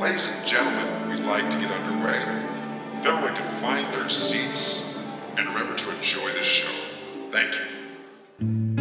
Ladies and gentlemen, we'd like to get underway. If everyone can find their seats and remember to enjoy the show. Thank you.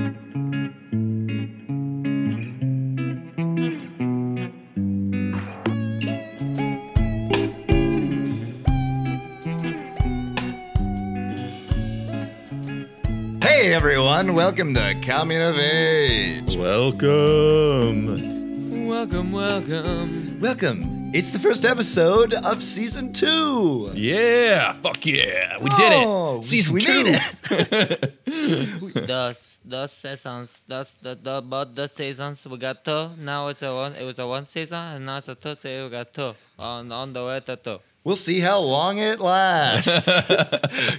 Hey everyone, welcome to Coming of Age. Welcome. Welcome, welcome. Welcome. It's the first episode of season two. Yeah, fuck yeah. We Oh, did it. Season we two. made it. the the seasons, the the the but the seasons we got two. Now it's a one. It was a one season, and now it's a two. Season, we got two. On on the way to two. We'll see how long it lasts.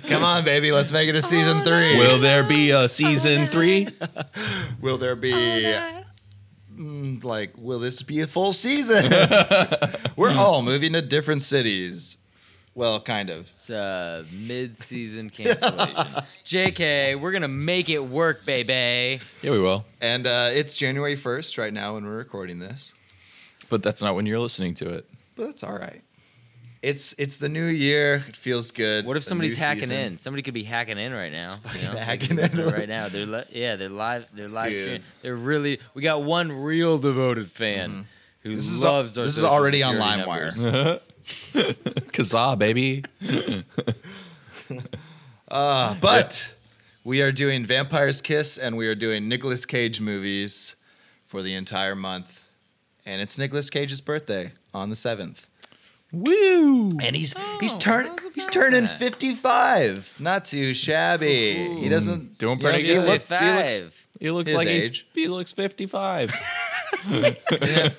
Come on, baby, let's make it a season three. Will there be a season three? Will there be Oh, Mm, like will this be a full season? We're all moving to different cities. Well, kind of. It's a mid-season cancellation. JK, we're gonna make it work, baby. Yeah, we will. And uh, it's January 1st right now when we're recording this. But that's not when you're listening to it. But that's all right. It's it's the new year. It feels good. What if A somebody's new hacking season. in? Somebody could be hacking in right now. you know? They hacking could be listening in. right now. They're li- yeah, they're live. They're live Dude. streaming. They're really. We got one real devoted fan who Mm-hmm. This is al- loves our. this is social already on security LimeWire. numbers. Kazaa, baby. Uh, But we are doing Vampire's Kiss and we are doing Nicolas Cage movies for the entire month. And it's Nicolas Cage's birthday on the 7th. Woo. And he's Oh, he's turn he's turning 55. Not too shabby. He doesn't Doing you know, pretty he good. look- he looks- Fifty-five. He looks His like age. he's he looks 55. He looks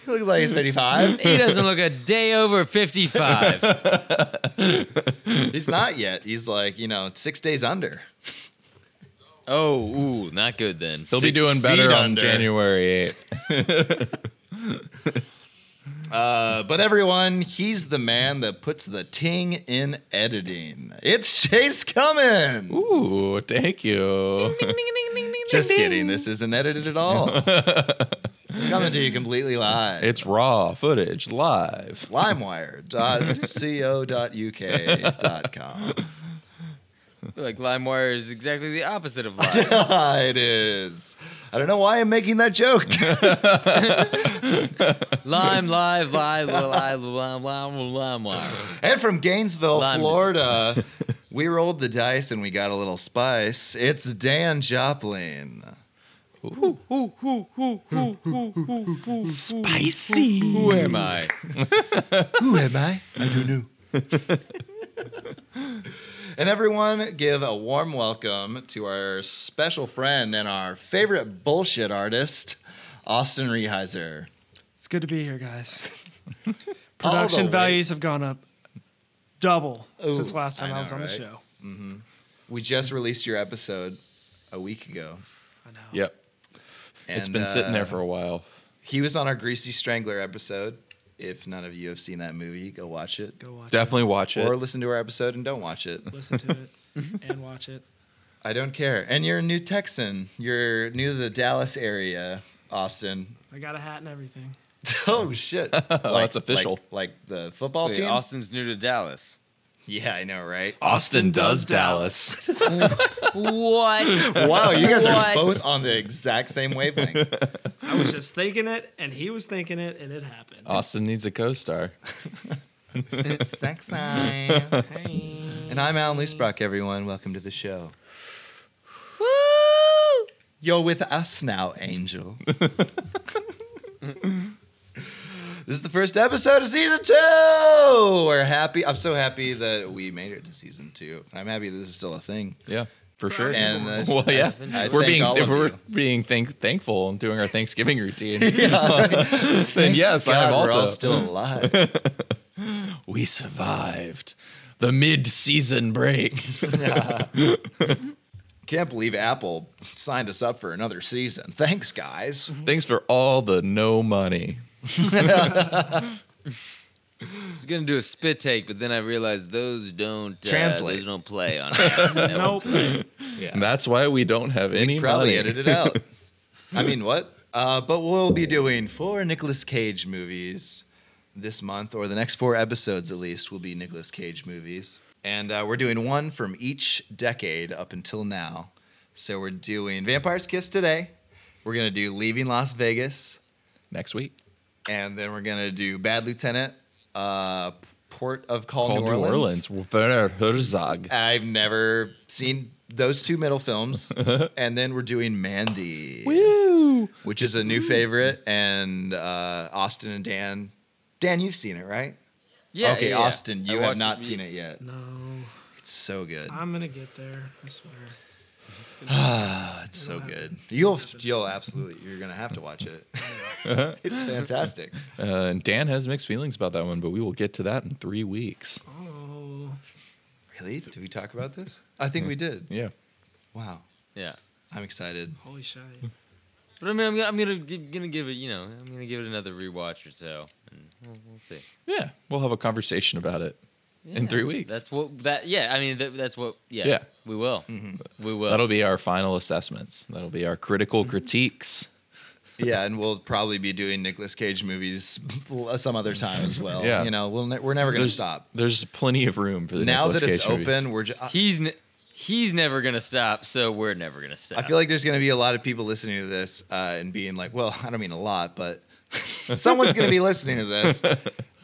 like he's 55. He doesn't look a day over fifty-five. he's not yet. He's like, you know, 6 days under. oh, ooh, not good then. He'll be Six doing feet better on under. January 8th. Uh, but everyone, he's the man that puts the ting in editing. It's Chase Cummins. Ooh, thank you. Just kidding. This isn't edited at all. it's coming to you completely live. it's raw footage live. LimeWire.co.uk.com. Like LimeWire is exactly the opposite of live. it is. I don't know why I'm making that joke. Lime, live, live, live, lime, lime, lime, lime. and from Gainesville, Lime. Florida, we rolled the dice and we got a little spice. It's Dan Joplin. Spicy. Who am I? Who am I? I don't know. and everyone, give a warm welcome to our special friend and our favorite bullshit artist, Austin Reheiser. It's good to be here, guys. All the Production way- values have gone up double since Ooh, last time I I, know, was on the right? show. We just released your episode a week ago. I know. Yep. it's and, been sitting there uh, for a while. He was on our Greasy Strangler episode. If none of you have seen that movie, go watch it. Go watch Definitely watch it. Or listen to our episode and don't watch it. it. Listen to it and watch it. I don't care. And you're a new Texan. You're new to the Dallas area, Austin. I got a hat and everything. Oh shit! oh, that's official. Like, like the football Wait, team. Austin's new to Dallas. Yeah, I know, right? Austin does Dallas. What? Wow, you guys are What? both on the exact same wavelength. I was just thinking it, and he was thinking it, and it happened. Oh, Austin needs a co-star. Sex And I'm Alan Loosebrock, everyone. Welcome to the show. You're with us now, Angel. this is the first episode of season two. We're happy. I'm so happy that we made it to season two. I'm happy this is still a thing. Yeah, for sure. And uh, well, yeah, I we're thank being all of we're you. being thank- thankful and doing our Thanksgiving routine. Thank yes, I have God We're all also. still alive. We survived the mid-season break. Can't believe Apple signed us up for another season. Thanks, guys. Thanks for all the no money. I was gonna do a spit take, but then I realized those don't uh, Translate. Those don't play on. it. Nope. And that's why we don't have any Probably money. edit it out. I mean, what? Uh, but we'll be doing four Nicolas Cage movies this month, or the next four episodes at least, will be Nicolas Cage movies. And uh, we're doing one from each decade up until now. So we're doing Vampire's Kiss today. We're going to do Leaving Las Vegas. Next week. And then we're going to do Bad Lieutenant, uh, Port of Call, Call New, Orleans. Werner Herzog. I've never seen those two middle films. and then we're doing Mandy Woo! which is a new favorite. And uh, Austin and Dan, Dan, you've seen it, right? Yeah. Okay, yeah, yeah. Austin, I you watched have not it. seen it yet. No, It's so good. I'm gonna get there. I swear. Ah, it's so good. You'll you'll absolutely you're gonna have to watch it. it's fantastic. Uh, and Dan has mixed feelings about that one, but we will get to that in three weeks. Oh, Really? Did we talk about this? I think we did. Yeah. Wow, Yeah. I'm excited. holy shit! But I mean, I'm, gonna- I'm gonna gi- gonna give it. You know, I'm gonna give it another rewatch or so, and we'll, we'll see. Yeah. We'll have a conversation about it. In Yeah, three weeks. That's what. That. Yeah. I mean, that, that's what. Yeah. Yeah. We will. Mm-hmm. We will. That'll be our final assessments. That'll be our critical critiques. Yeah, and we'll probably be doing Nicolas Cage movies some other time as well. Yeah. You know, we'll ne- we're never gonna There's, stop. There's plenty of room for the Now Nicolas that it's Cage movies. open, we're uh, just. he's ne- he's never gonna stop, so we're never gonna stop. I feel like there's going to be a lot of people listening to this uh, and being like, well, I don't mean a lot, but someone's going to be listening to this.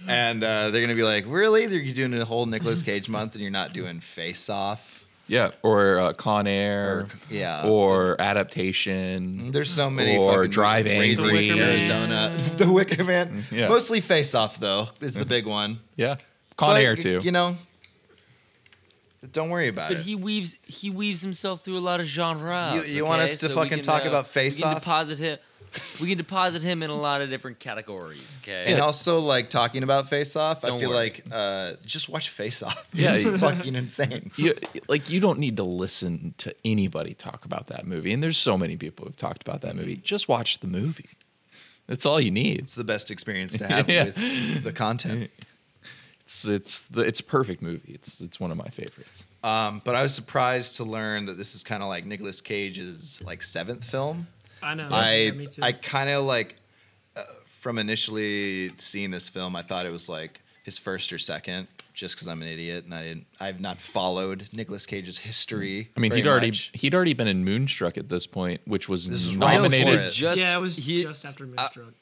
And uh, they're going to be like, really? You're doing a whole Nicolas Cage month and you're not doing Face Off? Yeah, or uh, Con Air, yeah. Mm-hmm. or adaptation. There's so many. Or fucking Drive Raising Angry. The Wicker Man. Arizona. the Wicker Man. Mm, Yeah. Mostly Face Off, though, is the big one. Yeah, Con But, Air too. You know, don't worry about But it. he weaves he weaves himself through a lot of genres. You- you want okay? us to So we fucking can, talk uh, about Face We can Off? deposit him. We can deposit him in a lot of different categories. Okay. and also, like talking about Face Off, I Don't feel worry. like uh, just watch Face Off. Yeah, it's you- fucking insane. you, like you don't need to listen to anybody talk about that movie. And there's so many people who've talked about that Mm-hmm. movie. Just watch the movie. That's all you need. It's the best experience to have Yeah. with the content. It's it's the, it's a perfect movie. It's it's one of my favorites. Um, but I was surprised to learn that this is kind of like Nicolas Cage's like seventh film. I Oh, know. yeah, I me too. I kind of like uh, from initially seeing this film, I thought it was like his first or second, just because I'm an idiot and I didn't I've not followed Nicolas Cage's history. I mean, very he'd already much. he'd already been in Moonstruck at this point, which was This is right nominated. before it. Just, yeah, it was he- just after Moonstruck.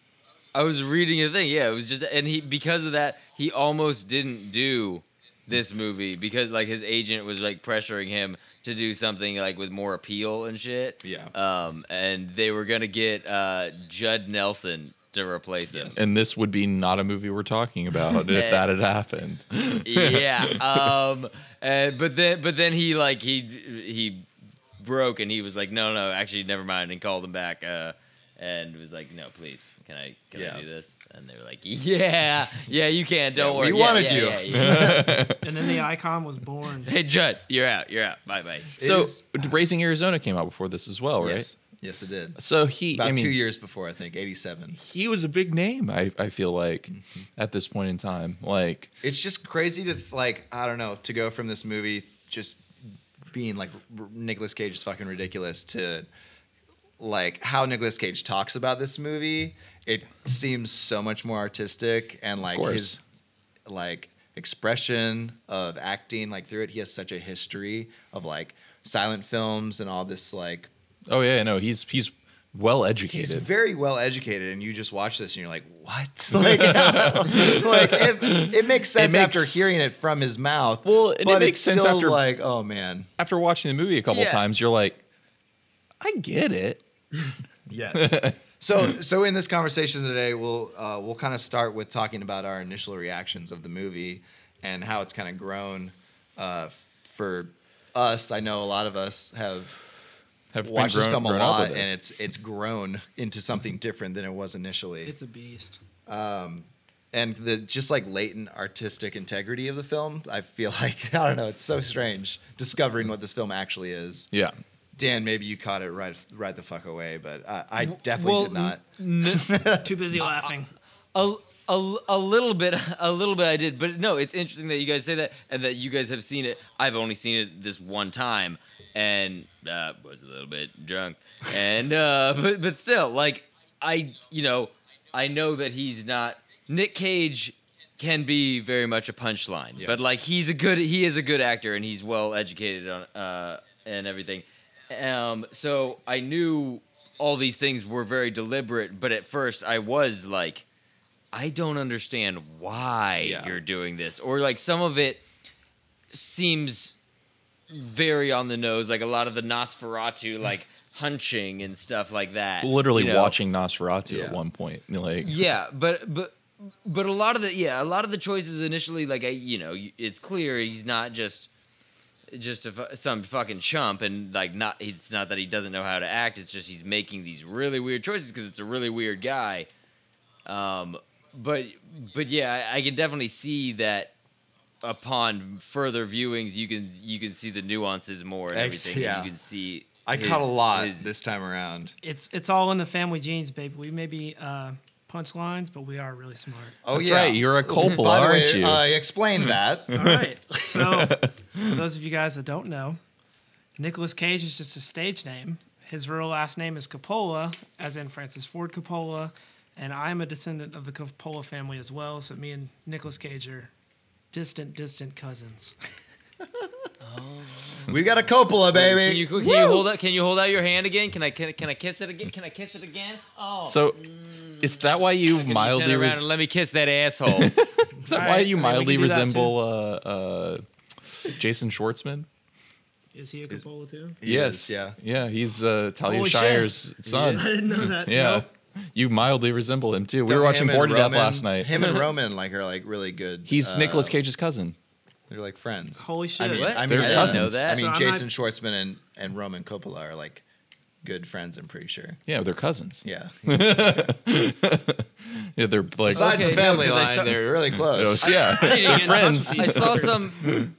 I was reading a thing. Yeah, it was just, and he because of that, he almost didn't do this movie because like his agent was like pressuring him to do something like with more appeal and shit. Yeah. Um, and they were gonna get uh Judd Nelson to replace him. And this would be not a movie we're talking about if Yeah. that had happened. yeah. Um, and but then but then he like he he broke and he was like, no, no, actually, never mind, and called him back. Uh, and was like, no, please, can I can Yeah. I do this? And they were like, yeah, yeah, you can. Don't Yeah, worry. we Yeah, wanted yeah, you." yeah, yeah. And then the icon was born. hey, Judd, you're out. You're out. Bye, bye. It so, is- Raising Arizona came out before this as well, right? yes, yes, it did. So he About I mean, two years before, I think, eighty-seven. he was a big name. I, I feel like Mm-hmm. at this point in time, like it's just crazy to like I don't know to go from this movie just being like r- Nicolas Cage is fucking ridiculous to like how Nicolas Cage talks about this movie. It seems so much more artistic and like course. his like expression of acting like through it. He has such a history of like silent films and all this like oh yeah, no, he's he's well he's educated. very well educated and you just watch this and you're like what like, like, it, it makes sense makes- after hearing it from his mouth Well, and it but makes it's sense still after- like oh man After watching the movie a couple Yeah. times, you're like, I get it. yes so so in this conversation today we'll uh, we'll kind of start with talking about our initial reactions of the movie and how it's kind of grown uh, f- for us I know a lot of us have Have been watched this grown- film a grown up lot with and this. it's it's grown into something different than it was initially It's a beast. and the just like latent artistic integrity of the film i feel like i don't know it's so strange discovering what this film actually is yeah. dan maybe you caught it right right the fuck away but i, I definitely well, did not Too busy laughing. a, a, a little bit a little bit I did, but no, it's interesting that you guys say that and that you guys have seen it. I've only seen it this one time and uh, was a little bit drunk. And uh, but but still like I you know, I know that he's not Nick Cage can be very much a punchline. Yes. But like he's a good he is a good actor and he's well educated on uh and everything. Um so I knew all these things were very deliberate, but at first I was like I don't understand why Yeah. you're doing this or like some of it seems very on the nose like a lot of the Nosferatu like hunching and stuff like that. Literally you know? watching Nosferatu Yeah. at one point. Like, yeah but but but a lot of the yeah a lot of the choices initially like i you know you- it's clear he's not just just a, fu- some fucking chump and like not it's not that he doesn't know how to act it's just he's making these really weird choices because it's a really weird guy um but but yeah I, I can definitely see that upon further viewings you can you can see the nuances more and Ex- everything and yeah. you can see I his- caught a lot his- this time around. It's it's all in the family genes, baby. We may be uh, punchlines, but we are really smart. Oh That's yeah, right, you're a Coppola, By the aren't way, you? I explained that. All right. So, for those of you guys that don't know, Nicolas Cage is just a stage name. His real last name is Coppola, as in Francis Ford Coppola, and I'm a descendant of the Coppola family as well. So, me and Nicolas Cage are distant, distant cousins. We've got a Coppola, Can baby. you, can you hold out? Can you hold out your hand again? Can I can, I- can I kiss it again? Can I kiss it again? Oh, so is that why you Can you mildly turn around res- and let me kiss that asshole. is that All why right, you I mean, we mildly can do that too. resemble uh, uh, Jason Schwartzman? Is he a Coppola too? He is, yeah. Yeah, he's uh, Talia Holy shit. Shire's son. I didn't know that. Yeah. You mildly resemble him too. We were watching Him and Boarded Up Roman- last night. Him and Roman like are like really good. He's uh, Nicolas Cage's cousin. They're like friends. Holy I shit. mean, What? I mean, They're uh, cousins. I didn't know that. I mean, So I'm Jason Schwartzman and, and Roman Coppola are like good friends. I'm pretty sure. Yeah, they're cousins. Yeah. Yeah, they're like Besides Okay, the no, family 'cause I line, saw- Oh, they're really close. yeah. They're friends. I saw some.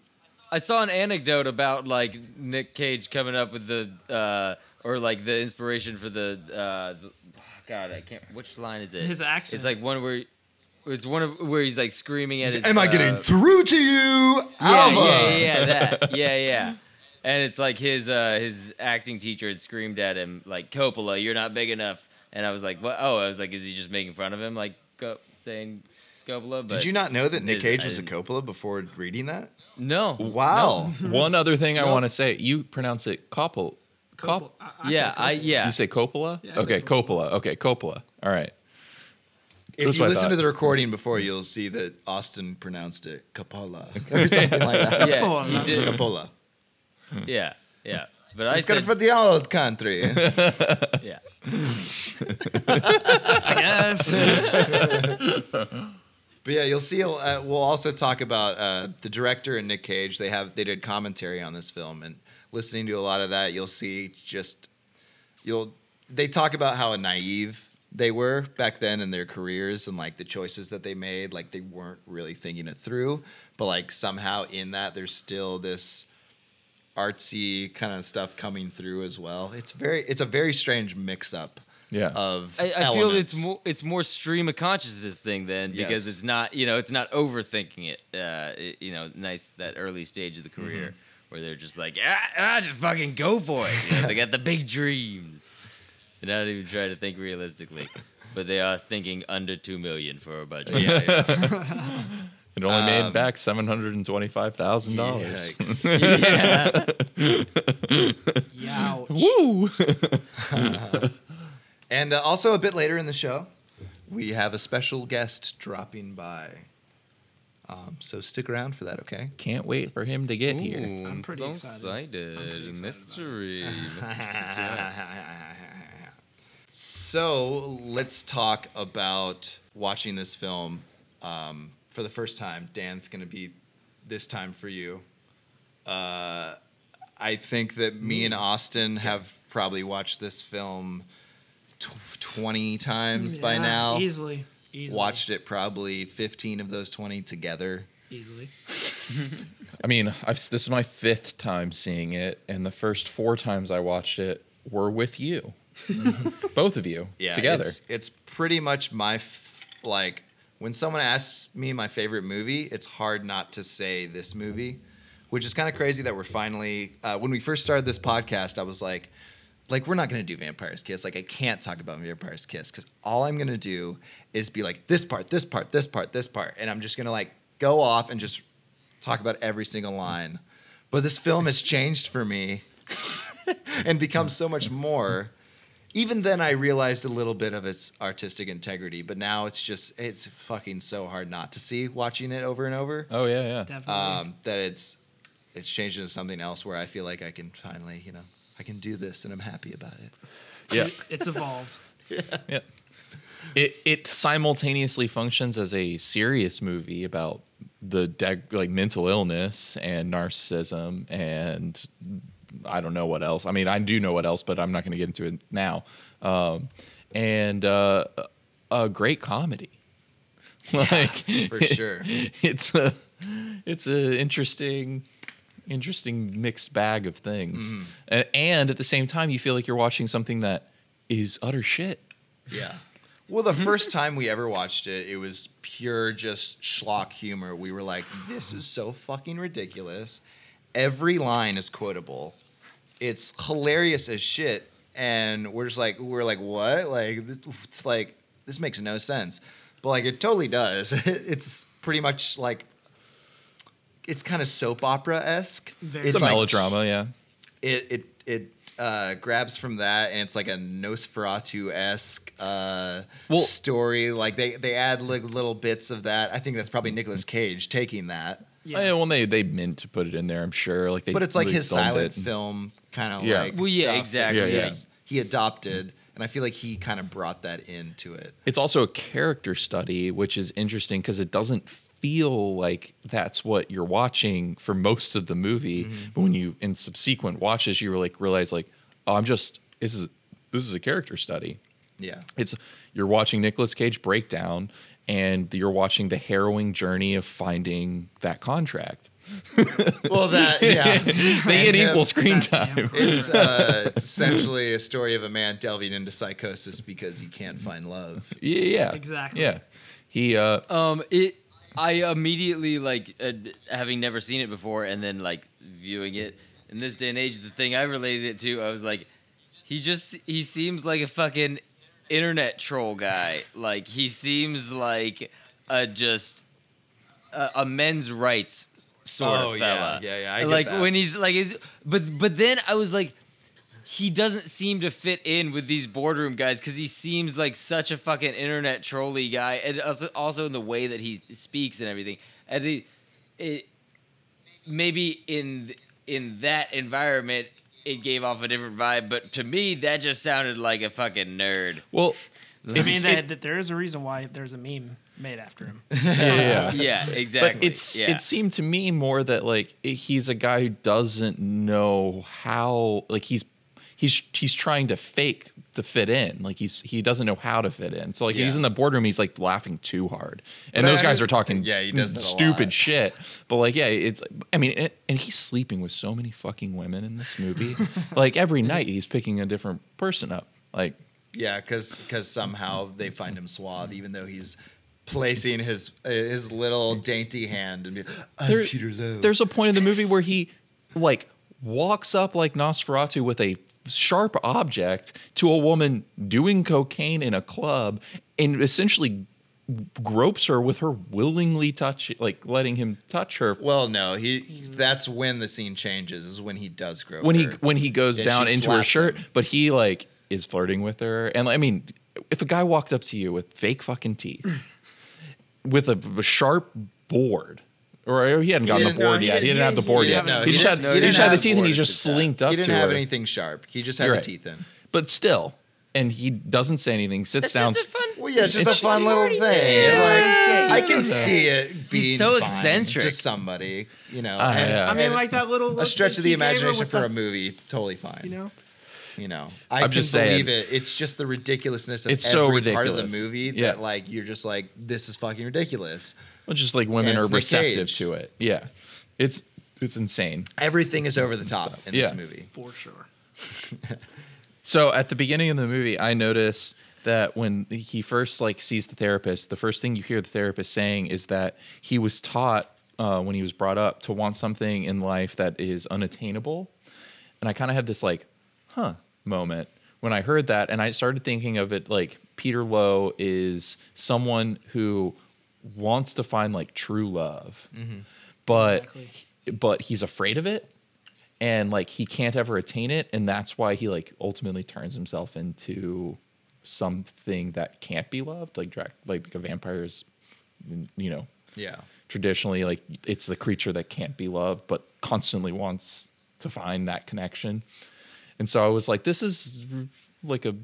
I saw an anecdote about like Nick Cage coming up with the uh, or like the inspiration for the, uh, the- God. I can't. Which line is it? His accent. It's like one where. It's one of where he's like screaming at his. Am I getting uh, through to you, Yeah, Alva? yeah, yeah, that. Yeah, yeah. And it's like his uh, his acting teacher had screamed at him like Coppola, you're not big enough. And I was like, what? Oh, I was like, is he just making fun of him, like co- saying Coppola? But Did you not know that Nick Is- Cage I was a didn't- Coppola before reading that? No. Wow. One other thing I want to say, you pronounce it Coppola. Cop- I- I Yeah, said I Coppola. yeah. You say Coppola? Yeah, I say okay, Coppola. Okay, Coppola. All right. If That's you what I listen thought. to the recording before, you'll see that Austin pronounced it Coppola or something like that. yeah, you did. Coppola. Yeah, yeah. But I He's good said, for the old country. yeah. But yeah, you'll see. Uh, we'll also talk about uh, the director and Nick Cage. They have they did commentary on this film, and listening to a lot of that, you'll see just you'll they talk about how naive they were back then in their careers and like the choices that they made. Like they weren't really thinking it through, but like somehow in that there's still this artsy kind of stuff coming through as well. It's very it's a very strange mix up Yeah. of I, I feel it's elements. more it's more stream of consciousness thing then because Yes. it's not you know it's not overthinking it. Uh, it- you know, nice that early stage of the Mm-hmm. career where they're just like, ah, ah, just fucking go for it. You know, they got the big dreams. They're not even trying to think realistically, but they are thinking under two million for a budget. It only made Um, back seven hundred and twenty-five thousand dollars. Yikes. yeah. Yow. Woo! And uh, also a bit later in the show, we have a special guest dropping by. Um, so stick around for that, okay? Can't wait for him to get here. Ooh, I'm pretty so excited. I'm excited. pretty excited about it. Mystery. So let's talk about watching this film um, for the first time. Dan's going to be this time for you. Uh, I think that me Mm. and Austin have probably watched this film tw- 20 times by Yeah, now. Easily. Easily. watched it probably 15 of those 20 together. Easily. I mean, I've, this is my fifth time seeing it, and the first four times I watched it were with you, both of you together. It's, it's pretty much my f- like when someone asks me my favorite movie, it's hard not to say this movie, which is kind of crazy that we're finally uh, when we first started this podcast, I was like like we're not gonna do Vampire's Kiss. Like I can't talk about Vampire's Kiss because all I'm gonna do is be like this part, this part, this part, this part, and I'm just gonna like go off and just talk about every single line. But this film has changed for me and become so much more. Even then, I realized a little bit of its artistic integrity, but now it's just, it's fucking so hard not to see watching it over and over Oh yeah, yeah. Definitely. um, that it's it's changed into something else where I feel like I can finally, you know, I can do this and I'm happy about it. Yeah. it's evolved. Yeah. It it simultaneously functions as a serious movie about the deg- like mental illness and narcissism and I don't know what else. I mean, I do know what else, but I'm not going to get into it now. Um, and uh, a great comedy, like for sure. It's a it's a interesting interesting mixed bag of things, Mm-hmm. and, and at the same time, you feel like you're watching something that is utter shit. Yeah. Well, the first time we ever watched it, it was pure just schlock humor. We were like, this is so fucking ridiculous. Every line is quotable. It's hilarious as shit. And we're just like, we're like, what? Like, this, like, this makes no sense. But like, it totally does. it's pretty much like, it's kind of soap opera esque. Very. It's, a like, melodrama, yeah. it it it uh, grabs from that and it's like a Nosferatu esque uh, Well- story. Like they they add like little bits of that. I think that's probably Nicolas Cage taking that, Oh, Yeah. well, they they meant to put it in there, I'm sure. Like they, but it's like really his filmed silent it. film kind of Yeah. like Well, yeah, stuff that exactly, he yeah. is- He adopted, and I feel like he kind of brought that into it. It's also a character study, which is interesting because it doesn't feel like that's what you're watching for most of the movie. Mm-hmm. But when you in subsequent watches, you like realize like, oh, I'm just this is this is a character study. Yeah, It's you're watching Nicolas Cage breakdown, and you're watching the harrowing journey of finding that contract. well that yeah. They get And, um, equal screen that damn time. It's, uh, it's essentially a story of a man delving into psychosis because he can't find love. Yeah, yeah, Exactly. Yeah, he uh, Um, it. I immediately like uh, having never seen it before, and then like viewing it in this day and age. The thing I related it to, I was like, he just he seems like a fucking internet troll guy. like he seems like a just a, a men's rights sort Oh, of yeah, fella. yeah, yeah, I get like that. when he's like, is but but then I was like, he doesn't seem to fit in with these boardroom guys because he seems like such a fucking internet trolley guy, and also also in the way that he speaks and everything. And he, it, maybe in in that environment, it gave off a different vibe. But to me, that just sounded like a fucking nerd. well. I mean, it's- that, that there is a reason why there's a meme made after him. yeah, yeah. Yeah, exactly. But it's yeah. it seemed to me more that like it- he's a guy who doesn't know how like he's he's he's trying to fake to fit in. Like he's he doesn't know how to fit in. So like he's Yeah. in the boardroom, he's like laughing too hard, and But I those guys under- are talking Yeah, he does that a stupid lot. shit. But like yeah, it's I mean, and, and he's sleeping with so many fucking women in this movie. like every night he's picking a different person up. Like Yeah, because somehow they find him suave, even though he's placing his uh, his little dainty hand and be, I'm There- Peter Lowe. There's a point in the movie where he like walks up like Nosferatu with a sharp object to a woman doing cocaine in a club and essentially gropes her with her willingly touch like letting him touch her well, no, he. That's when the scene changes. Is when he does grow. when he when he goes Yeah, down she into her slaps shirt, him. but he like is flirting with her. And I mean, if a guy walked up to you with fake fucking teeth, with a, a sharp board, or he hadn't gotten the didn't- no, board he yet. didn't- He didn't he- have the he board didn't yet. have no, he he just didn't- had no, he he just didn't had the have teeth and he board just at the time. slinked up he didn't to have her. anything sharp. He just had You're the right. teeth in. But still, and he doesn't say anything. Sits It's down. just a fun. Well, yeah, it's just It's- a fun little thing. Like, I can see it being so fine eccentric. to somebody. You know, Ah, and- yeah. I mean, and like that little a look stretch that of the he gave her imagination with for the- a movie, totally fine. You know, you know i I'm can just believe saying. it it's just the ridiculousness of It's so every part of the ridiculous. movie Yeah. that like you're just like this is fucking ridiculous Well, just like women Yeah, are it's Nick receptive Cage. to it. Yeah, it's it's insane. everything is over the top in Yeah. this movie for sure. So at the beginning of the movie, I noticed that when he first like sees the therapist, the first thing you hear the therapist saying is that he was taught uh, when he was brought up to want something in life that is unattainable, and I kind of had this like, huh, moment when I heard that, and I started thinking of it like Peter Lowe is someone who wants to find like true love, but but he's afraid of it, and like he can't ever attain it, and that's why he like ultimately turns himself into something that can't be loved, like Drac, like a vampire's, you know, Yeah. traditionally like it's the creature that can't be loved but constantly wants to find that connection and so i was like this is r- like a,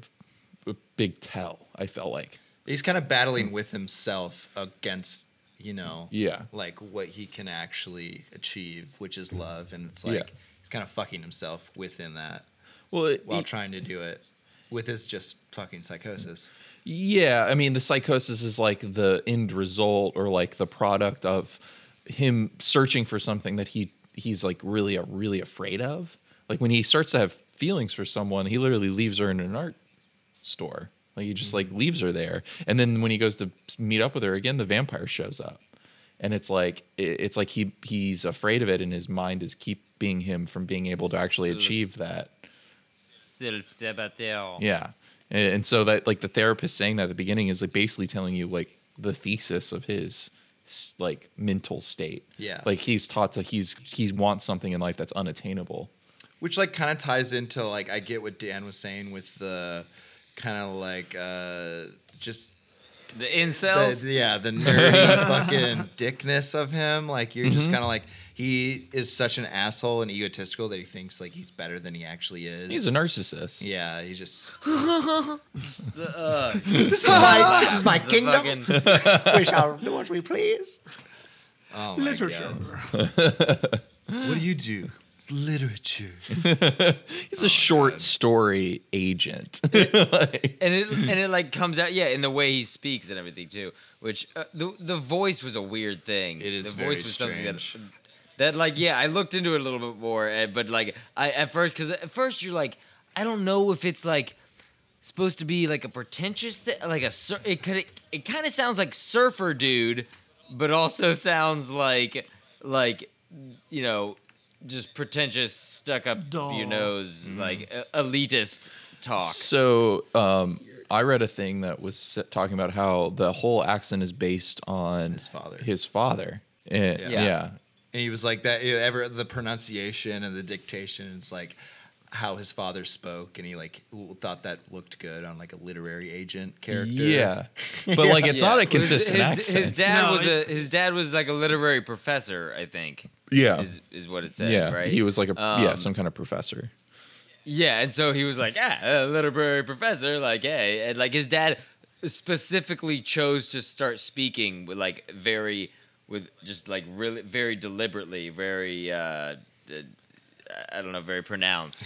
a big tell i felt like He's kind of battling with himself against, you know, Yeah. like what he can actually achieve, which is love, and it's like Yeah. he's kind of fucking himself within that well it, while trying to do it with his just fucking psychosis. yeah i mean the psychosis is like the end result or like the product of him searching for something that he he's like really really afraid of like when he starts to have feelings for someone he literally leaves her in an art store. Like he just like leaves her there, and then when he goes to meet up with her again, the vampire shows up, and it's like it- it's like he he's afraid of it, and his mind is keeping him from being able to actually achieve that. Self-saboteur. Yeah, and, and so that like the therapist saying that at the beginning is like basically telling you like the thesis of his s- like mental state. Yeah. like he's taught to he's he wants something in life that's unattainable. which like kind of ties into like I get what Dan was saying with the kind of like uh just the, The incels. yeah the nerdy fucking dickness of him like you're Mm-hmm. just kind of like he is such an asshole and egotistical that he thinks like he's better than he actually is He's a narcissist. yeah he just the, uh, this is my this is my the kingdom fucking- we shall do what we please oh my Literature. god what do you do literature He's a short story agent. and it and it like comes out yeah in the way he speaks and everything too which uh, the the voice was a weird thing It is the very voice was something that that like yeah I looked into it a little bit more and, but like I at first because at first you're like I don't know if it's like supposed to be like a pretentious thing like a sur- it could it, it kind of sounds like surfer dude but also sounds like like you know just pretentious stuck up Dull. your nose Mm-hmm. like uh, elitist talk So um, I read a thing that was sa- talking about how the whole accent is based on His father. His father. And- yeah. Yeah. And he was like that you know, ever the pronunciation and the dictation it's like how his father spoke and he like w- thought that looked good on like a literary agent character. Yeah. But like it's Yeah. not a His- consistent his, accent. His dad No, was it- a his dad was like a literary professor, I think. yeah. Is is what it said, Oh. yeah. right? He was like a yeah, Um, some kind of professor. Yeah, and so he was like, ah, a literary professor, like, hey, and like his dad specifically chose to start speaking with like very with just like really very deliberately, very uh, uh I don't know, very pronounced.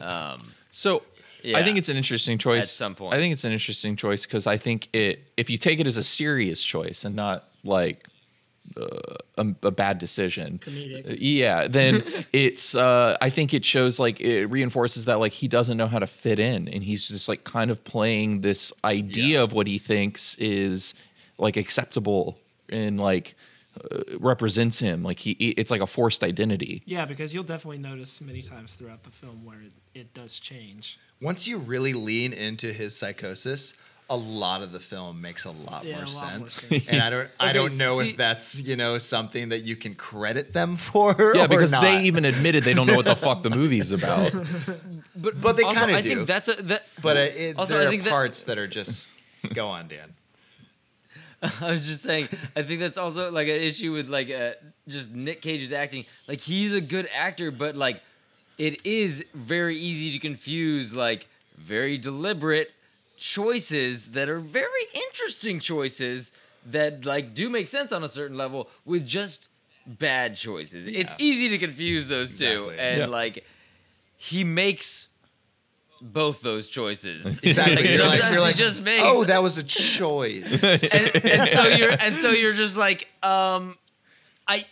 Um So I Yeah. think it's an interesting choice. At some point. I think it's an interesting choice because I think it if you take it as a serious choice and not like uh, a, a bad decision, uh, Comedic. yeah, then it's uh, I think it shows like it reinforces that like he doesn't know how to fit in and he's just like kind of playing this idea of what he thinks is like acceptable and like uh, represents him like he it's like a forced identity. Yeah, because you'll definitely notice many times throughout the film where it, it does change. Once you really lean into his psychosis, a lot of the film makes a lot, Yeah, more, a lot sense. more sense. And I don't I Okay, don't know see- if that's, you know, something that you can credit them for. Yeah, or because not. they even admitted they don't know what the fuck the movie's about. but But they also, kinda I do. think that's a that but it, it, Also, there I are think that- parts that are just go on, Dan. I was just saying, I think that's also like an issue with like uh, just Nick Cage's acting. Like he's a good actor, but like it is very easy to confuse like very deliberate choices that are very interesting choices that like do make sense on a certain level with just bad choices. It's easy to confuse those two, Exactly. and Yeah. like he makes both those choices. Exactly. Like, You're like- sometimes you're like, he just makes Oh, that was a choice. and, and so you're and so you're just like um i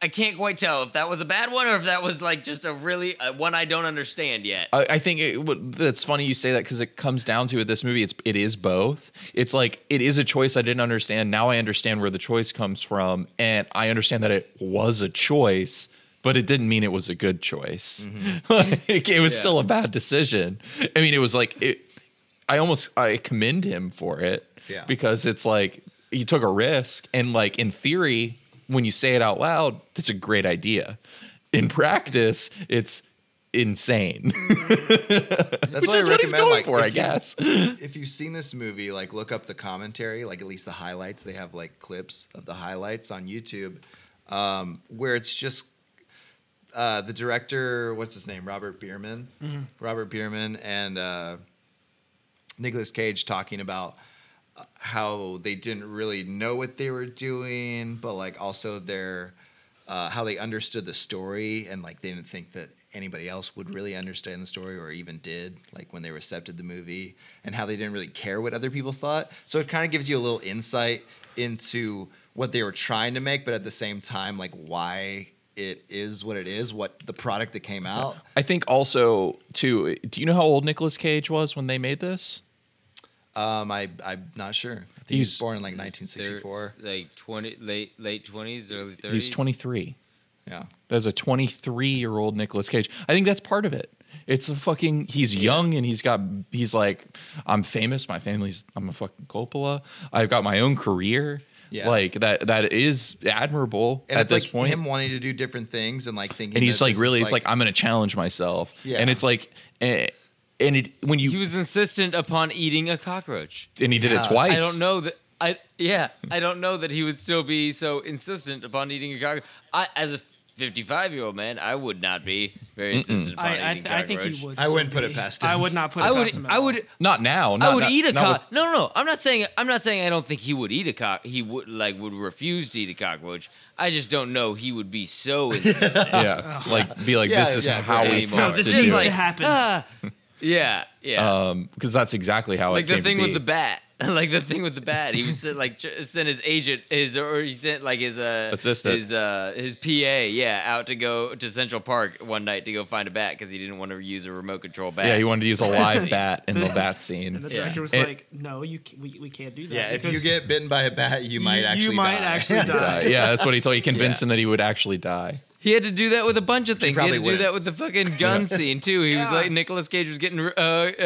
i can't quite tell if that was a bad one or if that was like just a really uh, one i don't understand yet I, I think it, what- that's funny you say that because it comes down to it. This movie, it's it is both. It's like it is a choice I didn't understand. Now I understand where the choice comes from, and I understand that it was a choice. but it didn't mean it was a good choice. like, it was still a bad decision. I mean, it was like it. I almost I commend him for it Yeah. because it's like you took a risk, and like in theory, when you say it out loud, that's a great idea. In practice, it's insane, That's which is I what recommend, he's going like, for, if I you- guess. if you've seen this movie, like look up the commentary, like at least the highlights. They have like clips of the highlights on YouTube, um, where it's just uh, the director, what's his name, Robert Bierman, Robert Bierman, and uh, Nicolas Cage talking about uh, how they didn't really know what they were doing, but like also their uh, how they understood the story and like they didn't think that anybody else would really understand the story or even did like when they accepted the movie and how they didn't really care what other people thought so it kind of gives you a little insight into what they were trying to make but at the same time like why it is what it is what the product that came out I think also too. Do you know how old Nicolas Cage was when they made this? um i i'm not sure i think he was He's- born in like They're 1964 like twenty late late twenties, early thirties. He's 23. yeah There's a 23 year old Nicolas Cage. I think that's part of it. It's a fucking. He's young and he's got. He's like, I'm famous. My family's. I'm a fucking Coppola. I've got my own career. Yeah. Like that. That is admirable and at it's this like point. him wanting to do different things and like thinking and he's that like, this is, really, it's like, I'm gonna challenge myself. Yeah. And it's like, eh, and it when you He was insistent upon eating a cockroach. and he did Yeah. it twice. I don't know that. I yeah, I don't know that he would still be so insistent upon eating a cockroach. I, as a fifty-five-year-old man, I would not be very insistent upon I, I, eating th- I think cockroach. he would. I still wouldn't put be. it past I him. would not put it I past him. would. at I all. would. Not now. Not, I would not- eat a not with- cock. No, no, no. I'm not saying. I'm not saying. I don't think he would eat a cock. He would like would refuse to eat a cockroach. I just don't know. He would be so insistent. yeah. Like be like, Yeah, this is yeah, how we right. have No, this to is do like- it. happen. "Ah." yeah, yeah. um because that's exactly how like it the came to thing with be. the bat. like the thing with the bat. He was sent, like tr- sent his agent his or he sent like his uh Assistant. his uh his PA yeah out to go to Central Park one night to go find a bat because he didn't want to use a remote control bat. yeah he wanted to use a live bat in the bat scene And the Yeah. director was It- like, "No, you c- we, we can't do that." yeah if you because get bitten by a bat you might actually you might die. actually Uh, die. yeah that's what he told he convinced him that he would actually die He had to do that with a bunch of things. He had probably to do that with the fucking gun scene too. He was Yeah. like Nicolas Cage was getting uh,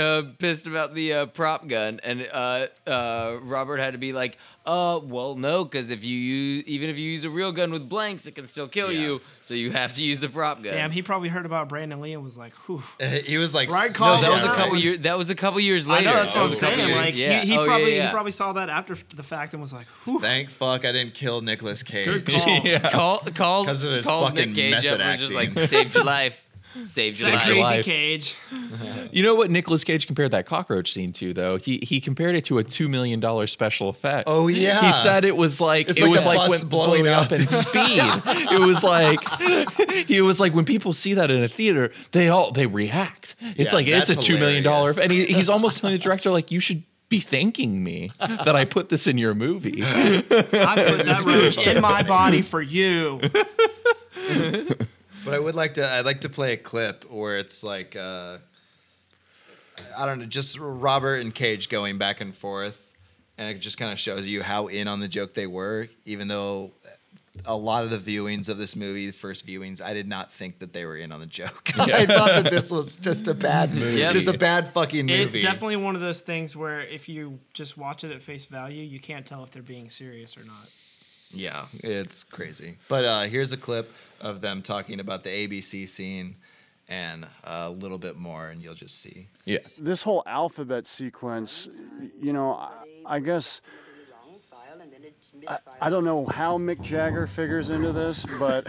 uh, pissed about the uh, prop gun, and uh, uh, Robert had to be like, "Uh, well, no, because if you use, even if you use a real gun with blanks, it can still kill Yeah. you. So you have to use the prop gun." Damn, he probably heard about Brandon Lee and was like, "Whew." he was like Right s- call, No, Oh, that Yeah, was a right. couple years. That was a couple years I later. know that's That what I'm was a couple saying. years- Like yeah. he, he Oh, yeah, probably yeah. he probably saw that after the fact and was like, "Whew." Thank fuck I didn't kill Nicolas Cage. Good call. call call 'Cause of his called fucking Nick Cage up method and was just like acting. saved your life, saved your That life. your crazy life. cage. you know what Nicolas Cage compared that cockroach scene to though he he compared it to a two million dollar special effect Oh, yeah. he said it was like It's it like was a like bus when blowing blowing up up. in speed it was like he was like when people see that in a theater they all they react it's Yeah, like it's a that's two million dollar hilarious. and he, he's almost telling the director like you should be thanking me that I put this in your movie. I put that roach in my body for you. But I would like to. I'd like to play a clip where it's like, uh, I don't know, just Robert and Cage going back and forth, and it just kind of shows you how in on the joke they were, even though a lot of the viewings of this movie, the first viewings, I did not think that they were in on the joke. I thought that this was just a bad movie, Yeah. just a bad fucking movie. It's definitely one of those things where if you just watch it at face value, you can't tell if they're being serious or not. Yeah, it's crazy. But uh, here's a clip of them talking about the ABC scene and a little bit more, and you'll just see. yeah. this whole alphabet sequence, you know, I, I guess I don't know how Mick Jagger figures into this, but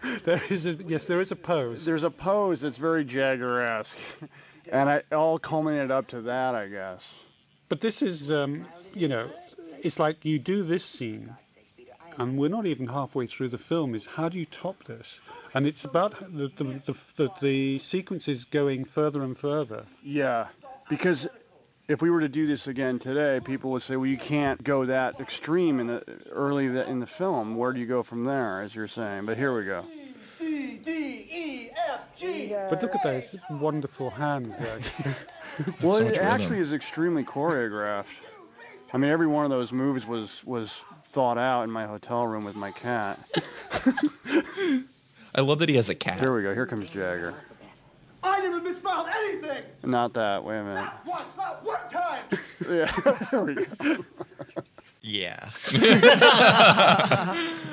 There is a, yes, there is a pose. there's a pose that's very Jagger-esque, and I, it all culminated up to that, I guess. But this is, um, you know, it's like you do this scene, and we're not even halfway through the film. Is how do you top this? And it's about the the the, the, the sequence is going further and further. Yeah, because if we were to do this again today, people would say, well, you can't go that extreme in the early the, in the film. Where do you go from there, as you're saying? But here we go. But look at those wonderful hands there. Well, so it much actually is extremely choreographed. I mean, every one of those moves was was thought out in my hotel room with my cat. I love that he has a cat. Here we go. Here comes Jagger. I never misspelled anything! Not that. Wait a minute. Not once, not one time! Yeah. there we go. Yeah.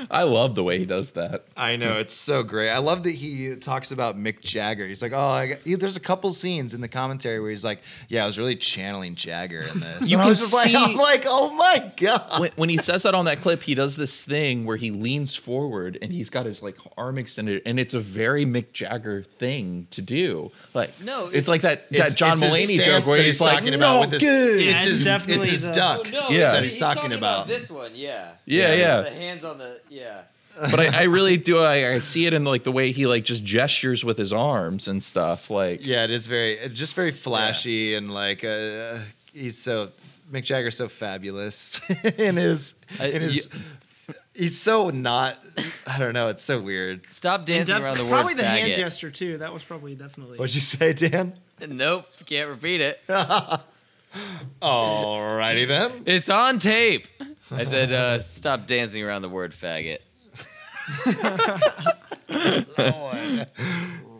I love the way he does that. I know it's so great. I love that he talks about Mick Jagger. He's like, oh, I got, yeah, there's a couple scenes in the commentary where he's like, yeah, I was really channeling Jagger in this. You And I can was like, see- I'm like, oh my god. When, when he says that on that clip, he does this thing where he leans forward and he's got his like arm extended, and it's a very Mick Jagger thing to do. Like No, it's, it's- like that that It's- John it's his Mulaney stance joke where that he's, like, talking no, about with this, good. Yeah, it's it's his, definitely it's his the- duck. Oh, no, Yeah. that he's, talking, about. this one. Yeah. Yeah, It's yeah. The hands on the yeah. But I, I really do. I, I see it in like the way he like just gestures with his arms and stuff. Like Yeah, it is very, it's just very flashy and like uh, he's so Mick Jagger's so fabulous in his I- in his. He's so not. I don't know. It's so weird. Stop dancing Def- around the word probably the hand faggot. gesture too. That was probably definitely. What'd you say, Dan? Nope, can't repeat it. Alrighty then. It's on tape. I said, uh, stop dancing around the word faggot.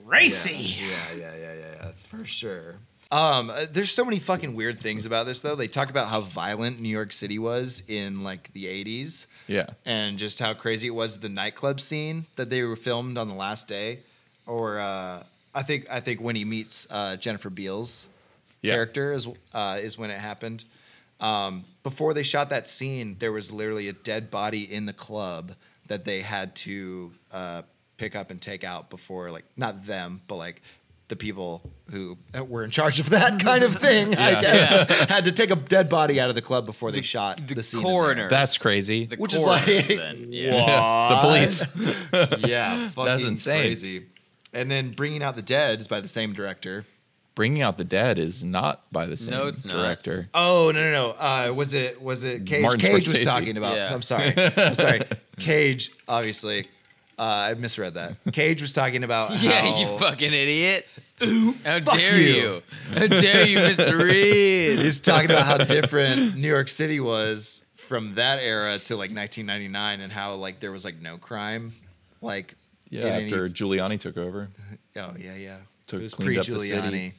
racy. Yeah, yeah, yeah, yeah, yeah, for sure. Um, uh, there's so many fucking weird things about this though. They talk about how violent New York City was in like the 80s yeah, and just how crazy it was the nightclub scene that they were filmed on the last day or uh, I think I think when he meets uh, Jennifer Beals Yeah. character is uh, is when it happened. Um, before they shot that scene, there was literally a dead body in the club that they had to uh, pick up and take out before, like not them, but like the people who were in charge of that kind of thing. I guess had to take a dead body out of the club before they shot the, scene. in there. coroner. that's crazy. The Which is coroner's like- then, yeah. the police. Yeah, fucking insane. crazy. And then bringing out the dead is by the same director. Bringing out the dead is not by the same No, it's not. director. Oh no no no! Uh, was it was it Cage? Martin Cage Scorsese. was talking about. Yeah. I'm sorry. I'm sorry. Cage, obviously, uh, I misread that. Cage was talking about. Yeah, how- you fucking idiot. How dare Oh. you. you. How dare you, Mr. Reed? He's talking about how different New York City was from that era to like 1999, and how like there was like no crime, like Yeah, in any- after Giuliani took over. oh yeah yeah. To it was cleaned up the pre-Giuliani. city.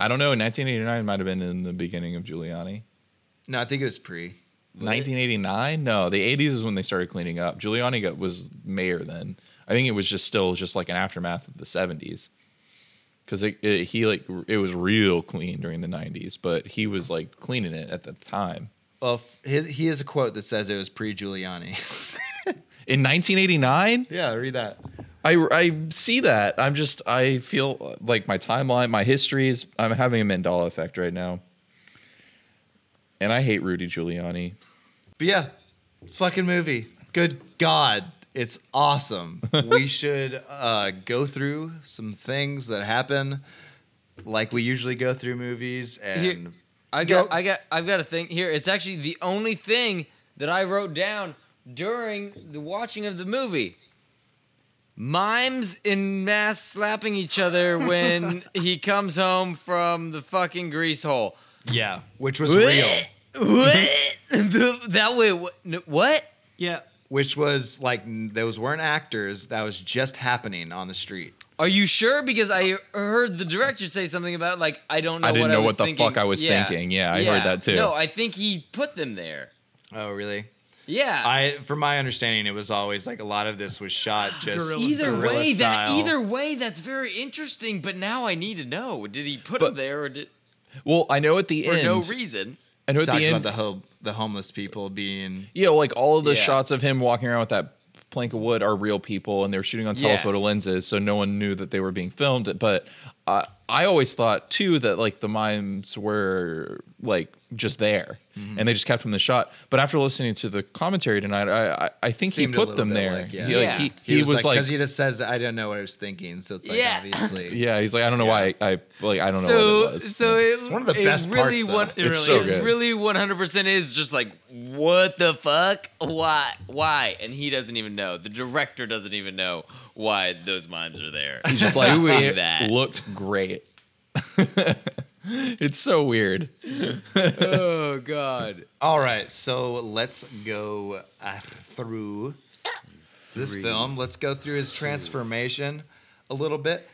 I don't know. 1989 might have been in the beginning of Giuliani. No, I think it was pre. 1989? No, the 80s is when they started cleaning up. Giuliani got, was mayor then. I think it was just still just like an aftermath of the 70s. Because it, it, he like it was real clean during the 90s, but he was like cleaning it at the time. Well, f- he, he has a quote that says it was pre-Giuliani. In 1989, yeah, read that. I, I see that. I'm just I feel uh, like my timeline, my histories. I'm having a Mandela effect right now, and I hate Rudy Giuliani. But yeah, fucking movie. Good God. It's awesome. we should uh, go through some things that happen like we usually go through movies and Here- I got, Yo. I got, I've got a thing here. It's actually the only thing that I wrote down during the watching of the movie. Mimes in mass slapping each other when he comes home from the fucking grease hole. yeah, which was real. What? that way, what? no, what? Yeah. Which was like n- those weren't actors, that was just happening on the street. Are you sure? Because I heard the director say something about like I don't know. I what didn't know was what the thinking. fuck I was Yeah. thinking. Yeah, I Yeah. heard that too. No, I think he put them there. Oh, really? Yeah. I from my understanding it was always like a lot of this was shot just Guerrilla either guerrilla way, that style. either way, that's very interesting. But now I need to know: did he put But- them there, or did, well, I know at the for end. no reason? I know at the talks about end. the ho- the homeless people being yeah, like all of the Yeah. shots of him walking around with that plank of wood are real people, and they were shooting on telephoto Yes. lenses, so no one knew that they were being filmed. But I, I always thought too that like the mimes were like just there, Mm-hmm. and they just kept him in the shot. But after listening to the commentary tonight, I I, I think Seemed a he put little them bit there. like, yeah. He, like, Yeah. he, He, was, like, because like he just says, "I don't know what I was thinking," so it's like Yeah. obviously, Yeah, he's like, I don't know why I, I like I don't know what it So, was. so it, one of the it best parts, really though. One, It It's really so is. It's good. really 100% is just like, what the fuck? Why? Why? And he doesn't even know. The director doesn't even know why those mimes are there. He's just like doing it that. looked great. it's so weird. oh, God. All right, so let's go uh, through this film. Let's go through his transformation a little bit.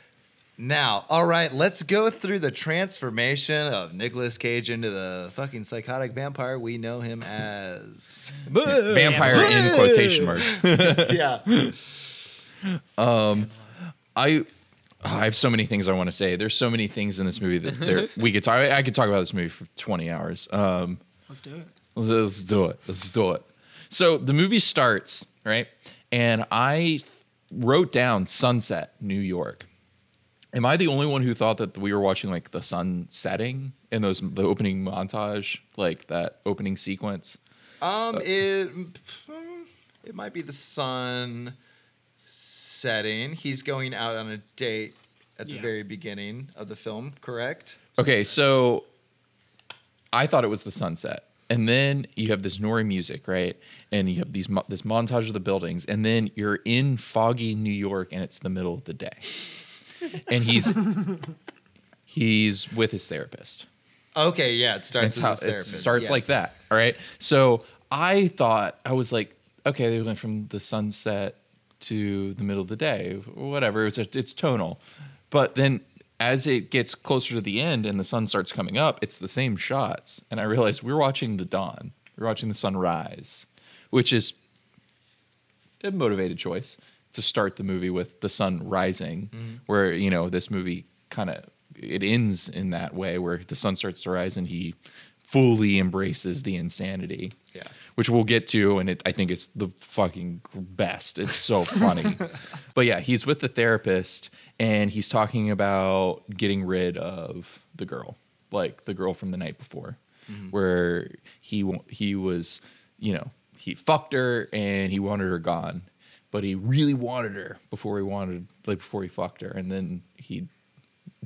Now, all right, let's go through the transformation of Nicolas Cage into the fucking psychotic vampire we know him as. Vampire in quotation marks. yeah. Um, I I have so many things I want to say. There's so many things in this movie that there, we could talk. I could talk about this movie for 20 hours. Um, Let's do it. Let's do it. Let's do it. So the movie starts, right? And I wrote down sunset, New York. Am I the only one who thought that we were watching like the sun setting in those the opening montage, like that opening sequence? Um, it mm, it might be the sun setting. He's going out on a date at the Yeah. very beginning of the film, correct? Okay, so I thought it was the sunset, and then you have this Nori music, right? And you have these mo- this montage of the buildings, and then you're in foggy New York, and it's the middle of the day, and he's he's with his therapist. Okay, yeah, it starts That's with how his it therapist. starts like yes. that. All right. So I thought I was like, okay, they went from the sunset to the middle of the day, whatever. It's it's tonal, but then as it gets closer to the end and the sun starts coming up, it's the same shots, and I realized we're watching the dawn, we're watching the sunrise, which is a motivated choice to start the movie with the sun rising, where you know this movie kind of it ends in that way where the sun starts to rise and he fully embraces the insanity. Yeah. which we'll get to, and it I think it's the fucking best. It's so funny, but yeah, he's with the therapist and he's talking about getting rid of the girl, like the girl from the night before, where he wa- he was, you know, he fucked her and he wanted her gone, but he really wanted her before he wanted like before he fucked her, and then he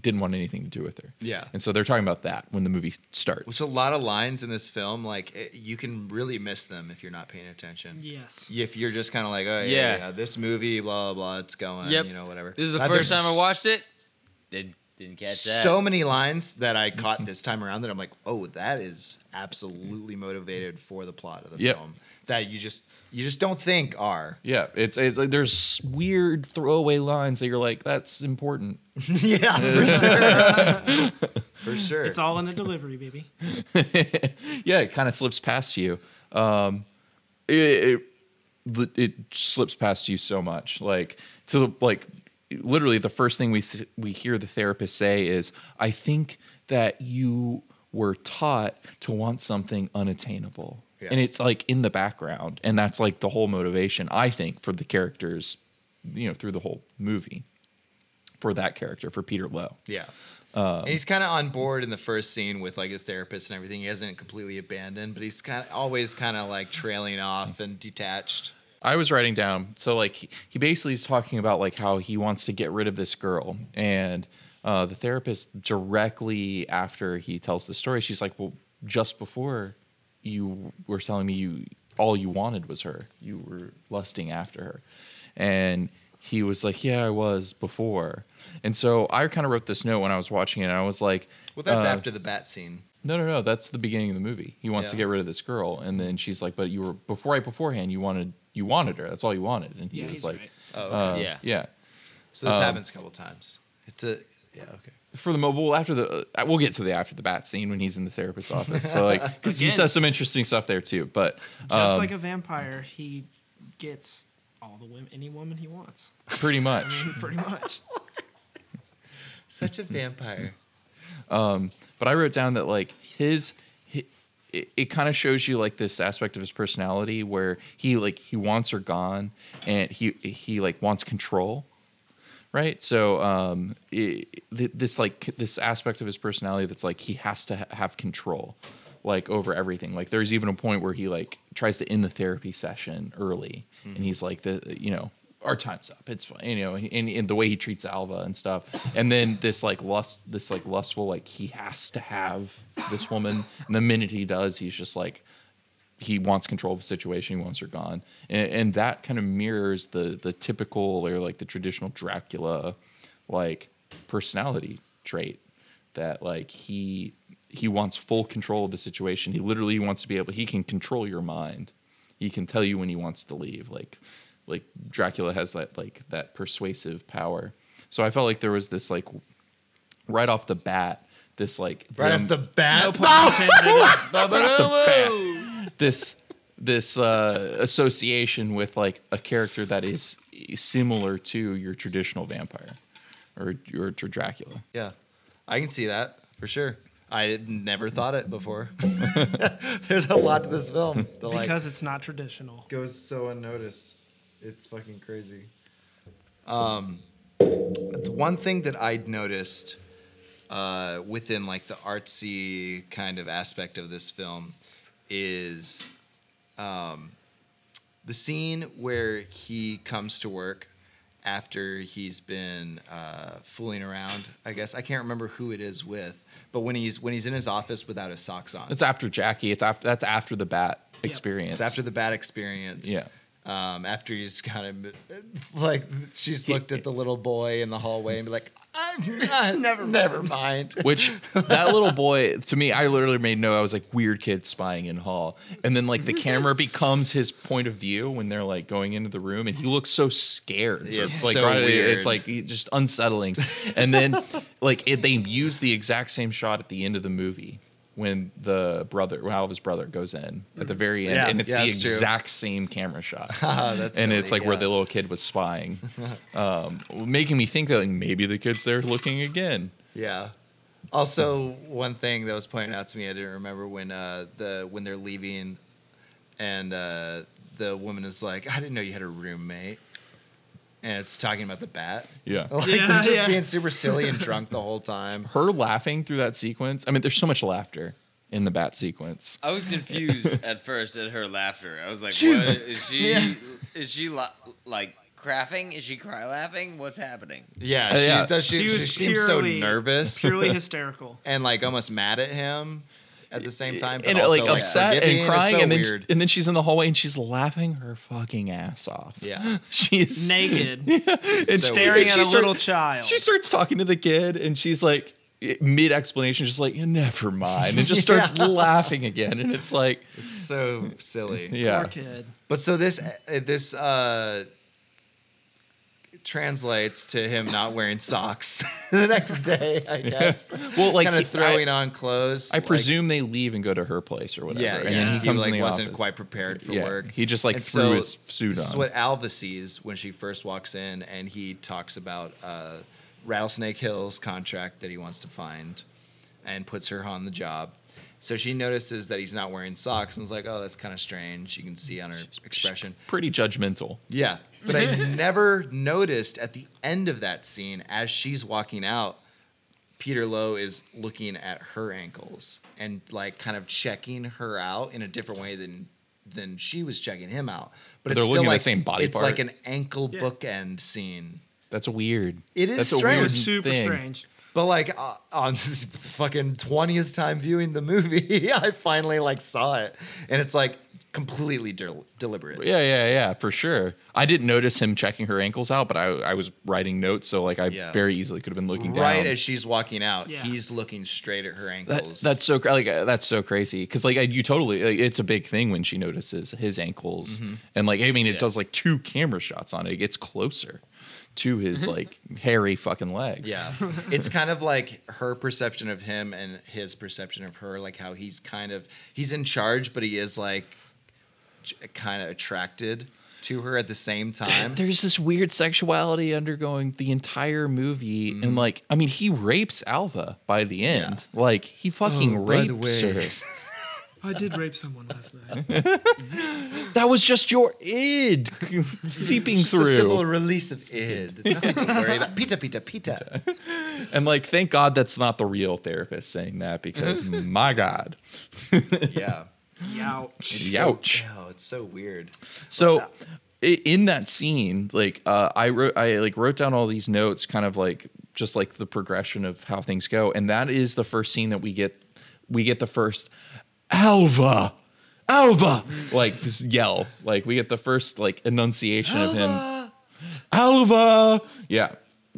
didn't want anything to do with her. Yeah. and so they're talking about that when the movie starts. There's a lot of lines in this film. Like it, you can really miss them if you're not paying attention. Yes. If you're just kind of like, oh yeah, Yeah. yeah. yeah, this movie, blah blah, blah it's going, Yep. you know, whatever. This is the Uh, first there's time I watched it. Did, didn't catch that. so many lines that Mm-hmm. I caught this time around that I'm like, oh, that is absolutely motivated for the plot of the Yep. film that you just you just don't think are. yeah, it's it's like there's weird throwaway lines that you're like that's important. yeah, for sure. for sure. It's all in the delivery, baby. yeah, it kind of slips past you. Um, it, it it slips past you so much. Like to the- like literally the first thing we s- we hear the therapist say is, "I think that you were taught to want something unattainable." Yeah. And it's like in the background, and that's like the whole motivation I think for the characters, you know, through the whole movie, for that character for Peter Lowe. yeah. Um, and he's kind of on board in the first scene with like a therapist and everything. He hasn't completely abandoned, but he's kind of always kind of like trailing off and detached. I was writing down. So like he, he basically is talking about like how he wants to get rid of this girl, and uh, the therapist directly after he tells the story, she's like, "Well, just before you were telling me you all you wanted was her, you were lusting after her," and he was like, "Yeah, I was before," and so I kind of wrote this note when I was watching it. And I was like, Well, that's uh, after the bat scene. no, no, no. That's the beginning of the movie. He wants to Yeah. get rid of this girl, and then she's like, "But you were before I beforehand. You wanted, you wanted her. That's all you wanted." And he Yeah, was he's like, right. Oh, uh, okay. "Yeah, Yeah. yeah." so um, this happens a couple times. It's a yeah, okay. For the mobile after the, uh, we'll get to the after the bat scene when he's in the therapist's office. So like, because he Again. says some interesting stuff there too. But Just um, like a vampire, he gets all the women, any woman he wants. pretty much. I mean, pretty much. Such a vampire. but I wrote down that like his, hi it, it kind of shows you like this aspect of his personality where he like he wants her gone and he he like wants control, right? So um i th- this like c- this aspect of his personality that's like he has to ha- have control like over everything. Like there's even a point where he like tries to end the therapy session early and he's like the you know our time's up. It's fine, you know, and, and the way he treats Alva and stuff, and then this like lust, this like lustful, like he has to have this woman. And the minute he does, he's just like he wants control of the situation. He wants her gone, and, and that kind of mirrors the the typical or like the traditional Dracula like personality trait that like he he wants full control of the situation. He literally wants to be able. He can control your mind. He can tell you when he wants to leave. Like like Dracula has that like that persuasive power. So I felt like there was this like right off the bat, this like Right them- off the bat. this this uh, association with like a character that is similar to your traditional vampire or your to Dracula. Yeah, I can see that for sure. I had never thought it before. There's a lot to this film. The like because it's not traditional. goes so unnoticed. It's fucking crazy. Um, the one thing that I'd noticed uh, within like the artsy kind of aspect of this film is um, the scene where he comes to work after he's been uh, fooling around. I guess I can't remember who it is with, but when he's when he's in his office without his socks on, It's after Jackie. It's after that's after the bat experience. it's after the bad experience. Yeah. Um, after he's kind of like she's looked at the little boy in the hallway and be like, I'm never, never mind. which that little boy to me, I literally made no. I was like weird kid spying in hall, and then like the camera becomes his point of view when they're like going into the room, and he looks so scared. Yeah, it's like so weird. it's like he- just unsettling, and then like it, they use the exact same shot at the end of the movie when the brother, when Alva's brother goes in at the very end, Yeah, and it's yeah, the that's true. exact same camera shot. Ah, that's and silly, it's like where yeah. the little kid was spying, um, making me think that like, maybe the kid's there looking again. Yeah. Also, one thing that was pointed out to me, I didn't remember when uh, the when they're leaving, and uh, the woman is like, "I didn't know you had a roommate," and it's talking about the bat. Yeah. Like Yeah, they're just yeah. being super silly and drunk the whole time. her laughing through that sequence. I mean, there's so much laughter in the bat sequence. I was confused at first at her laughter. I was like, Shoo. what is she? Yeah. Is she la- like crafting? Is she cry laughing? What's happening? Yeah, Uh, she, yeah. Does, She she, she was seems so purely- nervous. Purely hysterical. and like almost mad at him at the same time, but And also, like upset forgiving. and It's crying, so and then weird. and then she's in the hallway and she's laughing her fucking ass off. yeah, she's Naked, and so staring weird. at She a start- little child. She starts talking to the kid, and she's like mid explanation, just like never mind, and just starts laughing again, and it's like it's so silly. yeah, Poor kid. But so this uh, this uh translates to him not wearing socks the next day, I guess. Well, like, kind he- of throwing on clothes. I like- presume they leave and go to her place or whatever, yeah, and yeah. then he he, comes like in the wasn't office. quite prepared for Yeah, work. he just, like, And threw his suit This is on. what Alva sees when she first walks in, and he talks about uh, Rattlesnake Hill's contract that he wants to find, and puts her on the job. So she notices that he's not wearing socks, and is like, "Oh, that's kind of strange." You can see on her expression. pretty judgmental. Yeah. But I never noticed at the end of that scene, as she's walking out, Peter Lowe is looking at her ankles and like kind of checking her out in a different way than than she was checking him out. But They're it's still looking at the like, same body It's part. like an ankle bookend scene. That's weird. It is That's a strange. It weird was super thing. strange. But like uh, on this fucking twentieth time viewing the movie, I finally like saw it, and it's like completely del- deliberate. Yeah, yeah, yeah, for sure. I didn't notice him checking her ankles out, but I, I was writing notes, so like I Yeah. very easily could have been looking Right down. as she's walking out, Yeah. he's looking straight at her That- ankles. that's so cra- like uh, that's so crazy because like I, you totally like, it's a big thing when she notices his ankles Mm-hmm. and like I mean it does like two camera shots on it. It gets closer to his like hairy fucking legs. Mm-hmm. Yeah. it's kind of like her perception of him and his perception of her, like how he's kind of he's in charge, but he is like j- kind of attracted to her at the same time. There's this weird sexuality undergoing the entire movie, and Mm-hmm. like, I mean, he rapes Alva by the end. Like, he fucking Oh, by rapes the way. her. I did rape someone last night. That was just your id seeping Just a simple through. release of id. Nothing to worry about. Pita, pita, pita. And like, thank God that's not the real therapist saying that because Mm-hmm. my God. Yeah. Youch. It's so- Youch. oh, it's so weird. So i- in that scene, like uh, I wrote, I like wrote down all these notes, kind of like just like the progression of how things go, and that is the first scene that we get. We get the first Alva, Alva, like this yell. Like we get the first like enunciation of him. Alva, yeah.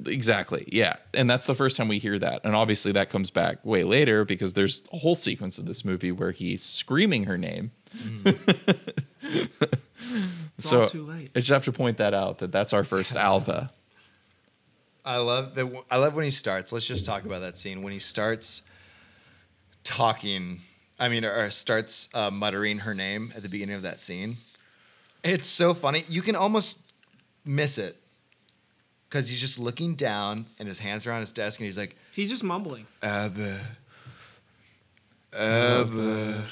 Exactly. Yeah. And that's the first time we hear that. And obviously that comes back way later because there's a whole Mm-hmm. sequence of this movie where he's screaming her name It's so all too late. I just have to point that out that that's our first alpha. I love that. I love when he starts. Let's just talk about that scene when he starts talking. I mean, or starts uh, muttering her name at the beginning of that scene. It's so funny. You can almost miss it because he's just looking down and his hands are on his desk and he's like, He's just mumbling. Abba, Abba,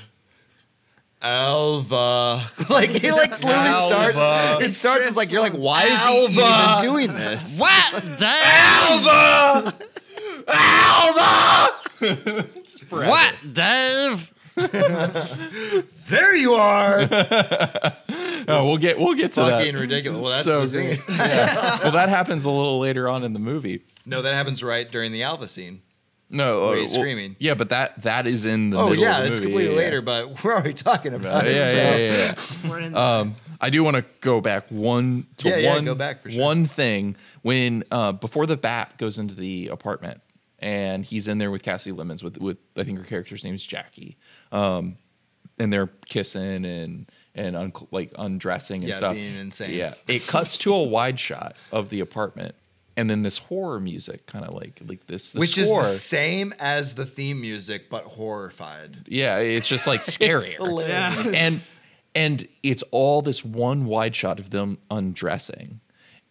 Alva. Like he like slowly starts. It starts as like you're like, why is he even doing this? What? Dave? What, Dave? There you are. Oh, we'll get we'll get to fucking that. ridiculous. Well, that's So the thing. Well, that happens a little later on in the movie. no, that happens right during the Alpha scene. No, Where uh, he's screaming. Yeah, but that that is in the oh middle yeah, of the it's movie, completely yeah. later, but we're already talking Uh, about it. yeah, so. yeah, yeah, yeah. We're in Um, I do want to go back one to Yeah, yeah, one go back for sure. one thing when uh, before the bat goes into the apartment and he's in there with Cassie Lemons with with I think her character's name is Jackie, um, and they're kissing and and un- like undressing and Yeah, stuff. being insane. Yeah, it cuts to a wide shot of the apartment. And then this horror music, kind of like like this, the Which score. is the same as the theme music, but horrified. yeah, it's just like scarier. yeah. and and it's all this one wide shot of them undressing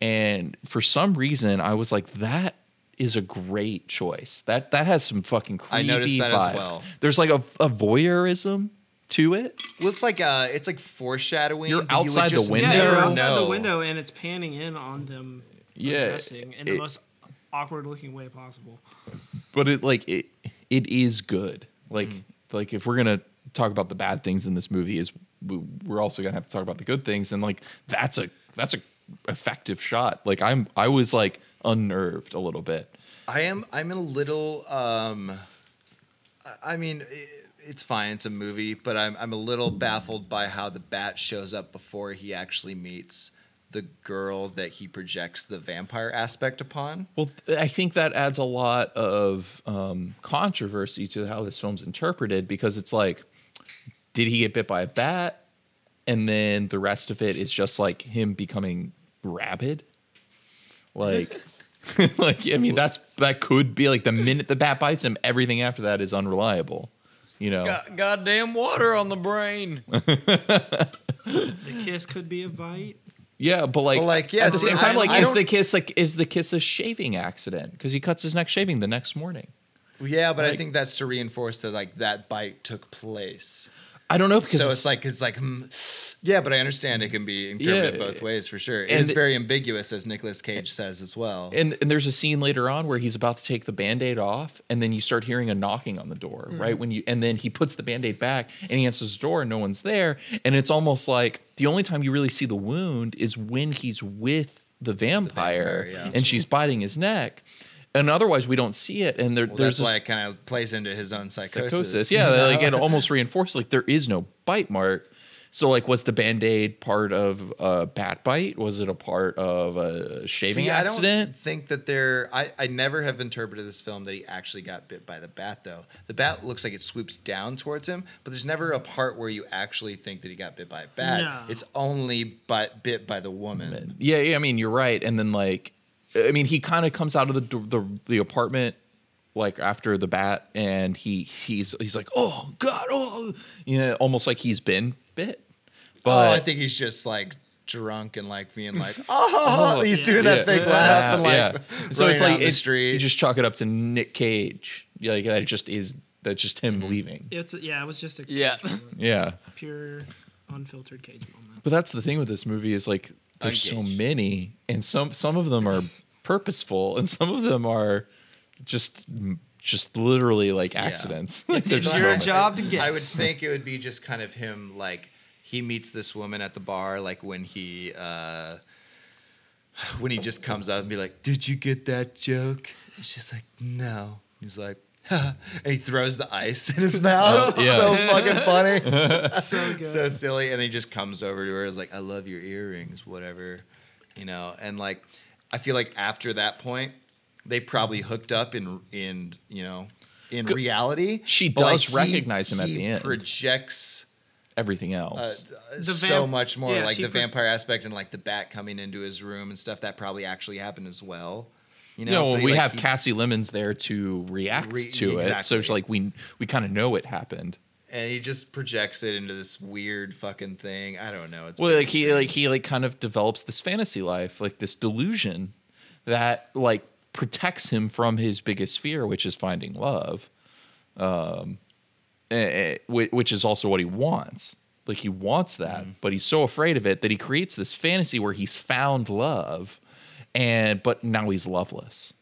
and for some reason i was like that is a great choice that that has some fucking creepy I noticed that as vibes. well. there's like a, a voyeurism to it Well, it's like uh, it's like foreshadouing. You're but you would outside the just window. yeah, you're never outside know. the window and it's panning in on them Yeah, dressing in the it- most awkward looking way possible. but it like it it is good like like if we're gonna talk about the bad things in this movie is we- we're also gonna have to talk about the good things and like that's a that's a effective shot like i'm i was like unnerved a little bit I am. I'm a little. Um, I- I mean, i it's fine. It's a movie, but I'm. I'm a little baffled by how the bat shows up before he actually meets the girl that he projects the vampire aspect upon. Well, th- I think that adds a lot of um, controversy to how this film's interpreted because it's like, did he get bit by a bat? And then the rest of it is just like him becoming rabid. Like, like I mean, that's that could be like the minute the bat bites him, everything after that is unreliable. You know, Got, goddamn water on the brain. The kiss could be a bite. yeah, but like, But, like, yeah, at the see, same time, I- like, I is don't- the kiss like is the kiss a shaving accident? Because he cuts his neck shaving the next morning. Yeah, but I Like- think that's to reinforce that like that bite took place. I don't know because So it's like it's like, hmm, yeah. But I understand it can be interpreted Yeah. both ways for sure. It And- is very ambiguous, as Nicolas Cage says as well. and and there's a scene later on where he's about to take the band-aid off and then you start hearing a knocking on the door Mm-hmm. right when you and then he puts the band-aid back and he answers the door and no one's there and it's almost like the only time you really see the wound is when he's with the vampire, vampire, yeah. and she's biting his neck and otherwise we don't see it and there, well, that's there's this why it kind of plays into his own psychosis. psychosis. Yeah, you like know? it almost reinforced like there is no bite mark. So like, was the band aid part of a bat bite? Was it a part of a shaving See, I accident? don't think that there. I, I never have interpreted this film that he actually got bit by the bat, though. The bat looks like it swoops down towards him, but there's never a part where you actually think that he got bit by a bat. No. It's only by, bit by the woman. Yeah, yeah, I mean, you're right. And then like, I mean, he kind of comes out of the, d- the the apartment like after the bat, and he he's he's like, oh god, oh, you know, almost like he's been bit. But oh, I think he's just like drunk and like being like, oh, he's doing Yeah. that fake laugh and like, yeah. so running around it's like the it's- street. you just chalk it up to Nick Cage. Yeah, like that just is that's just him Mm-hmm. leaving. It's yeah, it was just a Yeah. Yeah, pure unfiltered cage moment. but that's the thing with this movie is like there's so Engaged. many, and some some of them are purposeful, and some of them are just just literally like accidents. Like, there's It's just your moments. job to get. I would think it would be just kind of him like he meets this woman at the bar like when he uh when he just comes up and be like, "Did you get that joke?" And she's like, "No." He's like, and he throws the ice in his mouth. yeah. So fucking funny, so good. so silly. And he just comes over to her, is like, "I love your earrings, whatever," you know. And like, I feel like after that point, they probably hooked up in in you know in reality. She But, does he- recognize him at he the end. Projects everything else. uh, The so vamp- much more yeah, like she the pre- vampire aspect and like the bat coming into his room and stuff that probably actually happened as well. You know, No, well, but he, we like, have he- Cassie Lemons there to react Re- to it, so it's exactly. like we we kind of know it happened. and he just projects it into this weird fucking thing. I don't know. It's Well, really like he like strange. he like kind of develops this fantasy life, like this delusion that like protects him from his biggest fear, which is finding love, um, eh, eh, whi- which is also what he wants. Like he wants that, Mm-hmm. but he's so afraid of it that he creates this fantasy where he's found love, and but now he's loveless.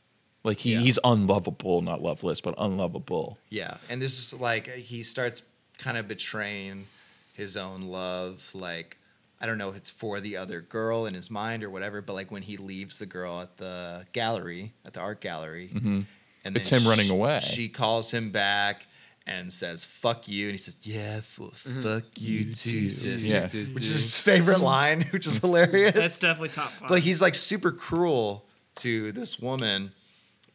Like he, Yeah. he's unlovable, not loveless, but unlovable. Yeah, and this is like he starts kind of betraying his own love. Like I don't know if it's for the other girl in his mind or whatever, but like when he leaves the girl at the gallery, at the art gallery, and Mm-hmm. It's then him running sh- away. She calls him back and says "fuck you," and he says, "Yeah, fu- fuck you, too, sis." Yeah. Which is his favorite line, which is hilarious That's definitely top five. like he's like super cruel to this woman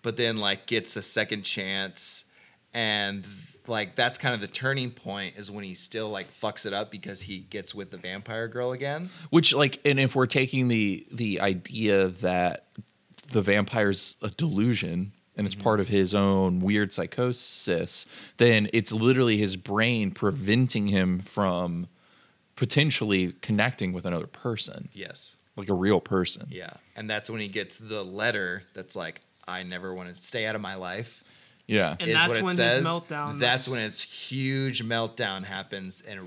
but then like gets a second chance and like that's kind of the turning point is when he still like fucks it up because he gets with the vampire girl again Which like and if we're taking the the idea that the vampire's a delusion Mm-hmm. and it's part of his own weird psychosis, then it's literally his brain preventing him from potentially connecting with another person, yes like a real person. yeah and that's when he gets the letter that's like i never want to stay out of my life Yeah. And is that's what it when his says. meltdown That's is- when its huge meltdown happens, and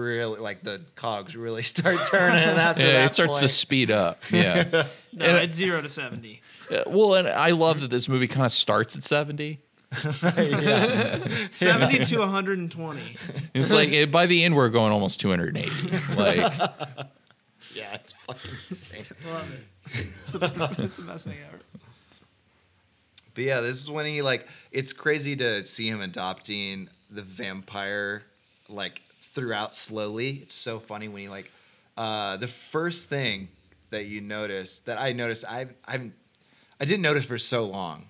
really, like the cogs really start turning after Yeah, that. it starts to point. speed up. Yeah. no, and- it's zero to seventy. Uh, well, and I love that this movie kind of starts at 70. Seventy to one hundred and twenty. It's like eh, by the end, we're going almost 280. Like, yeah, it's fucking insane. Love it. It's the best. It's the best thing ever. But yeah, this is when he like it's crazy to see him adopting the vampire like throughout slowly. It's so funny when he like uh the first thing that you notice that I noticed I've I've I didn't notice for so long,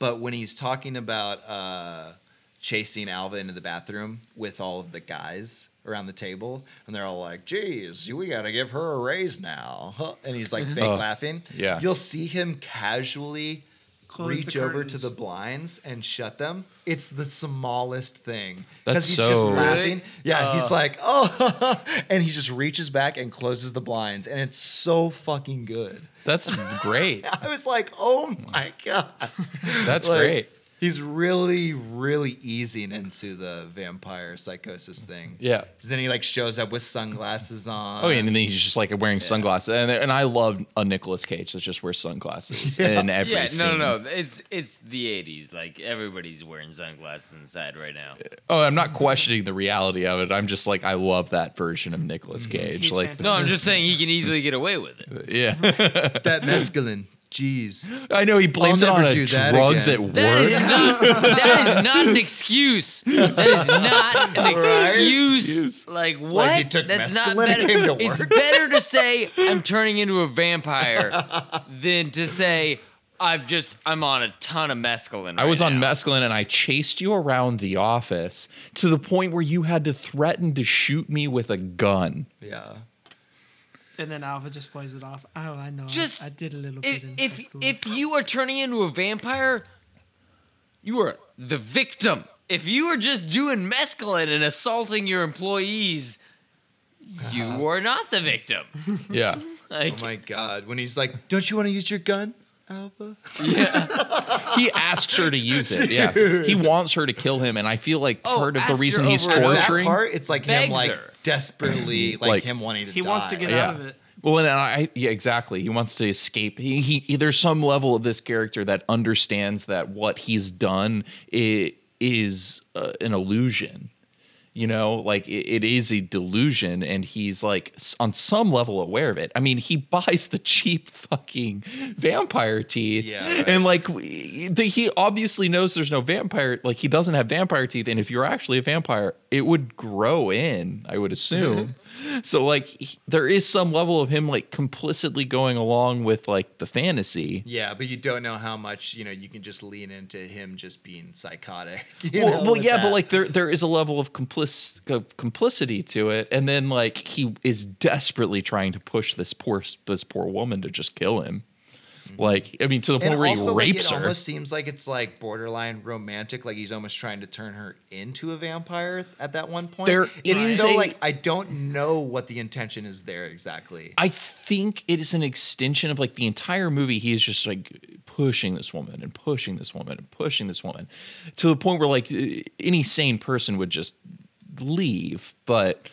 but when he's talking about uh chasing Alva into the bathroom with all of the guys around the table and they're all like, "Geez, we got to give her a raise now." huh?" And he's like fake Oh, laughing. yeah. You'll see him casually Close the reach over to curtains. the blinds and shut them. It's the smallest thing because That's he's just so- laughing. Yeah, Uh. he's like, oh, and he just reaches back and closes the blinds, and it's so fucking good. that's great. I was like, oh my god, That's Like, great. He's really, really easing into the vampire psychosis thing. Yeah. 'Cause then he like shows up with sunglasses on. Oh, yeah, and then he's just like wearing sunglasses, and and I love a Nicolas Cage that just wears sunglasses in every Yeah, scene. no, no, no. It's it's the '80s. Like everybody's wearing sunglasses inside right now. Oh, I'm not questioning the reality of it. I'm just like I love that version of Nicolas Mm, Cage. He's like, No, I'm just saying he can easily get away with it. yeah, that mescaline. Jeez. I know he blames it I'll on never a do that drugs again. at That work. is not. That is not an excuse. That is not an Right? excuse. Like what? he took That's mescaline not and better. came to It's work. better to say I'm turning into a vampire than to say I've just I'm on a ton of mescaline. I was right on now. mescaline and I chased you around the office to the point where you had to threaten to shoot me with a gun. Yeah. And then Alpha just plays it off. Oh, I know. I- Just- I, did a little bit. if In high if, school. if you are turning into a vampire, you are the victim. If you are just doing mescaline and assaulting your employees, you are not the victim. Yeah, Like, Oh my god. When he's like, don't you want to use your gun, Alpha? he asks her to use it. Yeah, he wants her to kill him, and I feel like Oh, part of the asked her reason he's over and over. that torturing part, it's like him Begs like her. desperately like, Like- him wanting to he wants to die. get out of it. Well, and I yeah, exactly. He wants to escape. He, he, he- there's some level of this character that understands that what he's done i- is uh, an illusion. You know, like it, it is a delusion, and he's like s- on some level aware of it. I mean, he buys the cheap fucking vampire tea, Yeah, right. and like we- the, he obviously knows there's no vampire. Like he doesn't have vampire teeth, and if you're actually a vampire, it would grow in. I would assume. so like he- there is some level of him like complicitly going along with like the fantasy. Yeah, but you don't know how much, you know, you can just lean into him just being psychotic. you Well, know, well with yeah, that. but like there there is a level of complicit this co- complicity to it, and then like he is desperately trying to push this poor this poor woman to just kill him. Like, I mean, to the Mm-hmm. point And where also, he like, rapes it her. almost seems like it's like borderline romantic. Like he's almost trying to turn her into a vampire at that one point. There it's is so a- like I don't know what the intention is there exactly. I think it is an extension of like the entire movie. He is just like pushing this woman and pushing this woman and pushing this woman to the point where like eh, any sane person would just leave. But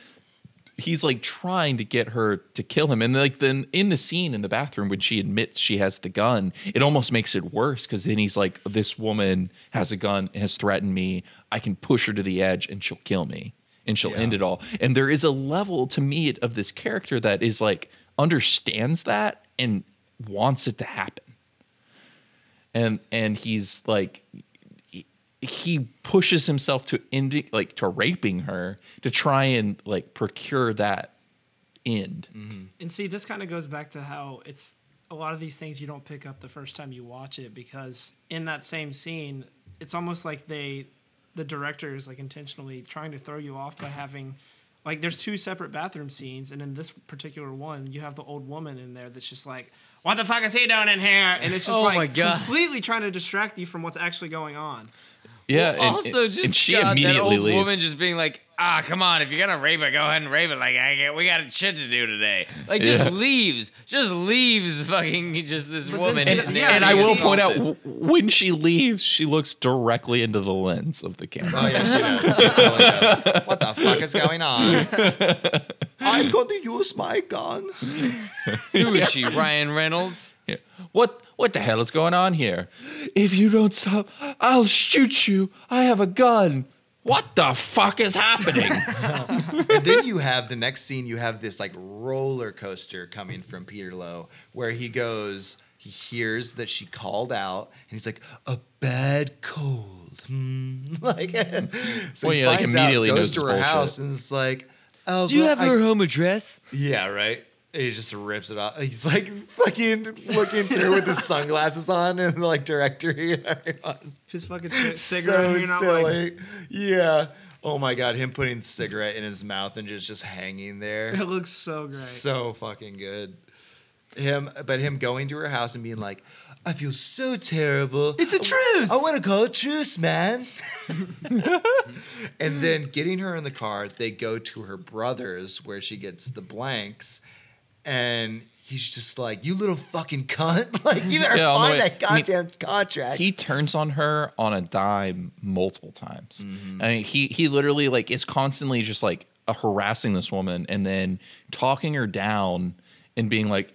he's like trying to get her to kill him. And like then in the scene in the bathroom when she admits she has the gun, it almost makes it worse because then he's like, This woman has a gun, has threatened me. I can push her to the edge and she'll kill me and she'll end it all. And there is a level to me of this character that is like understands that and wants it to happen. And and he's like he pushes himself to ending like to raping her to try and like procure that end. And see, this kind of goes back to how it's a lot of these things you don't pick up the first time you watch it because in that same scene, it's almost like they, the director is like intentionally trying to throw you off by having, like, there's two separate bathroom scenes, and in this particular one, you have the old woman in there that's just like, "What the fuck is he doing in here?" And it's just Oh my like God. completely trying to distract you from what's actually going on. Yeah, and, also, and- just and she God, immediately that old leaves. woman just being like, "Ah, come on! If you're gonna rape it, go ahead and rape it. Like, I get, we got shit to do today. Like, just Yeah. leaves, just leaves, fucking, just this But woman." then- hitting yeah, it and I will assaulted. point out w- when she leaves, she looks directly into the lens of the camera. Oh yeah, she does. She totally does. What the fuck is going on? I'm going to use my gun. who is she? Ryan Reynolds. Yeah. What what the hell is going on here? If you don't stop, I'll shoot you. I have a gun. What the fuck is happening? And then you have the next scene. You have this like roller coaster coming from Peter Lowe, where he goes. He hears that she called out, and he's like, "A bad cold." Hmm. Like, so Well, he yeah, like, finds out, immediately knows goes to her it's bullshit. house, and it's like, "Oh, Do you well, have I- her home address? Yeah, right. He just rips it off. He's like fucking looking through with his sunglasses on, and like director here. everyone. His fucking c- cigarette, so you're not like, silly. yeah. Oh my god, him putting cigarette in his mouth and just just hanging there. it looks so great. So fucking good. Him, but him going to her house and being like, "I feel so terrible. It's a truce. I, want to call a truce, man." and then getting her in the car, they go to her brother's where she gets the blanks, and he's just like, "You little fucking cunt! Like you better Yeah, on the find way- that I mean, goddamn contract." he turns on her on a dime multiple times. I mean, he he literally like is constantly just like uh, harassing this woman and then talking her down and being like,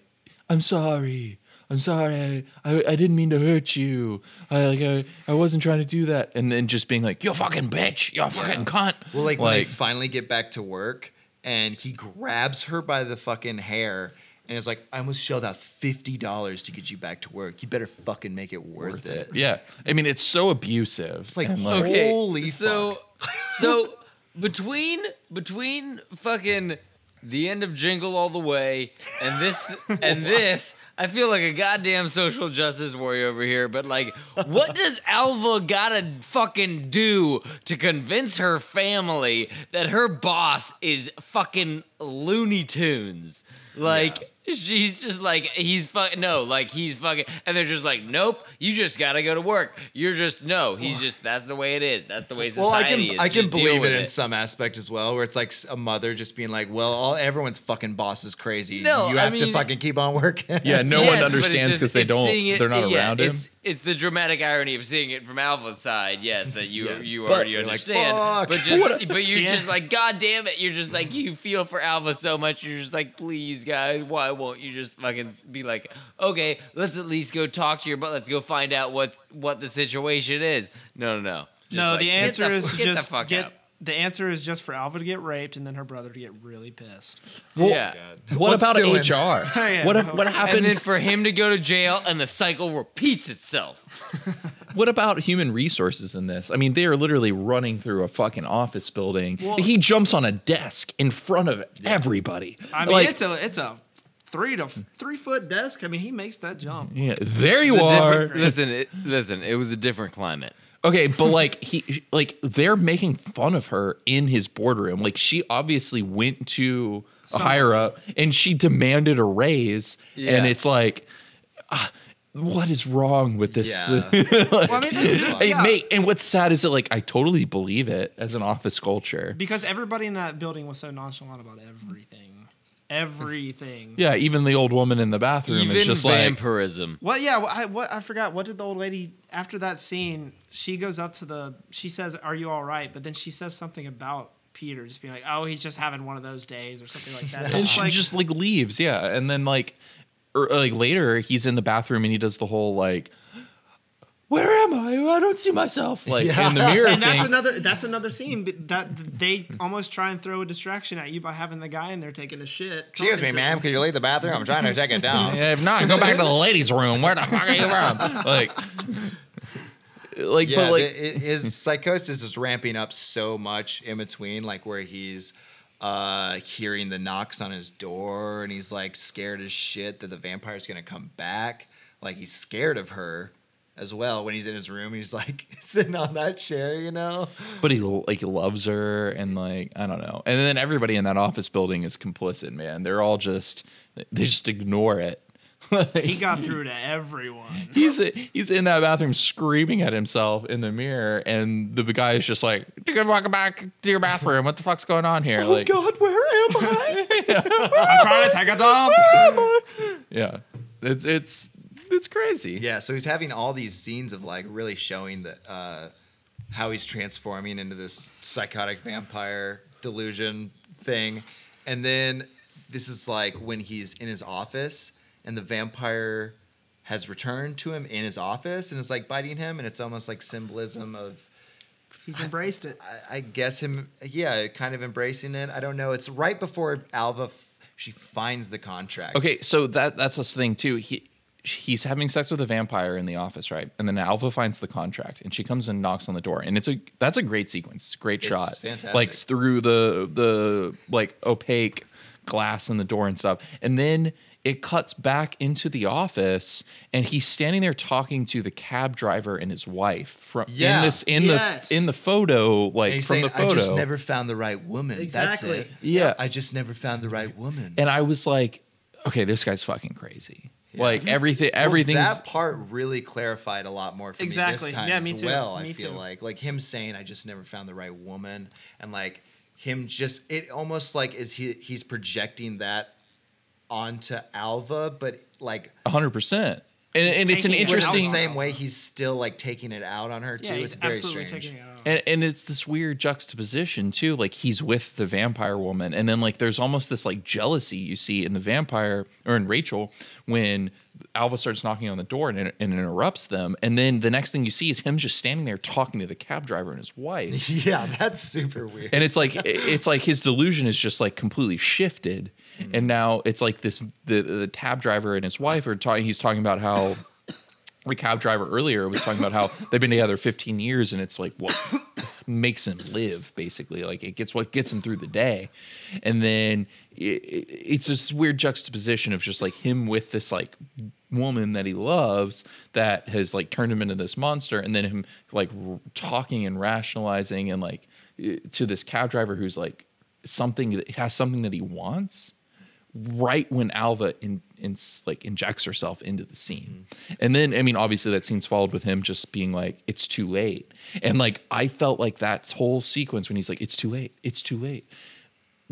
"I'm sorry." I'm sorry. I, I didn't mean to hurt you. I like I, I wasn't trying to do that. And then just being like, "You're a fucking bitch. You're a fucking cunt." Well, like, when they finally get back to work, and he grabs her by the fucking hair and is like, "I almost shelled out fifty dollars to get you back to work. You better fucking make it worth, it. yeah. I mean, it's so abusive. It's like, And, Okay. holy so, fuck. so between between fucking the end of Jingle All the Way and this and this, I feel like a goddamn social justice warrior over here. But like, what does Alva gotta fucking do to convince her family that her boss is fucking Looney Tunes? Like. She's just like he's fucking no, like he's fucking, and they're just like, nope, you just gotta go to work. You're just no, he's just that's the way it is. That's the way Well, I society can is. I can Just deal believe with it in some aspect as well, where it's like s- a mother just being like, "Well, all everyone's fucking boss is crazy. No, you I have to mean- fucking keep on working." yeah, no Yes, one but understands it's because just- they it's don't. seeing it- they're not yeah, around him. It's, it's the dramatic irony of seeing it from Alpha's side. Yes, that you you But- already You're like, understand, "Fuck." but just What but you're Yeah. just like, God damn it! You're just like you feel for Alpha so much. You're just like, please, guys, why won't you just fucking be like, okay, let's at least go talk to your but let's go find out what what the situation is. No, no, no. Just no, like, the get answer the- is get just the fuck get. out. The answer is just for Alva to get raped and then her brother to get really pissed. yeah. What What's about doing? HR? Yeah, what no, what it's- And happened? then for him to go to jail, and the cycle repeats itself. what about human resources in this? I mean, they are literally running through a fucking office building. he jumps on a desk in front of everybody. I mean, Like, it's a it's a three to three foot desk. I mean, he makes that jump. yeah, there you It's a are. different- Listen, it, listen. It was a different climate. Okay, but like he like they're making fun of her in his boardroom. Like she obviously went to a higher up and she demanded a raise Yeah. and it's like ah, what is wrong with this? Yeah. Well, I mean, there's- there's- Hey, yeah. mate, and what's sad is that like I totally believe it as an office culture. because everybody in that building was so nonchalant about everything, everything. Yeah, even the old woman in the bathroom is Even just like vampirism. Well, yeah. wh- I, what I forgot. What did the old lady after that scene? She goes up to the. She says, "Are you all right?" But then she says something about Peter, just being like, "Oh, he's just having one of those days" or something like that. and It's she like, just like leaves yeah and then like or, like later he's in the bathroom and he does the whole like where am i i don't see myself like in the mirror and thing. that's another. That's another scene but that they almost try and throw a distraction at you by having the guy in there taking a shit. Excuse talking me, to ma'am. him. Could you leave the bathroom? I'm trying to take it down. Yeah, if not go back to the ladies room where the fuck are you from like like Yeah, but like the- i- his psychosis is ramping up so much in between, like where he's uh, hearing the knocks on his door and he's like scared as shit that the vampire's gonna come back. Like he's scared of her as well when he's in his room. He's like sitting on that chair, you know. but he like loves her and like i don't know and then everybody in that office building is complicit man they're all just they just ignore it He got through to everyone. he's he's in that bathroom screaming at himself in the mirror, and the guy is just like, "You can walk back to your bathroom. What the fuck's going on here?" like, Oh, God, where am I? I'm trying to take a dump. yeah, it's it's it's crazy. yeah, so he's having all these scenes of like really showing that uh, how he's transforming into this psychotic vampire delusion thing, and then this is like when he's in his office and the vampire has returned to him in his office and is like biting him, and it's almost like symbolism of He's embraced it. I, I guess him, yeah, kind of embracing it. I don't know. It's right before Alva. F- she finds the contract. Okay, so that that's this thing too. He he's having sex with a vampire in the office, right? And then Alpha finds the contract, and she comes and knocks on the door, and it's a that's a great sequence, It's a great It's shot, fantastic. like through the the like opaque glass in the door and stuff, and then. It cuts back into the office, and he's standing there talking to the cab driver and his wife from Yeah. in this in Yes. the in the photo, And like he's from saying, the photo. I just never found the right woman. Exactly. That's it. Yeah. I just never found the right woman. and I was like, okay, this guy's fucking crazy. Like everything, everything's Well, that part really clarified a lot more for me Exactly. this time Yeah, as me too. well. I Me feel too. like like him saying I just never found the right woman and like him just it almost like is he he's projecting that onto Alva, but like hundred percent. And, and it's an taking it out. in the interesting, same way he's still like taking it out on her too. Yeah, it's he's very absolutely strange. taking it out. and, and it's this weird juxtaposition too. Like he's with the vampire woman, and then like there's almost this like jealousy you see in the vampire or in Rachel when Alva starts knocking on the door and, and interrupts them, and then the next thing you see is him just standing there talking to the cab driver and his wife. Yeah, that's super weird. and it's like it's like his delusion is just like completely shifted and now it's like this the the cab driver and his wife are talking he's talking about how the cab driver earlier was talking about how they've been together 15 years and it's like what makes him live basically like it gets what gets him through the day and then it, it- it's this weird juxtaposition of just like him with this like woman that he loves that has like turned him into this monster and then him like r- talking and rationalizing and like eh, to this cab driver who's like something that has something that he wants right when Alva in, in like injects herself into the scene. And then I mean obviously that scene's followed with him just being like it's too late. And like I felt like that whole sequence when he's like it's too late. It's too late.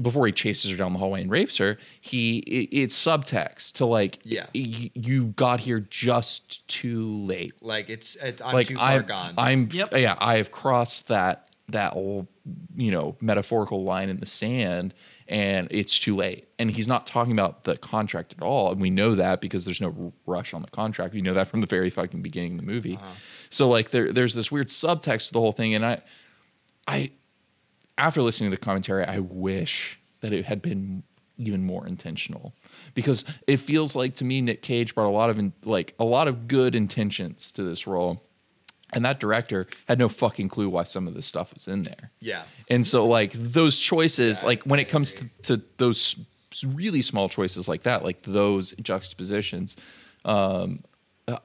Before he chases her down the hallway and rapes her, he it, it's subtext to like Yeah. y- you got here just too late. like it's, it's I'm like too far I'm, gone. I'm Yep. yeah, I have crossed that that old you know metaphorical line in the sand, and it's too late. And he's not talking about the contract at all, and we know that because there's no r- rush on the contract. We know that from the very fucking beginning of the movie. Uh-huh. So like there there's this weird subtext to the whole thing, and I I after listening to the commentary, I wish that it had been even more intentional because it feels like to me Nick Cage brought a lot of in, like a lot of good intentions to this role. And that director had no fucking clue why some of this stuff was in there. Yeah. And so like those choices, like when it comes to, to those s- really small choices like that, like those juxtapositions, um,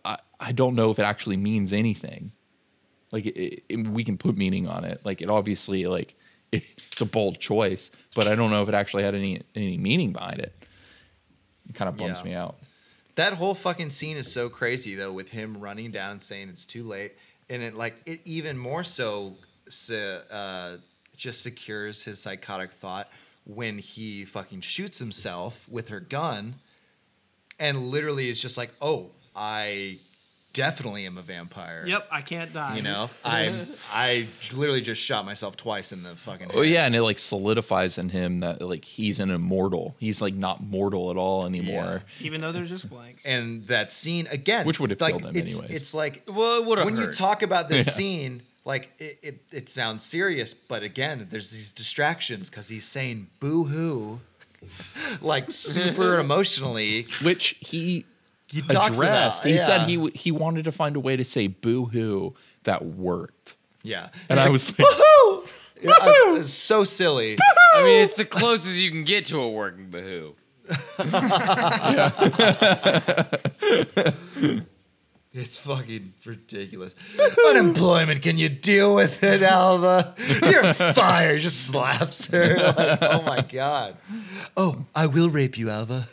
I, I don't know if it actually means anything. Like it, it, we can put meaning on it. Like it obviously like it's a bold choice, but I don't know if it actually had any any meaning behind it. It kind of bums Yeah. me out. That whole fucking scene is so crazy though, with him running down and saying it's too late, and it like it even more so se- uh, just secures his psychotic thought when he fucking shoots himself with her gun, and literally is just like, oh, I definitely am a vampire. Yep, I can't die. You know, I I literally just shot myself twice in the fucking. Oh head. yeah, and it like solidifies in him that like he's an immortal. He's like not mortal at all anymore. Even though they're just blanks. and that scene again, Which would have like, killed him it's, anyways. It's like Well, it would have when you hurt. talk about this scene, like it, it, it sounds serious, but again, there's these distractions because he's saying "boo hoo," like super emotionally. Which he He talks addressed. about he said yeah. he w- he wanted to find a way to say boo hoo that worked. yeah, He's And I like, was like, "Boo-hoo!" Yeah, I- it's so silly. I mean, it's the closest you can get to a working bahoo. It's fucking ridiculous. Unemployment, can you deal with it, Alva? You're fired. Just slaps her. Like, oh my god. Oh, I will rape you, Alva.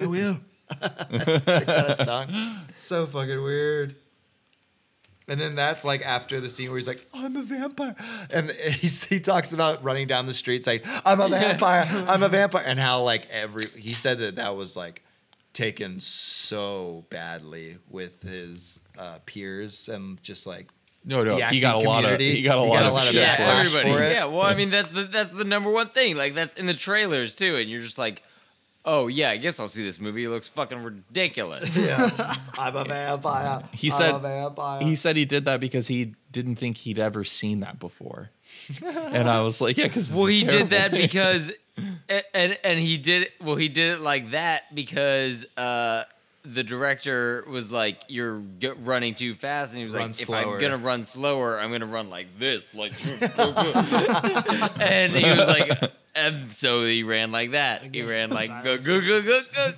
I will. Six on his tongue. So fucking weird. And then that's like after the scene where he's like, "I'm a vampire," and he's, he talks about running down the street saying, "I'm a vampire, I'm a vampire," and how like every he said that that was like taken so badly with his uh, peers and just like No, no, The he acting got a lot of community, he got a he lot got a of lot of shit backlash yeah, for it. Flash everybody. for it. Yeah, well, I mean, that's the that's the number one thing. Like that's in the trailers too, and you're just like, oh yeah, I guess I'll see this movie. It looks fucking ridiculous. yeah, I'm a vampire. He I'm said- a vampire. He said he did that because he didn't think he'd ever seen that before. and I was like, yeah, because Well, he did that because, a- and and he did well. He did it like that because uh, the director was like, "You're g- running too fast," and he was Run like, "If slower." I'm gonna run slower, I'm gonna run like this, like." and he was like, and so he ran like that. He ran like go go go go go.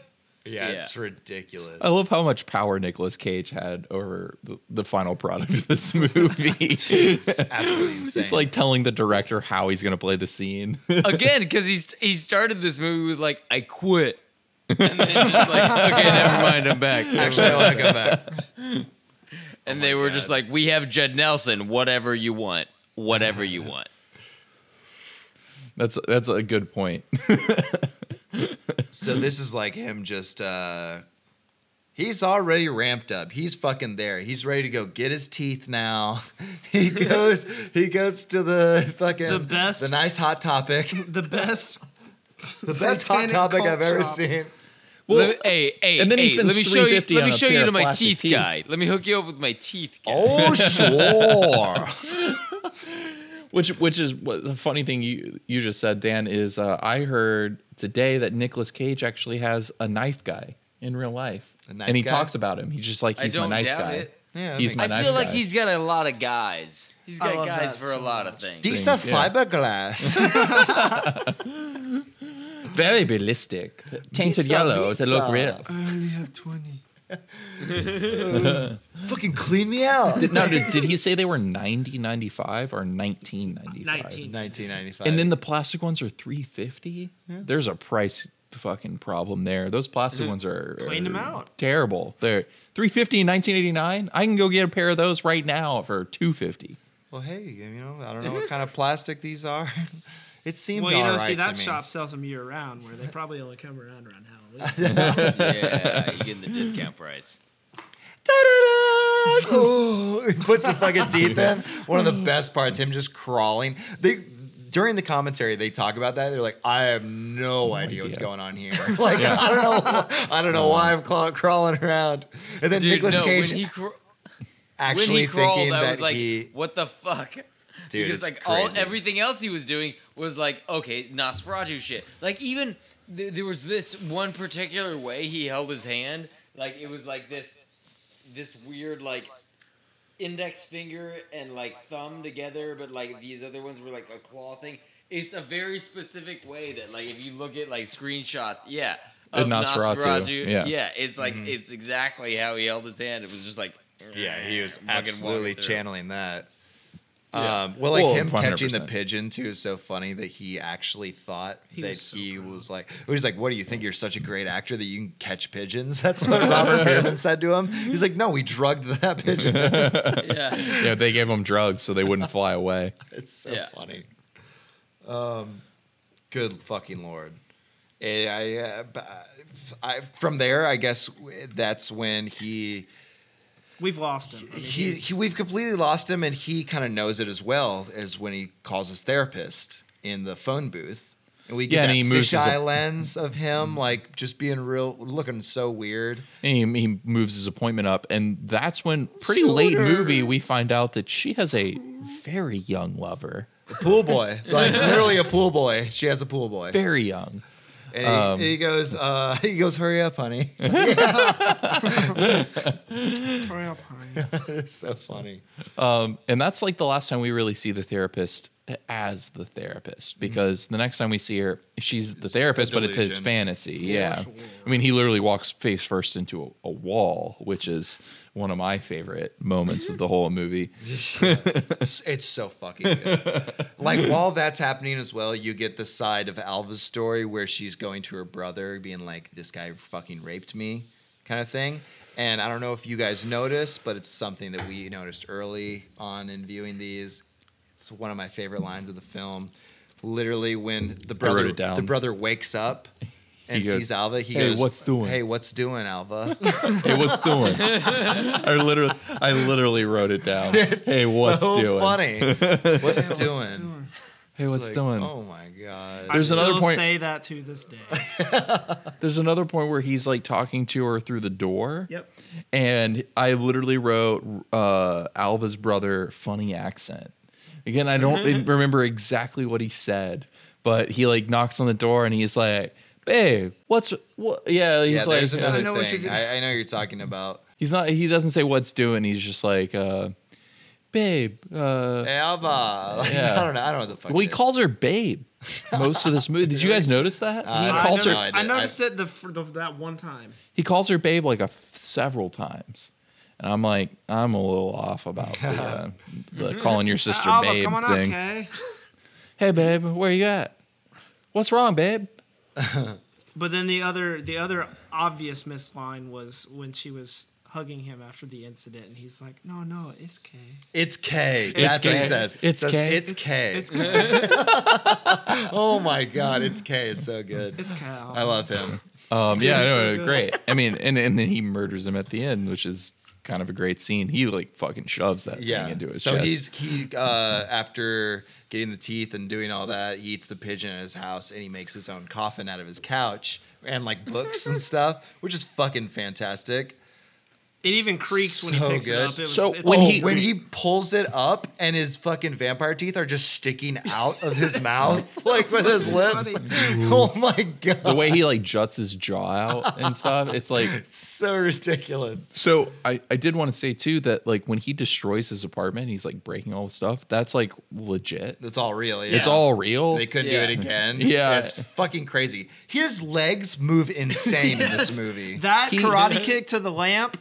yeah, yeah. it's ridiculous. I love how much power Nicolas Cage had over the, the final product of this movie. it's Absolutely insane. like telling the director how he's gonna play the scene. Again, because he's he started this movie with like, "I quit." and then just like, okay, never mind, I'm back. actually, I want to go back. Oh And they were just like, "We have Jed Nelson. Whatever you want, whatever you want." that's that's a good point. So this is like him just uh he's already ramped up. He's fucking there. He's ready to go get his teeth now. He goes he goes to the fucking The best- the nice hot topic. The best. The best hot Satanic topic cult I've ever shop. seen. Well, hey, hey, and then he hey, spends let me show you. $3.50 Let me on a show pair you to of my plastic teeth, teeth. guy. Let me hook you up with my teeth guy. Oh sure. Which which is what the funny thing you you just said, Dan, is uh, I heard today that Nicolas Cage actually has a knife guy in real life. A knife and he guy? talks about him. He's just like I he's my don't knife doubt guy. it. Yeah, He's that my makes I knife feel like guy. he's got a lot of guys. He's I got love guys that for a so lot much. of things. These are things, yeah. fiberglass. very ballistic, tainted Misa, yellow to look Misa. real. fucking clean me out. Did, no, did, did he say they were 90, 95 or 1995? 19. 1995. And then the plastic ones are 350? There's a price fucking problem there. Those plastic ones are Cleaned Mm-hmm. 'em are out. Terrible. They're 350 in 1989. I can go get a pair of those right now for 250. well, hey, you know, I don't know what kind of plastic these are. It seemed Well, you know, alright see, that to me. shop sells them year round where they probably only come around around Halloween. yeah, you're getting the discount price. Ta-da-da! Ooh, he puts the fucking teeth in. One of the best parts, him just crawling. They during the commentary, they talk about that. They're like, I have no, idea, what's idea. going on here. Like, I don't know, I don't know why I'm claw- crawling around. And then Dude, Nicholas no, Cage when he, cr- when actually he crawled, thinking I was that like, he, "What the fuck?" dude, because it's like all crazy. everything else he was doing was like okay Nosferatu shit. Like even th- there was this one particular way he held his hand, like it was like this, this weird like index finger and like thumb together, but like these other ones were like a claw thing. It's a very specific way that like if you look at like screenshots, yeah, Of of Nosferatu, Nosferatu, yeah. it's like Mm-hmm. it's exactly how he held his hand. It was just like yeah, he was fucking walking absolutely through. channeling that. Um, well, like Well, him catching the 100%. pigeon too is so funny that he actually thought that was so he was like, he was like, "What do you think? You're such a great actor that you can catch pigeons." That's what Robert Pearman said to him. He's like, "No, we drugged that pigeon." yeah, they gave them drugs so they wouldn't fly away. it's so Yeah. funny. Um, good fucking lord. Eh, I, uh, b- I- from there, I guess w- that's when he We've lost him. I mean, he, he's- he we've completely lost him and he kind of knows it as well as when he calls his therapist in the phone booth and we Yeah, get and he that moves his- Mm. fisheye lens of him like just being real looking so weird And he, he moves his appointment up, and that's when pretty late movie we find out that she has a very young lover, a pool boy like literally a pool boy she has a pool boy very young. and he, he Um. goes uh he goes hurry up honey Hurry up, hurry up. it's so funny And that's like the last time we really see the therapist as the therapist Mm-hmm. because the next time we see her, she's the therapist, but it's his delusion. fantasy. yeah. I mean, he literally walks face first into a, a wall, which is one of my favorite moments of the whole movie. It's, it's so fucking good. like while that's happening as well, you get the side of Alva's story where she's going to her brother, being like, "This guy fucking raped me," kind of thing. And I don't know if you guys noticed, but it's something that we noticed early on in viewing these. It's one of my favorite lines of the film. Literally, when the brother it down. the brother wakes up and goes, sees Alva, he "Hey, goes, what's doing?" Hey, what's doing, Alva?" hey, what's doing? I literally, I literally wrote it down. hey, what's so doing? Funny. What's What's doing? doing? Hey, what's Like, doing? Oh my god. I There's still another point- say that to this day. There's another point where he's like talking to her through the door. Yep. And I literally wrote uh, Alva's brother funny accent. Again, I don't Mm-hmm. remember exactly what he said, but he like knocks on the door and he's like, "Babe, what's what?" Yeah, he's yeah, like, there's another uh, thing. I, I know you're talking about. he's not. He doesn't say what's doing. He's just like, uh, "Babe." Uh, Hey, Alba. Like, Yeah. I don't know. I don't know what the fuck. well, he it is. calls her babe most of this movie. Did you guys notice that? he Uh, I calls I her. noticed, No, I I did- noticed it the, fir- the that one time. he calls her babe like a f- several times and i'm like i'm a little off about the, uh, the calling your sister Alva, babe Uh, come on out, thing okay? hey babe where you at what's wrong babe But then the other the other obvious misline was when she was hugging him after the incident, and he's like, "No, no, it's K." It's K. That's what K. he says. It's Says, K. It's K. It's K. oh my god, it's K is so good. It's K. Alva. I love him. um, yeah so no, good. great i mean and, and then he murders him at the end which is kind of a great scene he like fucking shoves that Yeah. thing into his so chest he's he uh, after getting the teeth and doing all that, he eats the pigeon at his house and he makes his own coffin out of his couch and like books and stuff, which is fucking fantastic. It even creaks when so he picks good. it up. It was, So it's when oh, he- when he pulls it up and his fucking vampire teeth are just sticking out of his mouth, like with his lips. Oh my the god, way he like juts his jaw out and stuff it's like it's so ridiculous. So I, I did want to say too that like when he destroys his apartment, he's like breaking all the stuff. That's like legit. It's all real. It's yeah. all real. They couldn't do it again. Yeah. it's fucking crazy. His legs move insane in this movie. that He- karate kick to the lamp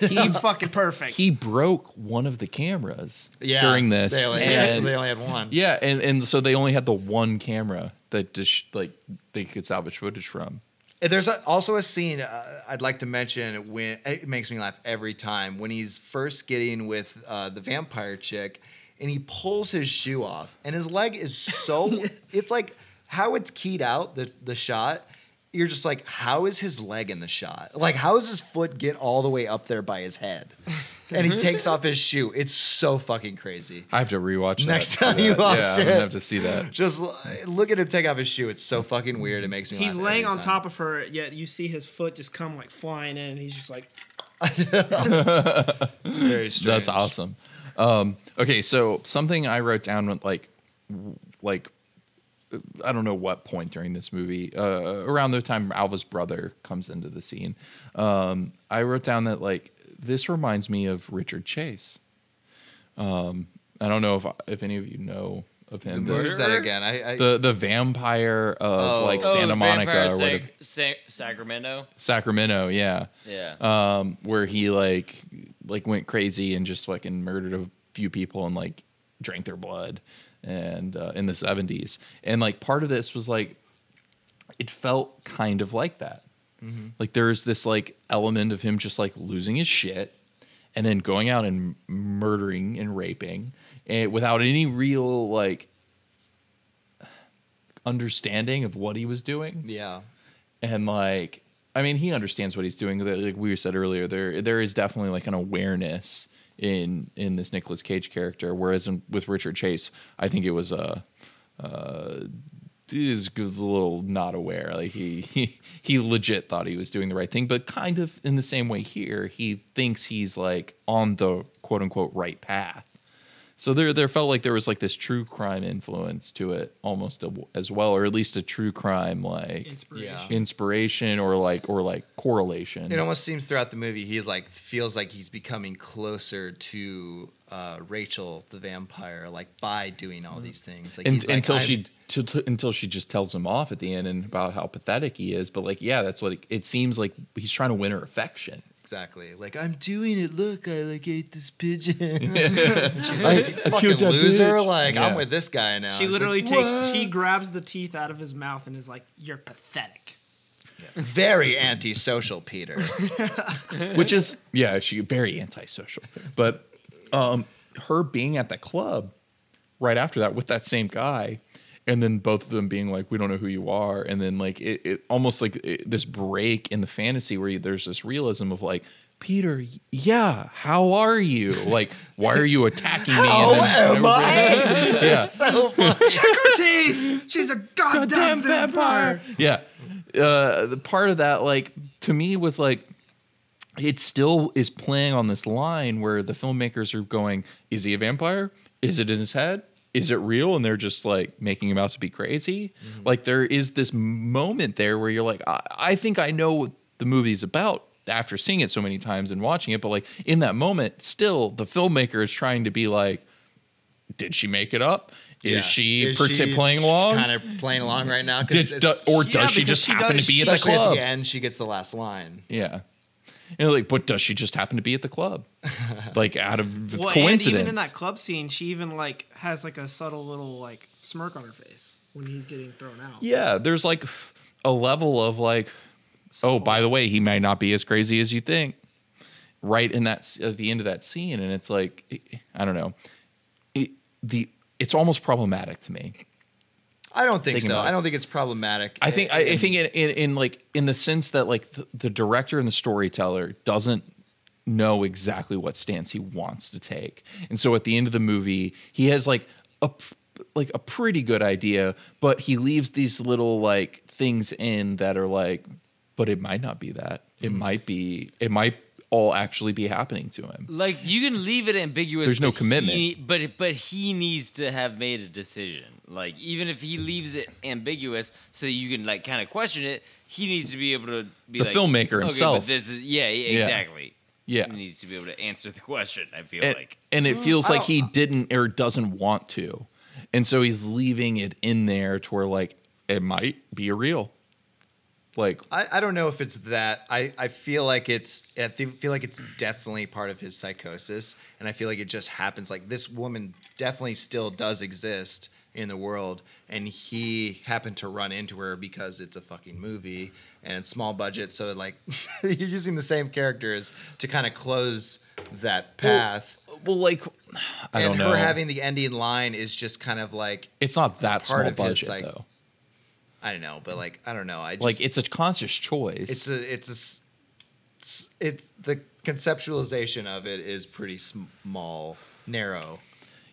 He, was fucking perfect. he broke one of the cameras yeah, during this. they only, yeah, and, so they only had one. yeah, and, and so they only had the one camera that dis- like they could salvage footage from. And There's a, also a scene uh, I'd like to mention when it makes me laugh every time when he's first getting with uh, the vampire chick, and he pulls his shoe off, and his leg is so it's like how it's keyed out the the shot. You're just like, how is his leg in the shot? Like, how does his foot get all the way up there by his head? And he takes off his shoe. It's so fucking crazy. I have to rewatch that Next for time that. you watch yeah, I'm gonna it. have to see that. Just l- look at him take off his shoe. It's so fucking weird. It makes me. he's laugh laying on every time. top of her, yet you see his foot just come like flying in, and he's just like, Very strange. That's awesome. Um, okay, so something I wrote down with like, w- like, uh, I don't know what point during this movie, uh, around the time Alva's brother comes into the scene, um, I wrote down that like this reminds me of Richard Chase. Um, I don't know if if any of you know of him. What is that again? I, I The the vampire of Oh. like Oh, Santa Monica Vampire or Sac- whatever- Sac- Sacramento. Sacramento, yeah Yeah. Uh, um, where he like like went crazy and just fucking murdered a few people and like drank their blood and uh, in the 70s and like part of this was like it felt kind of like that like there's this like element of him just like losing his shit and then going out and murdering and raping and without any real like understanding of what he was doing Yeah. and like I mean he understands what he's doing. That, Like we said earlier, there there is definitely like an awareness in in this Nicolas Cage character. Whereas in, with Richard Chase, I think it was a uh, is a little not aware. Like he, he he legit thought he was doing the right thing, but kind of in the same way here, he thinks he's like on the quote unquote right path. So there, there felt like there was like this true crime influence to it, almost a, as well, or at least a true crime like Inspiration. Yeah. inspiration or like or like correlation. It almost seems throughout the movie he like feels like he's becoming closer to uh, Rachel the vampire, like by doing all these things. Like, Mm-hmm. Un- he's like, until I'm- she t- t- until she just tells him off at the end and about how pathetic he is. But like, yeah, that's what it, it seems like. He's trying to win her affection. exactly like I'm doing it. Look, I like ate this pigeon. and she's I- like, I "You killed fucking that loser. bitch." Like I'm Yeah. with this guy now. She He's literally like, takes. "What?" She grabs the teeth out of his mouth and is like, "You're pathetic." very antisocial, Peter. which is yeah she very antisocial but um her being at the club right after that with that same guy and then both of them being like we don't know who you are and then like it, it almost like it, this break in the fantasy where you, there's this realism of like peter yeah how are you like why are you attacking me how am I? yeah so She's a goddamn, vampire. yeah uh the part of that like to me was like it still is playing on this line where the filmmakers are going is he a vampire is it in his head is it real and they're just like making him out to be crazy like there is this moment there where you're like I, I think i know what the movie's about after seeing it so many times and watching it but like in that moment still the filmmaker is trying to be like did she make it up is she parti- playing along Kind of playing along right now. 'Cause did, it's- do- or yeah, does she because just she happen does- to be at the especially at club? the end, she gets the last line. yeah. And like, but does she just happen to be at the club? like out of Well, and coincidence. even in that club scene, she even like has like a subtle little like smirk on her face when he's getting thrown out. yeah, there's like a level of like, oh, by the way, he may not be as crazy as you think. Right in that s- at the end of that scene, and it's like, I don't know, it, the it's almost problematic to me. I don't think Thinking so. about it. I don't think it's problematic. I think I, I think in, in in like in the sense that like the, the director and the storyteller doesn't know exactly what stance he wants to take, and so at the end of the movie, he has like a p- like a pretty good idea, but he leaves these little like things in that are like, but it might not be that. It might be. It might all actually be happening to him. Like you can leave it ambiguous. There's no but commitment. he- but but he needs to have made a decision. Like even if he leaves it ambiguous, so you can like kind of question it, he needs to be able to be The like, filmaker "Okay, himself." but this is yeah, yeah Yeah. exactly. Yeah. he needs to be able to answer the question. I feel and, like and mm, it feels like he didn't or doesn't want to and so he's leaving it in there to where like it might be real like I, I don't know if it's that. I, I feel like it's I thi- feel like it's definitely part of his psychosis, and I feel like it just happens. Like this woman definitely still does exist in the world, and he happened to run into her because it's a fucking movie and it's small budget. So like you're using the same characters to kind of close that path. well like i and don't her know having the ending line is just kind of like it's not part that small of his, budget like, though I don't know, but like I don't know. I just, like it's a conscious choice it's a it's a s- s- it's the conceptualization of it is pretty small narrow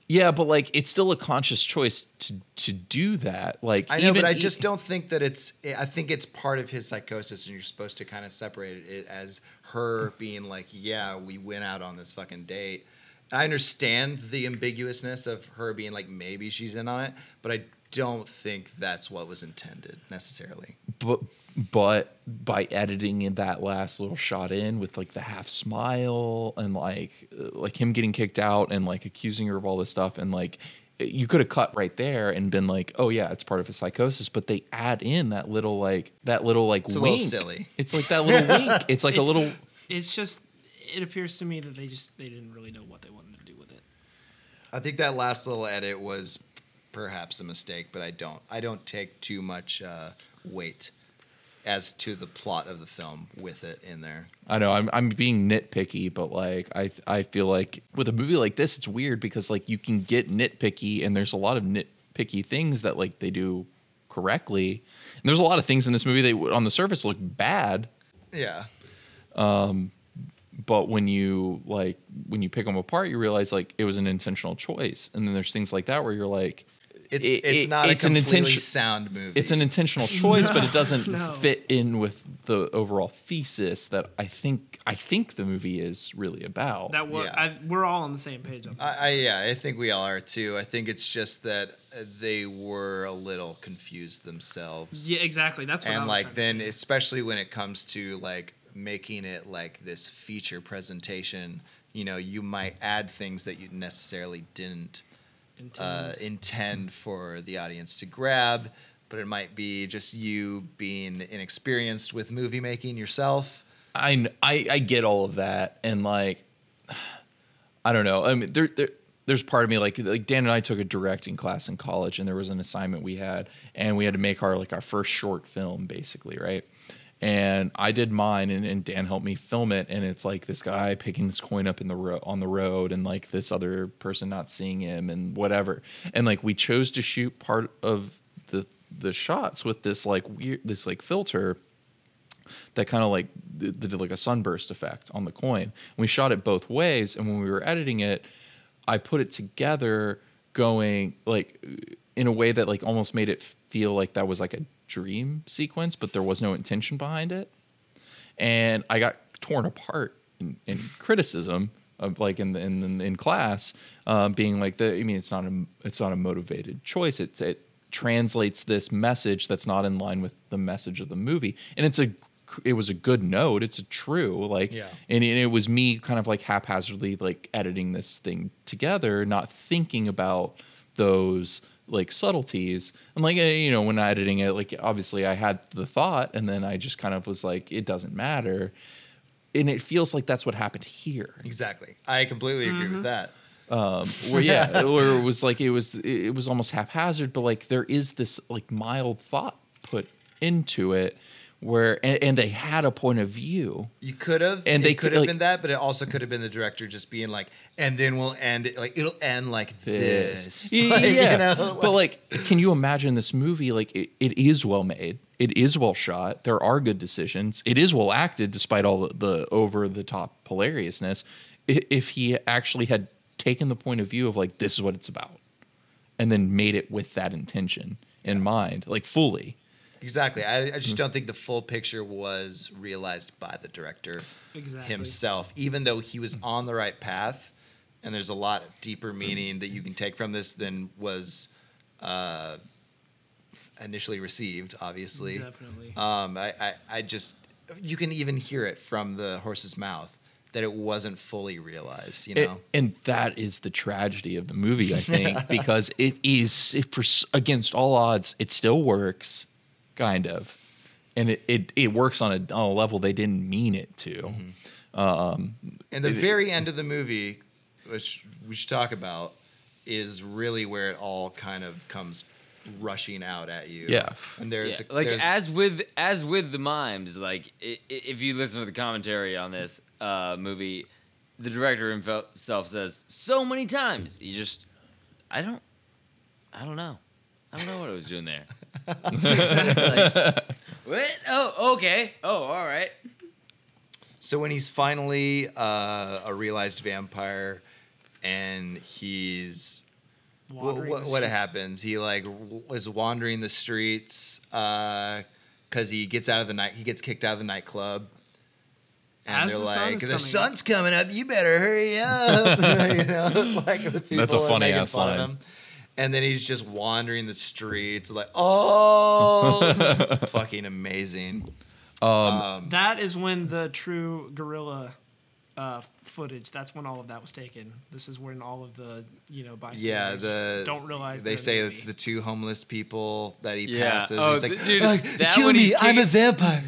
yeah but like it's still a conscious choice to to do that like i know even but i e- just don't think that it's i think it's part of his psychosis and you're supposed to kind of separate it as her being like yeah we went out on this fucking date i understand the ambiguousness of her being like maybe she's in on it but i don't think that's what was intended necessarily but but by editing in that last little shot in with like the half smile and like uh, like him getting kicked out and like accusing her of all this stuff and like you could have cut right there and been like oh yeah it's part of his psychosis but they add in that little like that little like It's a wink little silly. it's like that little wink it's like It's- a little It's just. It appears to me that they just they didn't really know what they wanted to do with it. I think that last little edit was perhaps a mistake, but I don't. I don't take too much uh, weight as to the plot of the film with it in there. I know I'm I'm being nitpicky, but like I I feel like with a movie like this, it's weird because like you can get nitpicky, and there's a lot of nitpicky things that like they do correctly, and there's a lot of things in this movie that would, on the surface look bad, Yeah. but when you like when you pick them apart, you realize like it was an intentional choice, and then there's things like that where you're like, It's It- it's it- not it's a an completely intention- sound movie. it's an intentional choice, but it doesn't No. fit in with the overall thesis that I think I think the movie is really about. That we Yeah. Uh, I, we're all on the same page. On that. I, I yeah, I think we all are too. I think it's just that uh, they were a little confused themselves. Yeah, exactly. That's what I and was like trying to then say. especially when it comes to like making it like this feature presentation you know you might add things that you necessarily didn't uh, intend for the audience to grab but it might be just you being inexperienced with movie making yourself I, kn- I I get all of that, and like, I don't know. I mean, there, there there's part of me like like Dan and I took a directing class in college, and there was an assignment we had, and we had to make our like our first short film, basically, right? And I did mine, and, and Dan helped me film it, and it's like this guy picking this coin up in the ro- on the road, and like this other person not seeing him, and whatever, and like we chose to shoot part of the the shots with this like weird this like filter that kind of like th- that did like a sunburst effect on the coin. And we shot it both ways, and when we were editing it, I put it together going like in a way that like almost made it feel like that was like a dream sequence, but there was no intention behind it, and I got torn apart in, in criticism. Of like in the, in in- in class, um, being like the I mean it's not a it's not a motivated choice. It's it translates this message that's not in line with the message of the movie and it's a it was a good note it's a true like Yeah. and it, it was me kind of like haphazardly like editing this thing together not thinking about those like subtleties and like eh, you know when editing it like obviously i had the thought and then i just kind of was like it doesn't matter and it feels like that's what happened here exactly i completely agree with that where yeah, where it was like it was it it was almost haphazard, but like there is this like mild thought put into it where and, and they had a point of view. you could have And and they they could could, have like- been that but it also could have been the director just being like and then we'll end it like it'll end like this, this. Y- Like, yeah. you know, but like, can you imagine this movie? Like, it, it is well made. It is well shot. There are good decisions. It is well acted, despite all the, the over the top hilariousness. I- If he actually had taken the point of view of like, this is what it's about, and then made it with that intention in mind, like fully. Exactly. I, I just don't think the full picture was realized by the director Exactly. himself, even though he was on the right path. And there's a lot deeper meaning that you can take from this than was uh, initially received, obviously. Definitely. Um, I, I, I just, you can even hear it from the horse's mouth that it wasn't fully realized, you know? It- and that is the tragedy of the movie, I think, because it is it for, s- against all odds, it still works, kind of, and it it, it works on a on a level they didn't mean it to. And the very end of the movie, which we should talk about, is really where it all kind of comes rushing out at you. Yeah. And there's Yeah, a, like there's, as with as with the mimes, like i- i- if you listen to the commentary on this uh, movie, the director himself says so many times, "You just, I don't, I don't know, I don't know what I was doing there." Mm-hmm. Like, what? Oh, okay. Oh, all right. so when he's finally uh, a realized vampire, and he's what, Wandering what, is what just- happens? He like w- was wandering the streets because he gets out of the night. He gets kicked out of the nightclub. And As they're the sun like, is the coming up." sun's coming up. You better hurry up. you know, like the people That's a are funny making ass fun of line. him. And then he's just wandering the streets, like, oh, fucking amazing. That is when the true gorilla uh, footage. That's when all of that was taken. This is when all of the you know bystanders Yeah, the just don't realize they they're say in it's the movie. two homeless people that he Yeah. passes. Oh, he's like, th- dude, "Ugh, that kill when he's me, I'm a kicking- vampire.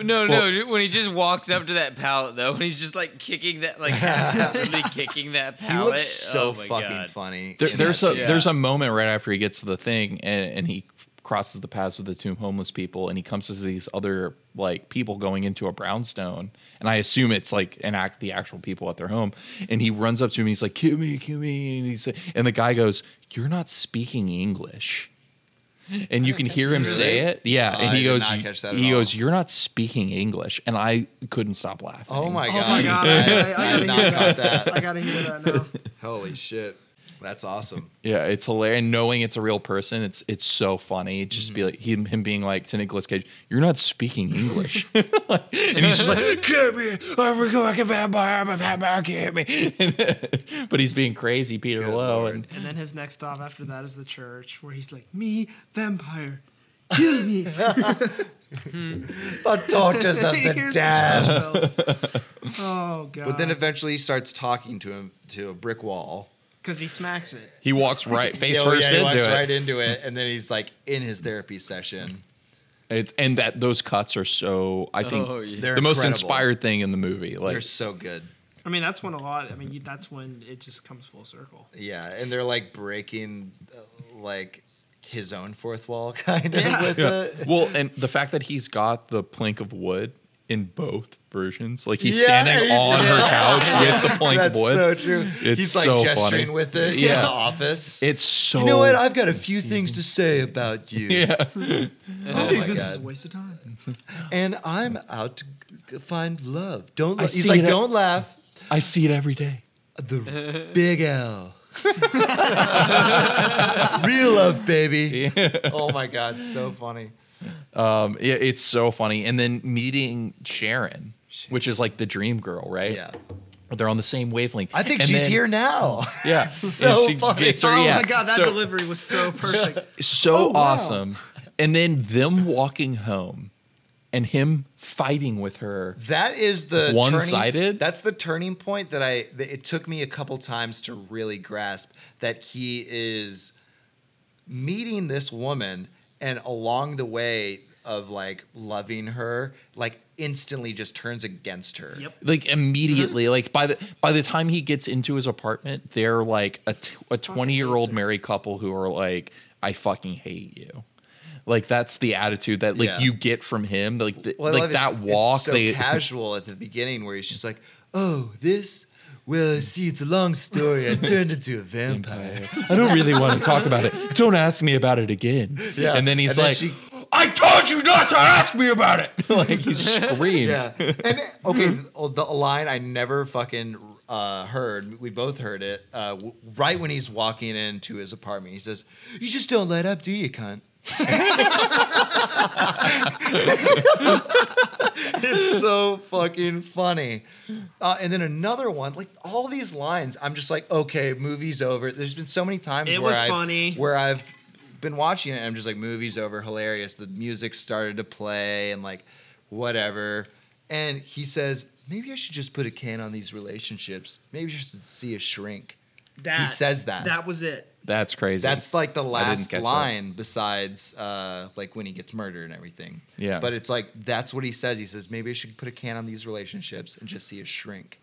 No, no. When he just walks up to that pallet, though, when he's just like kicking that, like haphazardly kicking that He pallet. looks so oh my fucking God. funny. There, in there's that a scene. there's a moment right after he gets to the thing and, and he crosses the paths with the two homeless people and he comes to these other like people going into a brownstone and I assume it's like an act the actual people at their home and he runs up to him and he's like kill me kill me and he's and the guy goes you're not speaking English and you can hear him say it yeah Oh, and I he did goes not catch that at he all. goes you're not speaking English and I couldn't stop laughing Oh my god! Oh my god! I, I, I, I gotta had not hear caught that. that. I gotta hear that now. Holy shit! That's awesome. Yeah, it's hilarious. And knowing it's a real person, it's it's so funny. Just be Mm-hmm. like him, him being like to Nicolas Cage, "You're not speaking English," and he's just like, "Get me! I'm a fucking vampire! I'm a vampire! Get me!" but he's being crazy, Peter Lowe, and And then his next stop after that is the church, where he's like, "Me, vampire, kill me." The tortures of Here's the the damned. church bells. Oh god! But then eventually he starts talking to him to a brick wall. because he smacks it. he walks right face Oh, first he into walks it. right into it, and then he's like in his therapy session. It's- And that those cuts are so. I think Oh, yeah. the They're most incredible. inspired thing in the movie. They're Like so good. I mean, that's when a lot. I mean, you, that's when it just comes full circle. Yeah, and they're like breaking uh, like his own fourth wall kind of Yeah. with Yeah. it. Well, and the fact that he's got the plank of wood in both versions, like he's Yeah, standing and he's- on her couch with the plank of That's wood. so true. It's He's like so gesturing funny. with it in Yeah. the office. It's so. you know what? I've got a few things to say about you. yeah. I think Oh my this God. is a waste of time. And I'm out to g- find love. Don't I la- he's see like, it- don't laugh. I see it every day. The big L. Real love, baby. Oh my God, so funny. Um, yeah, it's so funny. And then meeting Sharon, which is like the dream girl, right? Yeah. They're on the same wavelength. I think And she's then- here now. Yeah. So And she funny. gets her- Oh yeah. my god, that So- delivery was so perfect. so Oh, wow. awesome. And then them walking home and him fighting with her. That is the One-sided? turning- That's the turning point that I. That it took me a couple times to really grasp that he is meeting this woman, and along the way of like loving her, like instantly just turns against her. Yep. like Mm-hmm. immediately like by the by the time he gets into his apartment they're like a, t- a 20 year old hates her. married couple who are like i fucking hate you like that's the attitude that like Yeah. you get from him like the, Well, I like love it. that It's- walk It's so they casual at the beginning where he's just like, "Oh, this." Well, see, it's a long story. I turned into a vampire. i don't really want to talk about it don't ask me about it again Yeah. and then he's And then like she- i told you not to ask me about it like he screams Yeah. And okay, oh, the, the line I never fucking uh, heard, we both heard it, uh, w- right when he's walking into his apartment, he says, You just don't let up, do you, cunt? it's so fucking funny. Uh, and then another one, like all these lines, I'm just like, okay, movie's over. There's been so many times It where was I've, funny. where I've been watching it and I'm just like, movie's over, hilarious. The music started to play and like whatever. And he says, maybe I should just put a can on these relationships. Maybe I should see a shrink. That, says that. That was it. that's crazy That's like the last catch that. line besides uh, like when he gets murdered and everything. Yeah. But it's like that's what he says. He says maybe I should put a can on these relationships and just see a shrink.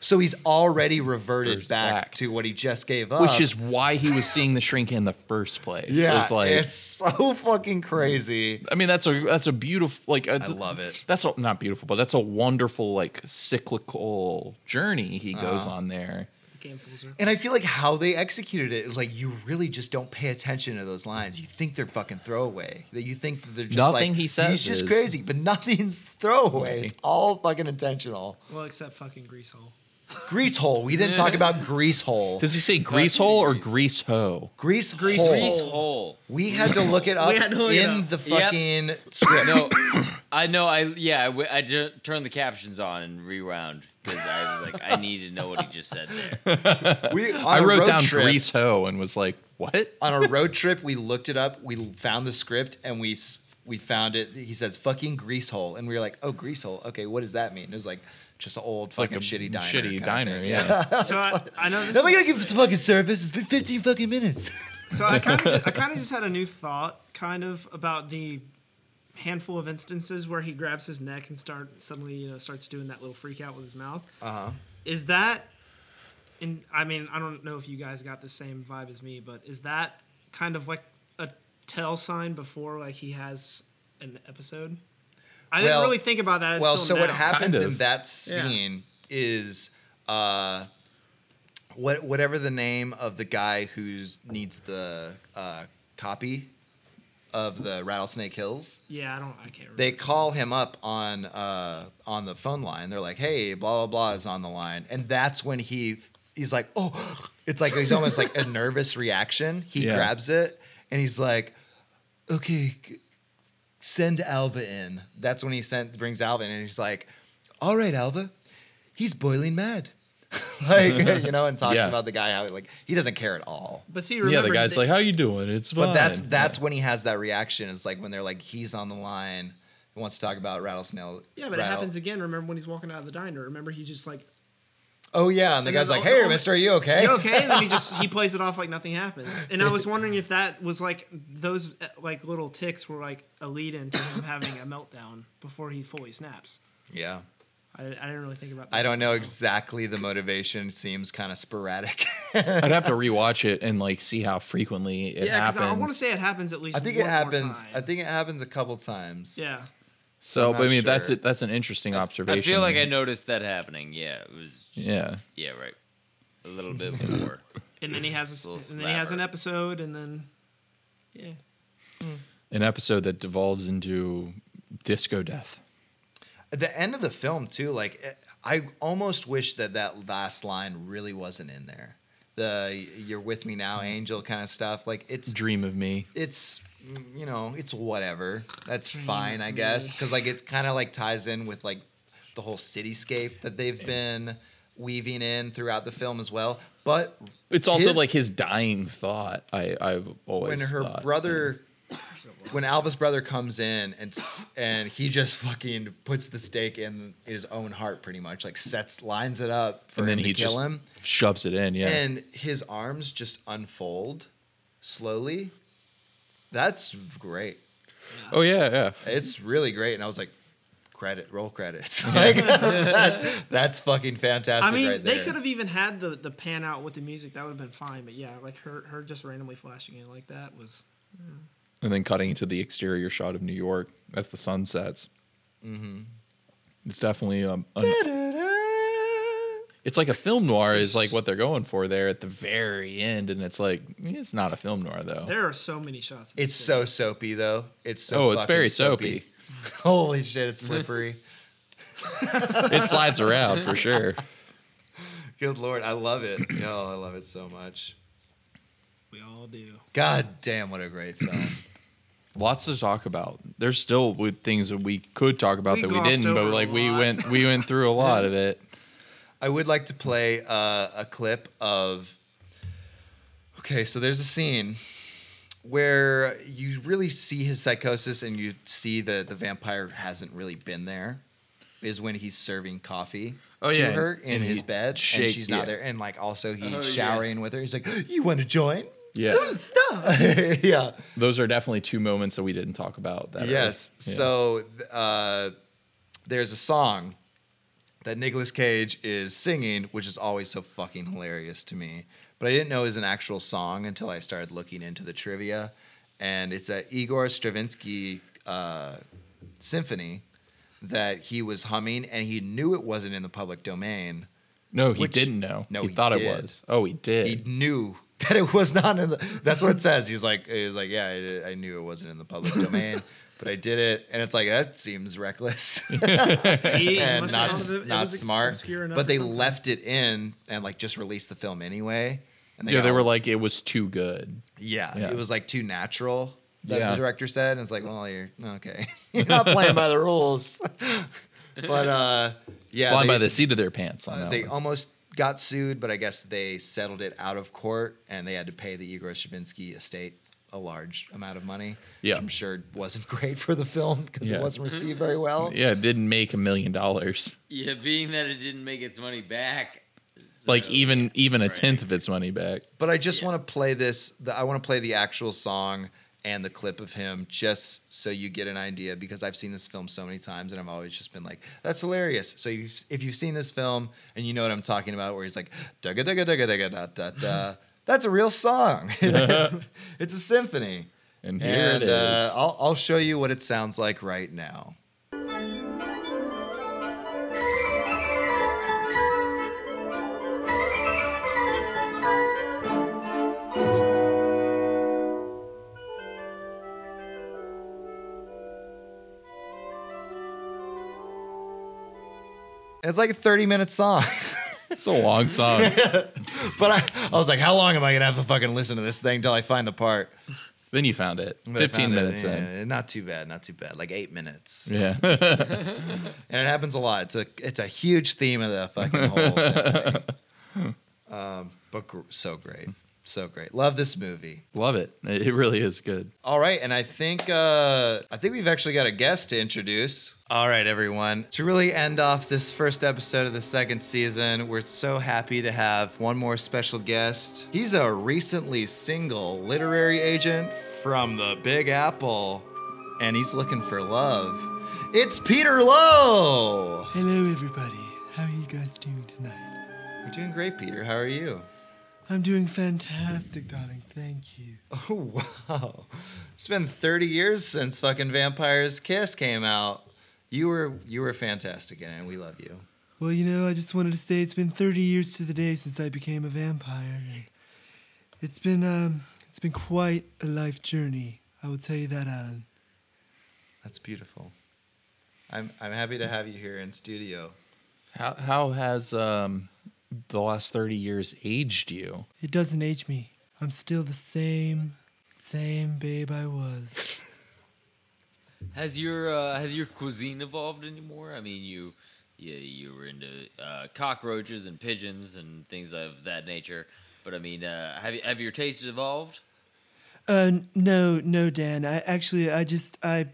So he's already reverted Reverts back, back. to what he just gave up, which is why he was seeing the shrink in the first place yeah, it's like it's so fucking crazy. I mean, that's a that's a beautiful like I love it. That's a, not beautiful, but that's a wonderful like cyclical journey he goes Uh-huh. on there. Game full circle. And I feel like how they executed it is like you really just don't pay attention to those lines. You think they're fucking throwaway. That you think that they're just Nothing like, he says He's just is- crazy, but nothing's throwaway. Right. It's all fucking intentional. Well, except fucking greasehole. Grease hole. We didn't talk about grease hole. Does he say grease hole or grease hoe? Grease, Grease hole. Grease Hole. We had to look it up had to look it in up. the Yep. fucking script. No, I know. I yeah. I, w- I ju- turned the captions on and rewound because I was like, I need to know what he just said there. We, on I a wrote road down trip, grease hoe and was like, what? On a road trip, we looked it up. We found the script and we s- we found it. He says fucking grease hole, and we were like, oh grease hole. Okay, what does that mean? It was like just an old fucking shitty diner. kind Shitty of diner. thing. Yeah. So I, I know this. Now we is- gotta give some fucking service. It's been 15 fucking minutes. So I kind of I kind of just had a new thought, kind of about the handful of instances where he grabs his neck and start suddenly you know starts doing that little freak out with his mouth. Uh Uh-huh. huh. Is that? And I mean, I don't know if you guys got the same vibe as me, but is that kind of like a tell sign before like he has an episode? I didn't Well- really think about that. Well, until so what now. happens Kind of. in that Yeah. scene is uh, what whatever the name of the guy who needs the uh, copy of the Rattlesnake Hills. Yeah, I don't. I can't. Remember. They call him up on uh, on the phone line. They're like, "Hey, blah blah blah is on the line," and that's when he he's like, "Oh!" It's like he's almost like a nervous reaction. He Yeah. grabs it and he's like, "Okay, g- send Alva in. That's when he sent brings Alva in, and he's like, "All right, Alva, he's boiling mad." like you know, and talks Yeah. about the guy how like he doesn't care at all. but see, Yeah, remember the guy's they- like, "How you doing?" It's fine. But that's that's when he has that reaction. It's like when they're like he's on the line, he wants to talk about rattlesnake. Yeah, but it rattle- happens again. Remember when he's walking out of the diner? Remember he's just like, Oh yeah, and the And guy's then like, all- "Hey, all- Mister, are you okay?" "You okay?" And then he just he plays it off like nothing happens. And I was wondering if that was like those uh, like little ticks were like a lead into him having a meltdown before he fully snaps. Yeah, I, I didn't really think about. that. I don't know exactly. The motivation seems kind of sporadic. I'd have to rewatch it and like see how frequently it Yeah, because happens. I want to say it happens at least. I think one it more happens. time. I think it happens a couple times. Yeah. so, I'm but I not mean, that's sure. it. That's an interesting observation. I feel like I noticed that happening. Yeah, it was. Just, Yeah, Yeah, right. A little bit more. And then he has a, s- Little and then he has an slapper. episode, and then yeah. an episode that devolves into disco death. At the end of the film too, like eh, I almost wish that that last line really wasn't in there. The "You're with me Mm-hmm. now, angel" kind of stuff. Like it's Dream of me. it's mm, you know it's whatever that's fine i guess because like it's kind of like ties in with like the whole cityscape that they've been weaving in throughout the film as well but It's also His- like his dying thought. I I've always when her thought. brother when alva's brother comes in and s- and he just fucking puts the stake in his own heart pretty much like sets lines it up for and then him he to kill just him shoves it in. Yeah, and his arms just unfold slowly that's great Oh yeah, yeah. It's really great. And I was like, credit, roll credits. Like, that's, that's fucking fantastic I mean, right there. they could have even had the the pan out with the music. That would have been fine. But yeah, like her her just randomly flashing in like that was And then cutting into the exterior shot of New York as the sun sets. Mm-hmm. It's definitely um, an, it's like a film noir is like what they're going for there at the very end, and it's like it's not a film noir though. There are so many shots. in It's this so soapy, though. It's so oh, it's fucking very soapy. Holy shit, it's slippery. it slides around for sure. Good lord, I love it. Oh, I love it so much. We all do. God damn, what a great film. Lots to talk about. There's still with things that we could talk about We that we glossed didn't, but over a like we lot. went we went through a lot of it. I would like to play uh, a clip of. Okay, so there's a scene where you really see his psychosis and you see that the vampire hasn't really been there. Is when he's serving coffee Oh, to yeah, her and- in and his he bed, shake- and she's not yeah. Oh, there. And like also he's showering with her. He's like, "You want to join?" Yeah, Stop. yeah. those are definitely two moments that we didn't talk about. That are- Yes. yeah. So th- uh, there's a song that Nicolas Cage is singing, which is always so fucking hilarious to me. But I didn't know it was an actual song until I started looking into the trivia. And it's a Igor Stravinsky uh, symphony that he was humming, and he knew it wasn't in the public domain. no, he which- didn't know. No, he, he thought it did. was. Oh, he did. He knew that it was not in the. That's what it says. He's like, he's like, yeah, I, I knew it wasn't in the public domain, but I did it, and it's like that seems reckless. He and must not, have s- found it- it not was ex- smart. obscure enough or But they something. left it in and like just released the film anyway. And yeah, they got- were like, it was too good. yeah, yeah. it was like too natural. That Yeah. the director said, and it's like, well, you're okay. you're not playing by the rules. but uh, yeah, Flying they, Uh, by the seat of their pants on that. they one. almost got sued, but I guess they settled it out of court, and they had to pay the Igor Stravinsky estate a large amount of money. Yeah. which I'm sure wasn't great for the film because Yeah. it wasn't received very well. yeah, it didn't make a million dollars. yeah, being that it didn't make its money back. Like so- even even a Right. tenth of its money back. But I just want to play this. The, I want to play the actual song and the clip of him just so you get an idea because I've seen this film so many times and I've always just been like, that's hilarious. So you've, if you've seen this film and you know what I'm talking about, where he's like, dugga dugga dugga dugga da da da, that's a real song. it's a symphony. And here And it is. uh, I'll, I'll show you what it sounds like right now. And It's like a 30 minute song. it's a long song. but I, I was like, how long am I going to have to fucking listen to this thing until I find the part? then you found it. But I Fifteen found it, minutes in. yeah, Not too bad, not too bad. Like eight minutes. Yeah. And it happens a lot. It's a it's a huge theme of the fucking whole symphony. um, but gr- so great. So great. Love this movie. Love it. It it really is good. All right, and I think uh, I think we've actually got a guest to introduce. All right, everyone. To really end off this first episode of the second season, we're so happy to have one more special guest. He's a recently single literary agent from the Big Apple, and he's looking for love. It's Peter Lowe. Hello, everybody. How are you guys doing tonight? We're doing great, Peter. How are you? I'm doing fantastic, darling. Thank you. Oh wow! It's been 30 years since fucking Vampire's Kiss came out. You were you were fantastic in it, and we love you. Well, you know, I just wanted to say it's been 30 years to the day since I became a vampire. and It's been um, it's been quite a life journey. I will tell you that, Alan. That's beautiful. I'm I'm happy to have you here in studio. How how has um the last thirty years aged you? It doesn't age me. I'm still the same, same babe I was. Has your uh, has your cuisine evolved anymore? I mean, you you, you were into uh, cockroaches and pigeons and things of that nature, but I mean, uh, have you, have your tastes evolved? Uh, n- no, no, Dan. I actually, I just, I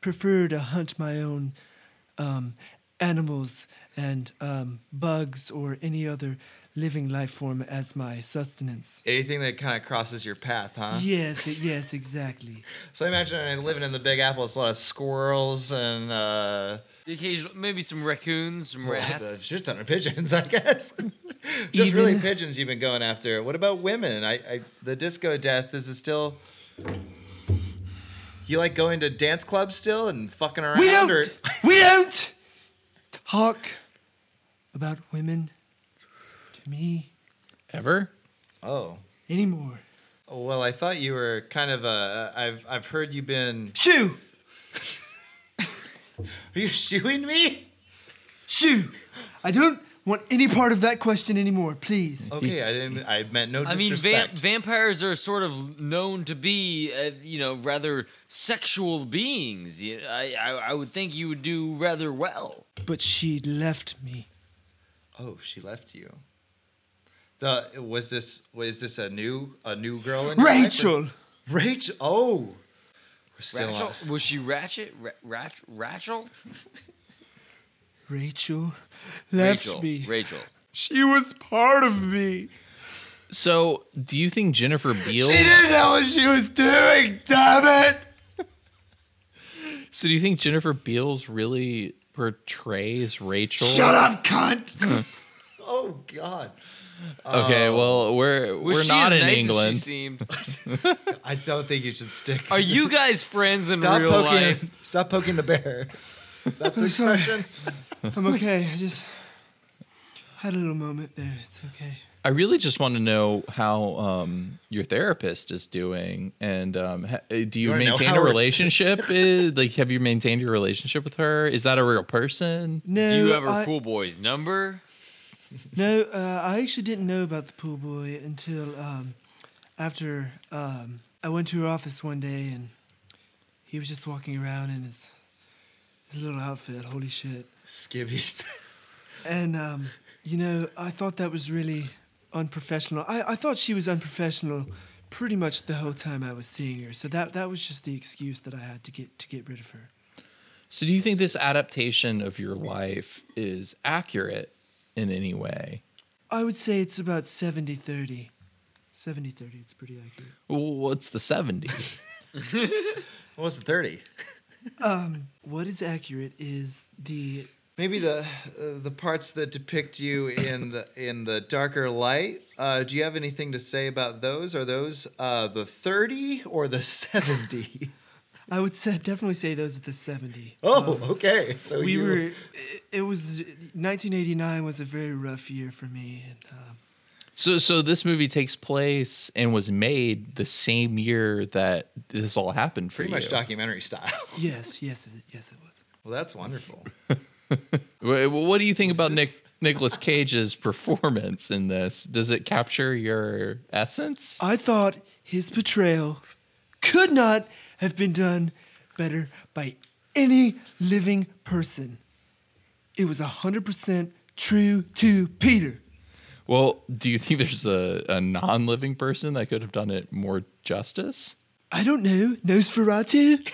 prefer to hunt my own um, animals and um, bugs or any other living life form as my sustenance. Anything that kind of crosses your path, huh? Yes, e- yes, exactly. So I imagine uh, living in the Big Apple, it's a lot of squirrels and uh, The occasional, maybe some raccoons, some There's rats. just a ton of pigeons, I guess. just really Even- pigeons you've been going after. What about women? I, I the disco death is it still? You like going to dance clubs still and fucking around? We Or, don't, we don't talk about women to me Ever? oh, anymore. well, I thought you were kind of a. I've I've heard you've been. Shoo, Are you shooing me? shoo. I don't want any part of that question anymore, please. Okay, I didn't. I meant no I mean, va- disrespect. vampires are sort of known to be, uh, you know, rather sexual beings. You- I, I I would think you would do rather well. But she left me. oh, she left you. The was this was this a new a new girl in your life or- Rachel! Rachel. Oh, we're still uh, on- Rachel, was she ratchet? Ra- rat- Rachel? Rachel left Rachel. me. Rachel. she was part of me. So do you think Jennifer Beal She didn't know what she was doing, damn it! So do you think Jennifer Beals really portrays Rachel? Shut up, cunt! Oh God. Okay, Oh. well we're Was we're she not as in nice as she England. seemed? I don't think you should stick. Are you guys friends in stop real poking? life? Stop poking the bear. Is that the sorry. expression? I'm okay. I just had a little moment there. It's okay. I really just want to know how um, your therapist is doing, and um, ha- do you, wanna know maintain how a her- relationship? Eh, like, have you maintained your relationship with her? Is that a real person? No, Do you have her I, cool boy's number? no uh, I actually didn't know about the pool boy until um, after um, I went to her office one day and he was just walking around in his, his little outfit. Holy shit. Skibbies. And um, you know, I thought that was really unprofessional. I, I thought she was unprofessional pretty much the whole time I was seeing her. So that that was just the excuse that I had to get to get rid of her. So, do you think this adaptation of your life is accurate in any way? I would say it's about 70 30. 70 30, it's pretty accurate. Well, What's the 70? What was the thirty? What is accurate is the Maybe the uh, the parts that depict you in the in the darker light. Uh, do you have anything to say about those? Are those uh, the thirty or the seventy? I would say, definitely say those are the 70. Oh, okay. So we you were it, it was 1989 was a very rough year for me and um, So, so this movie takes place and was made the same year that this all happened for pretty you. much documentary style. yes, yes, it, yes it was. Well, that's wonderful. Wha- what do you think about Nick Nicholas Cage's performance in this? Does it capture your essence? Uh, I thought his portrayal could not have been done better by any living person. It was 100% true to Peter. Well, do you think there's a, a non-living person that could have done it more justice? I don't know, Nosferatu?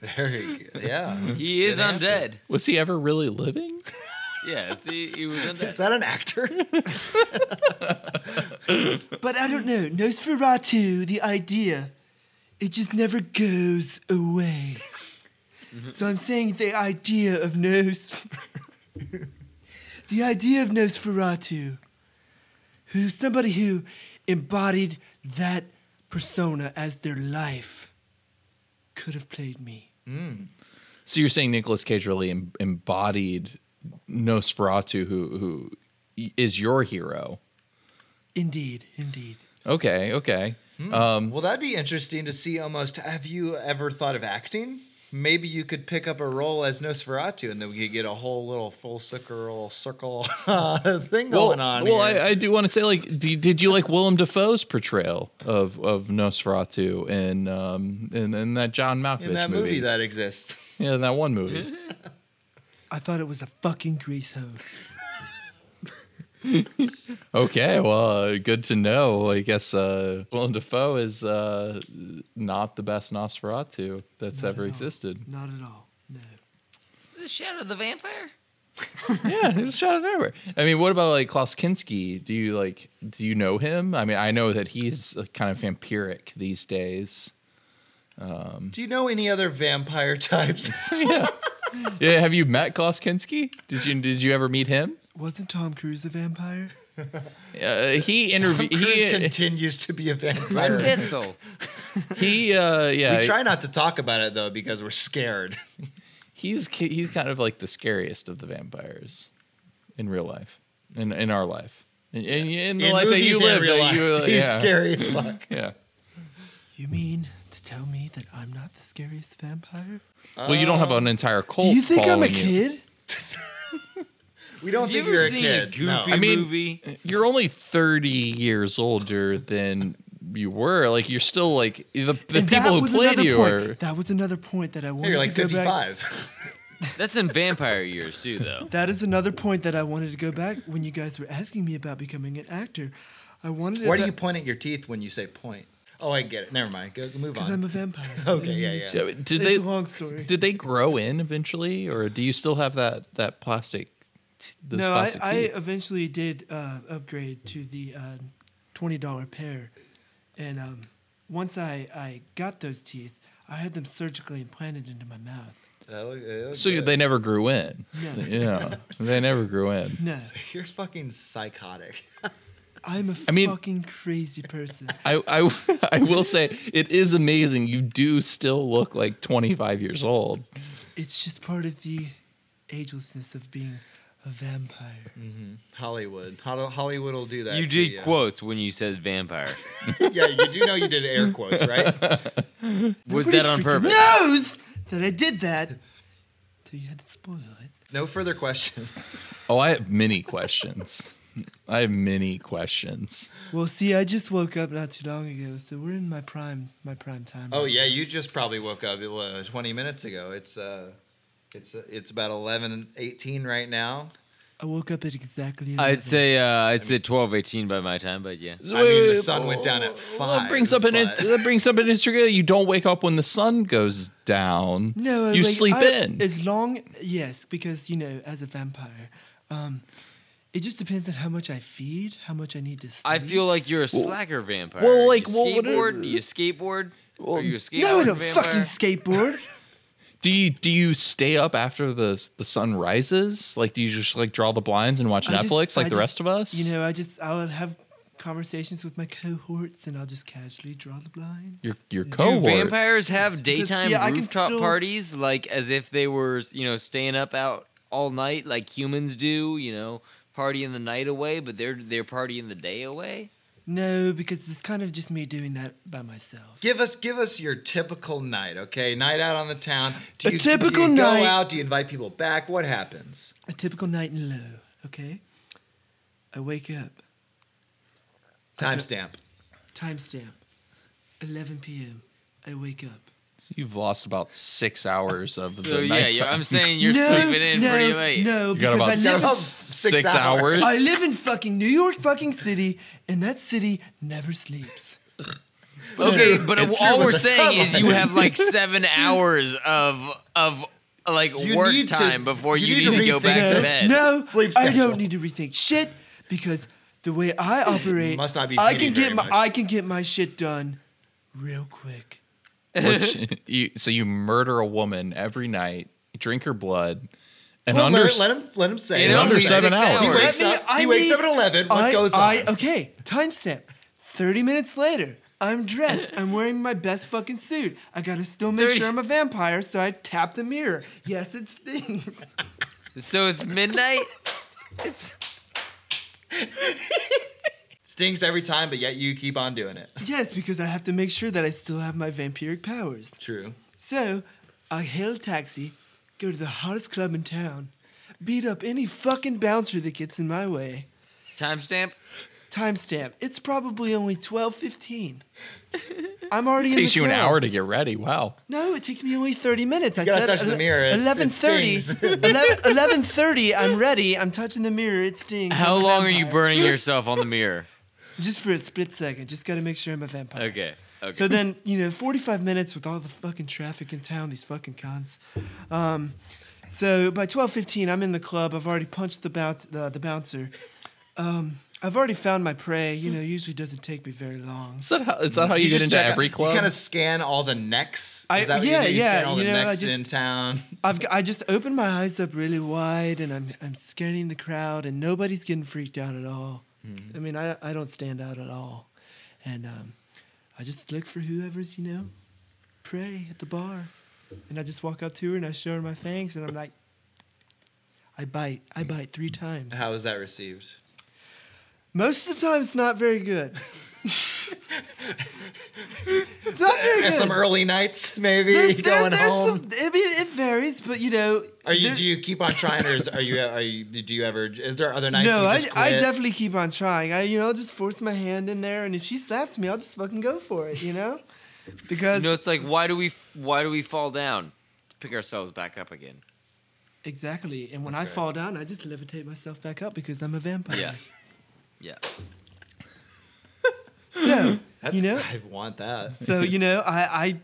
Very good. Yeah. He is Good answer. undead. Was he ever really living? Yeah, see, he Is was undead. that an actor? But I don't know, Nosferatu, the idea, it just never goes away. so I'm saying the idea of Nos. the idea of Nosferatu, who's somebody who embodied that persona as their life, could have played me. So you're saying Nicolas Cage really em- embodied Nosferatu, who who y- is your hero? Indeed, indeed. Okay, okay. Um, well, that'd be interesting to see. Almost. Have you ever thought of acting? Maybe you could pick up a role as Nosferatu, and then we could get a whole little full circle circle thing well, going on. well, here. I, I do want to say, like, d did you like Willem Dafoe's portrayal of of Nosferatu in um in, in that John Malkovich in that movie that exists. yeah, in that one movie. I thought it was a fucking grease hose. Okay, well, uh, good to know. I guess uh, Willem Dafoe is uh, not the best Nosferatu that's ever existed. Not at all. No. The shadow of the vampire? yeah, he was shot out of everywhere. I mean, what about like Klaus Kinski? Do you like? Do you know him? I mean, I know that he's uh, kind of vampiric these days. Do you know any other vampire types? yeah. yeah. Have you met Klaus Kinski? Did you Did you ever meet him? Wasn't Tom Cruise a vampire? Uh, he Tom interviewed. Cruise He, uh, continues to be a Red vampire. pencil. he uh, yeah. We try not to talk about it though because we're scared. He's ki- he's kind of like the scariest of the vampires in real life, in in our life, in, in, in the In life that movies and you live. real that life, you, uh, he's yeah. scary as fuck. Yeah. You mean to tell me that I'm not the scariest vampire? Well, you don't have Um, an entire cult. Do you think I'm a following you. kid? We don't Have you think ever you're a seen a kid. goofy no. I mean- movie? you're only 30 years older than you were. Like you're still like the, the And that people who was played another you point. are. That was another point that I wanted You're like to go back. 55. That's in vampire years too, though. That is another point that I wanted to go back when you guys were asking me about becoming an actor. I wanted. Why do you point at your teeth when you say point? Oh, I get it. Never mind. Go, move Because I'm on. a vampire. Okay, yeah, yeah. So Did it's they a long story. did they grow in eventually, or do you still have that that plastic? t- Those no, I, plastic I teeth? eventually did uh, upgrade to the uh, twenty dollar pair, and um, once I, I got those teeth, I had them surgically implanted into my mouth. That look- that look so good. they never grew in. No. Yeah, they never grew in. No, You're fucking psychotic. I'm a I mean- fucking crazy person. I, I, I will say it is amazing. You do still look like 25 years old. It's just part of the agelessness of being a vampire. Hollywood. Hol- Hollywood will do that. You to did quotes when you said vampire. Yeah, you do know you did air quotes, right? Was Nobody that on freaking purpose? Knows that I did that. So you had to spoil it. No further questions. Oh, I have many questions. I have many questions. Well, see, I just woke up not too long ago, so we're in my prime, my prime time. Oh yeah, you just probably woke up it was 20 minutes ago. It's uh it's uh, it's about 11 18 right now. I woke up at exactly. 11. I'd say uh, I'd say twelve eighteen by my time, but yeah. I mean, the sun went down at Well, 5. that brings up an but- that brings up an issue. You don't wake up when the sun goes down. No, you like, sleep I- in. As long, yes, because you know, as a vampire, um, It just depends on how much I feed, how much I need to sleep. I feel like you're a slacker vampire. well, Do you like, well, what skateboard. it- Do you skateboard? Are you a skateboard no, I don't vampire? fucking skateboard. Do you do you stay up after the the sun rises? Like, do you just like draw the blinds and watch I just- Netflix like I the just- rest of us? You know, I just I'll have conversations with my cohorts, and I'll just casually draw the blinds. your your Do cohorts. vampires have because, daytime yeah, I can rooftop still- parties like as if they were, you know, staying up out all night like humans do, you know, partying the night away, but they're they're partying the day away? No, because it's kind of just me doing that by myself. Give us give us your typical night, okay? Night out on the town. Do A you, typical do you night. Go out. Do you invite people back? What happens? A typical night in low. Okay. I wake up. Timestamp. Timestamp. 11 p.m. I wake up. You've lost about six hours of So the yeah, nighttime. yeah, I'm saying you're sleeping in no, pretty late. No, you got because about I six, never, six six hours. hours. I live in fucking New York fucking city, and that city never sleeps. Okay, but It's all true we're with the saying is you sunlight. have like 7 hours of of like You work need to- time before you, you need, need to to, go rethink back to bed. no, no, Sleep I schedule. don't need to rethink shit because the way I operate, Must not be I feeding can get very my much. I can get my shit done real quick. Which- you, so you murder a woman every night, drink her blood, and Well, under let, let him let him say. You it. know, under it'll be seven six hours. He hours. wakes Let me- up. He I wakes need- up at eleven. What I, goes I, on? Okay, timestamp. Thirty minutes later, I'm dressed. I'm wearing my best fucking suit. I gotta still make 30 sure I'm a vampire, so I tap the mirror. Yes, it stings. So it's midnight. Stings every time, but yet you keep on doing it. yes, because I have to make sure that I still have my vampiric powers. True. So, I hail a taxi, go to the hottest club in town, beat up any fucking bouncer that gets in my way. Timestamp. Timestamp. It's probably only twelve fifteen. I'm already in takes the you an club. hour to get ready. Wow. No, it takes me only 30 minutes. I gotta said touch the ele- mirror, it- it 11:30. stings. 11 11:30, I'm ready. I'm touching the mirror. It stings. How I'm a long are you vampire. burning yourself on the mirror? Just for a split second. Just got to make sure I'm a vampire. Okay. Okay. So then, you know, 45 minutes with all the fucking traffic in town, these fucking cons. Um, so by 12:15, I'm in the club. I've already punched the bout- the, the bouncer. Um, I've already found my prey. You know, usually doesn't take me very long. Is that how, is that how you, get just into check out- every club? You kind of scan all the necks. Is I- that what yeah, you do? You yeah, Scan all you the know, I necks just- in town. I've g- I just opened my eyes up really wide and I'm I'm scanning the crowd and nobody's getting freaked out at all. Mm-hmm. I mean I I don't stand out at all, and um, I just look for whoever's you know, prey at the bar, and I just walk up to her and I show her my fangs and I'm like, I bite I bite three times. How is that received? Most of the time it's not very good. it's not very good. And some early nights, maybe There's- there- going there's home. some- I mean, it varies, but you know. Are you? there- Do you keep on trying, or is, are you? Are you? Do you ever? Is there other nights? No, you I, just I quit? definitely keep on trying. I you know I'll just force my hand in there, and if she slaps me, I'll just fucking go for it. You know, because You know, it's like why do we why do we fall down? To pick ourselves back up again. exactly. And when I That's right. fall down, I just levitate myself back up because I'm a vampire. Yeah. Yeah. So That's, you know, I want that. so you know, I I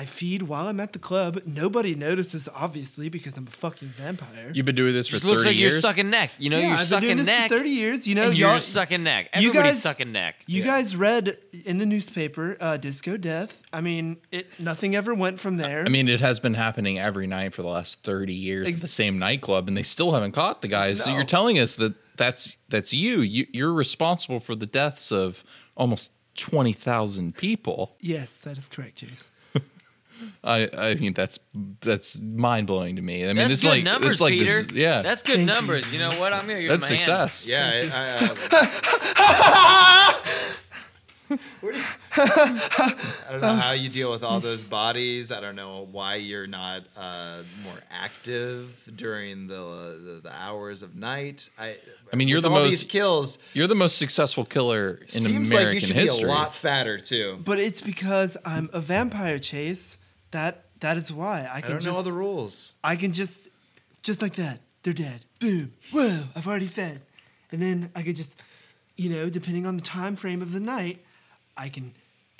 I feed while I'm at the club. Nobody notices, obviously, because I'm a fucking vampire. You've been doing this for Just 30 looks like years. you're sucking neck. You know, yeah, you're I've sucking been doing neck. this for 30 years. You know, and you're y'all, sucking neck. you Everybody's guys- sucking neck. You guys read in the newspaper, uh, "Disco Death." I mean, it nothing ever went from there. I mean, it has been happening every night for the last 30 years Ex- at the same nightclub, and they still haven't caught the guys. So you're telling us that that's that's you. you you're responsible for the deaths of almost 20,000 people. yes, that is correct, Jace. I, I mean, that's that's mind blowing to me. I mean, That's it's good like numbers, it's like Peter. this, yeah, That's good Thank you. numbers. You. know what? I'm gonna give that's him a hand. success. Yeah. I, I, Where do you- I don't know how you deal with all those bodies. I don't know why you're not uh, more active during the, the the hours of night. I, I mean, you're with the all most- these kills. You're the most successful killer in seems American like you should history. be a lot fatter too. But it's because I'm a vampire, Chase. That that is why I I can don't know just all the rules. I can just just like that. They're dead. Boom. Whoa. I've already fed, and then I could just, you know, depending on the time frame of the night, I can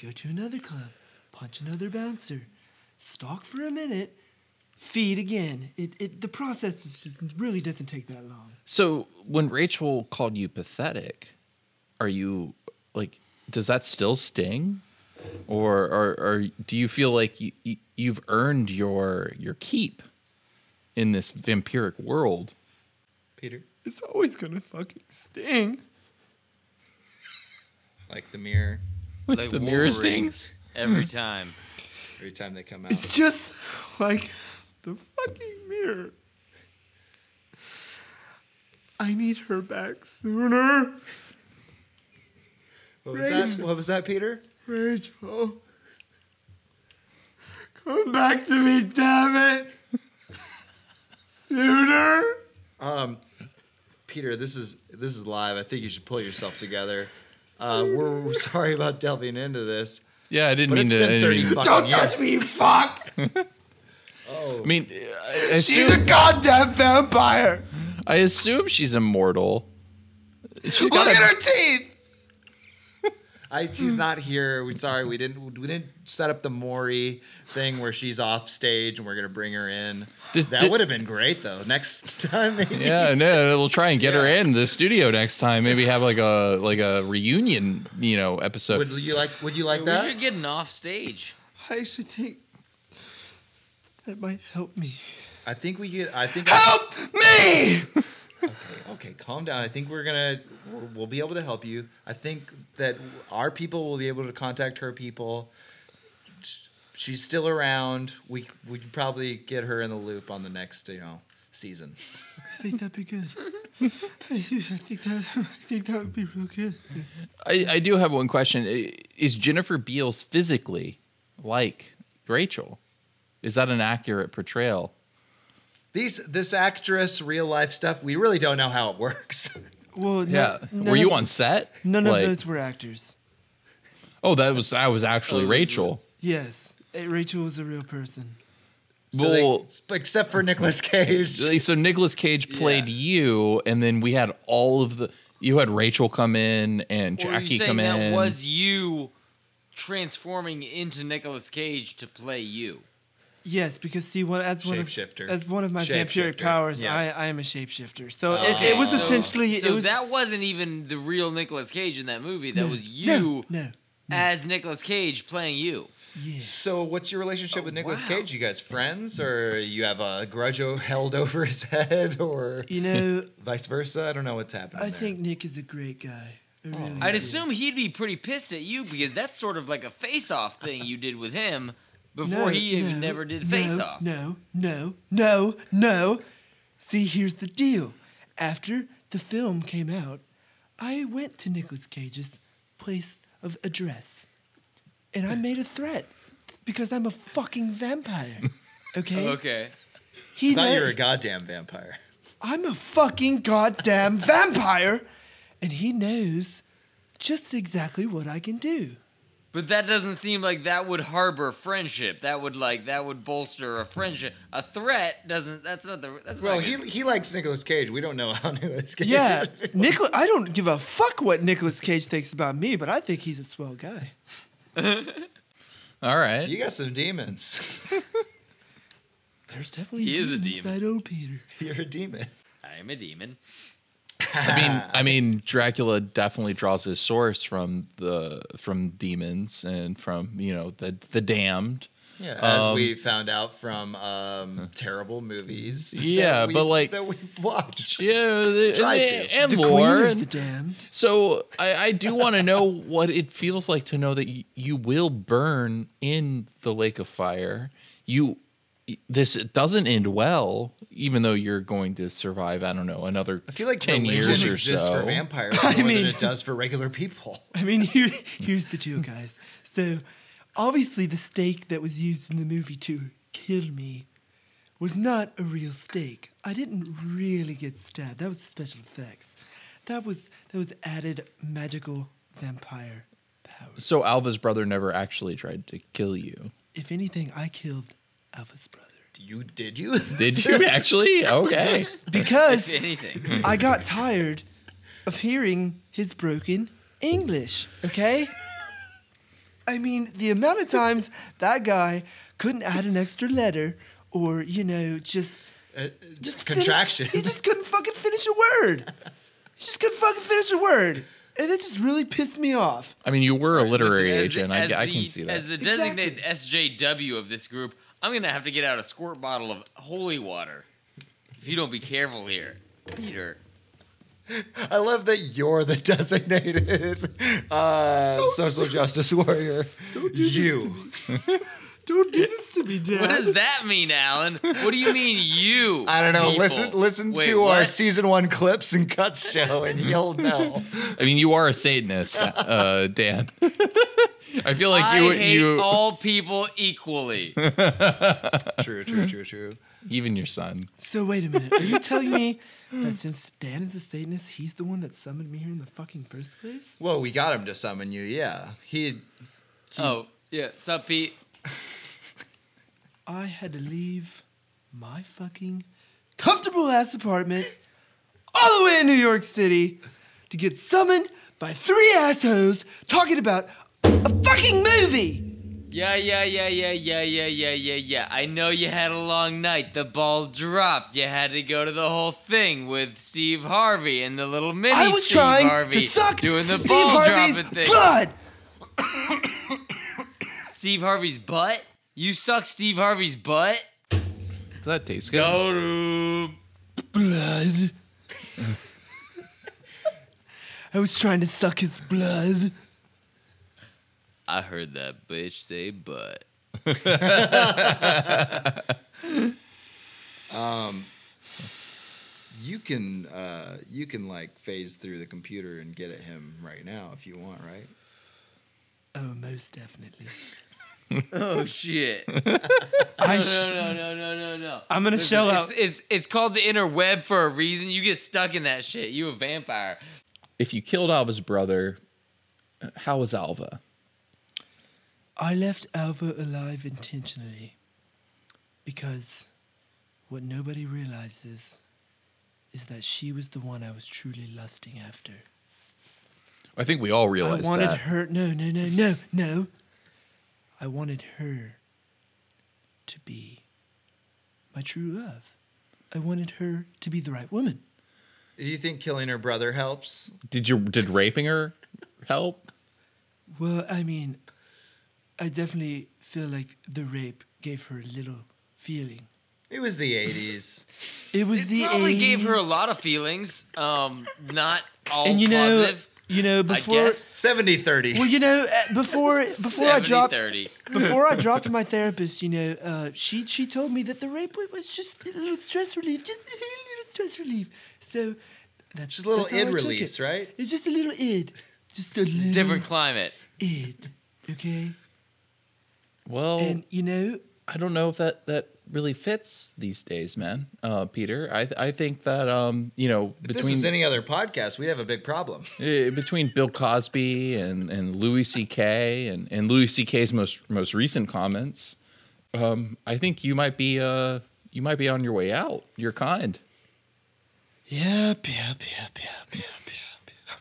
go to another club, punch another bouncer, stalk for a minute, feed again. It, it the process is just really doesn't take that long. So when Rachel called you pathetic, are you like, does that still sting? Or, or, or do you feel like you, you, you've earned your, your keep in this vampiric world? Peter, It's always gonna fucking sting. like the mirror, With Like the mirror Wolverine. stings? every time. every time they come out. It's just like the fucking mirror. I need her back sooner. What was that? What was that, Peter? Rachel. Come back to me, damn it. Sooner. Um, Peter, this is this is live. I think you should pull yourself together. Uh, we're sorry about delving into this, Yeah, I didn't but mean it's to. I been didn't thirty mean- fucking years. Touch me, you fuck. I mean, I I She's a assume, goddamn vampire. I assume she's immortal. She's Look got at a, her teeth. I, she's not here. We sorry we didn't we didn't set up the Maury thing where she's off stage and we're gonna bring her in. Did- that did- would have been great though. Next time, maybe. Yeah, no, we'll try and get her in the studio next time. Maybe have like a like a reunion, you know, episode. Would you like? Would you like You're that? getting off stage. I actually think that might help me. I think we could. I think. Help me! Okay, calm down. I think we're gonna we'll- we'll be able to help you. I think that our people will be able to contact her people. She's still around. We we can probably get her in the loop on the next you know season. I think that'd be good. I think that I think that would be real good. I, I do have one question. I- Is Jennifer Beals physically like Rachel? Is that an accurate portrayal? These this actress real life stuff. We really don't know how it works. Well, Yeah. none, Were none you of- on set? None Like, of those were actors. Oh, that was I was actually Rachel. Yes, eh, Rachel was a real person. So they- Well- except for Nicolas Cage. Like, So Nicolas Cage played you, and then we had all of the. You had Rachel come in and Or are you Jackie saying come that in. was you transforming into Nicolas Cage to play you? Yes, because see, one as one of Shapeshifter. as one of my vampiric Shapeshifter, powers, yeah. I, I am a shapeshifter. So it, it was So- essentially Oh. so it was that wasn't even the real Nicolas Cage in that movie. That No, was you No, no as Nicolas Cage playing you. yes. So what's your relationship Oh, with Nicolas wow. Cage? You guys friends, or you have a grudge o- held over his head, or You know, vice versa? I don't know what's happening. I there. think Nick is a great guy. I really I'd do. assume he'd be pretty pissed at you because that's sort of like a face-off thing you did with him before he even never did no, face-off. No, no, no, no. See, here's the deal. After the film came out, I went to Nicolas Cage's place of address, and I made a threat because I'm a fucking vampire. Okay. Okay. He I thought let- you were a goddamn vampire. I'm a fucking goddamn vampire, and he knows just exactly what I can do. But that doesn't seem like that would harbor friendship. That would like that would bolster a friendship. A threat doesn't. That's not the. That's Well, not he good. he likes Nicolas Cage. We don't know how Nicolas Cage. Yeah, Nicola. I don't give a fuck what Nicolas Cage thinks about me, but I think he's a swell guy. all right. you got some demons. There's definitely He is a demon demon. inside old Peter. You're a demon. I'm a demon. I mean, I mean, Dracula definitely draws his source from the from demons and from you know the the damned. Yeah, as Um, we found out from um, terrible movies. Yeah, that we- but, like- that we've watched. Yeah, the- Tried and, to. and The lore. queen of the and- damned. so I, I do want to know what it feels like to know that y- you will burn in the lake of fire. You this doesn't end well, even though you're going to survive. I don't know another I feel like ten religion years or exists so. for vampires more mean- than it does for regular people. I mean, here, here's the deal, guys. So, obviously, the stake that was used in the movie to kill me was not a real stake. I didn't really get stabbed. That was special effects. That was that was added magical vampire powers. so Alva's brother never actually tried to kill you. if anything, I killed Alpha's brother You did you? Uh, Did you actually? Okay. because Anything. I got tired of hearing his broken English, okay? I mean, the amount of times that guy couldn't add an extra letter or you know just just finish- contraction. you just couldn't fucking finish a word. You just couldn't fucking finish a word, and that just really pissed me off. I mean, you were a literary Listen, as the- agent. I, as I the- can see that. As the Exactly. designated SJW of this group, I'm gonna have to get out a squirt bottle of holy water. If you don't be careful here, Peter. I love that you're the designated uh, social justice warrior. you. Don't do this to me, Dad. What does that mean, Alan? What do you mean you? I don't know. people? Listen, listen Wait, to our what? season one clips and cuts show, and you'll know. I mean, you are a Satanist, uh, Dan. I feel like I you, hate you, all people equally. true, true, true, true. even your son. So wait a minute. Are you telling me that since Dan is a Satanist, he's the one that summoned me here in the fucking first place? Well, we got him to summon you. Yeah, he. oh yeah, sup, Pete? I had to leave my fucking comfortable ass apartment all the way in New York City to get summoned by three assholes talking about a fucking movie. Yeah, yeah, yeah, yeah, yeah, yeah, yeah, yeah, yeah. I know you had a long night. The ball dropped. You had to go to the whole thing with Steve Harvey and the little mini I was Steve trying Harvey to suck doing the Steve ball Harvey's dropping thing. blood. Steve Harvey's butt? You suck Steve Harvey's butt? Does that taste good? Go to Blood. I was trying to suck his blood. I heard that bitch say butt. You can, uh, you can like phase through the computer and get at him right now if you want, right? Oh, most definitely. Oh shit. I No, sh- no, no, no, no, no. I'm gonna shell it's, out. It's, it's called the interweb for a reason. You get stuck in that shit. You a vampire. If you killed Alva's brother, uh, how was Alva? I left Alva alive intentionally because what nobody realizes is that she was the one I was truly lusting after. I think we all I realized wanted that. Her, no, no, no, no, no. I wanted her to be my true love. I wanted her to be the right woman. Do you think killing her brother helps? Did you did raping her help? Well, I mean, I definitely feel like the rape gave her a little feeling. It was the '80s. It was the probably gave her a 80s. lot of feelings. Um, not all and you know, positive. you know, I before guess 70 30. well, you know, uh, before before I dropped 70-30. before I dropped my therapist, you know, uh, she she told me that the rape was just a little stress relief, just a little stress relief. So that's Just a little that's how I id took it. release, right? It's just a little id, just a little different climate. id. Okay, Well, Oh. and you know, I don't know if that that really fits these days, man. Uh, Peter, I th- I think that um, you know, If this between is any other podcast, we'd have a big problem. Uh, between Bill Cosby and, and Louis C.K. and, and Louis C.K.'s most most recent comments, um, I think you might be uh, you might be on your way out. You're kind. yep, yep, yep, yep, yep, yep.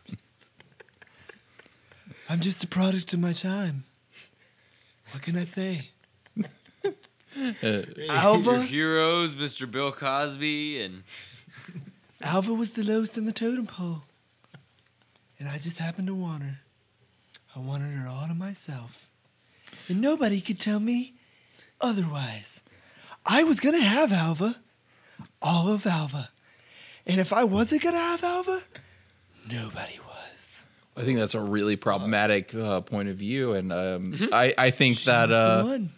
yep. I'm just a product of my time. What can I say? Your Alva, heroes, Mr. Bill Cosby, and Alva was the lowest in the totem pole. And I just happened to want her. I wanted her all to myself. And nobody could tell me otherwise. I was going to have Alva, all of Alva. And if I wasn't going to have Alva, nobody was. I think that's a really problematic uh, point of view, and um, Mm-hmm. I I think She that was uh, the one.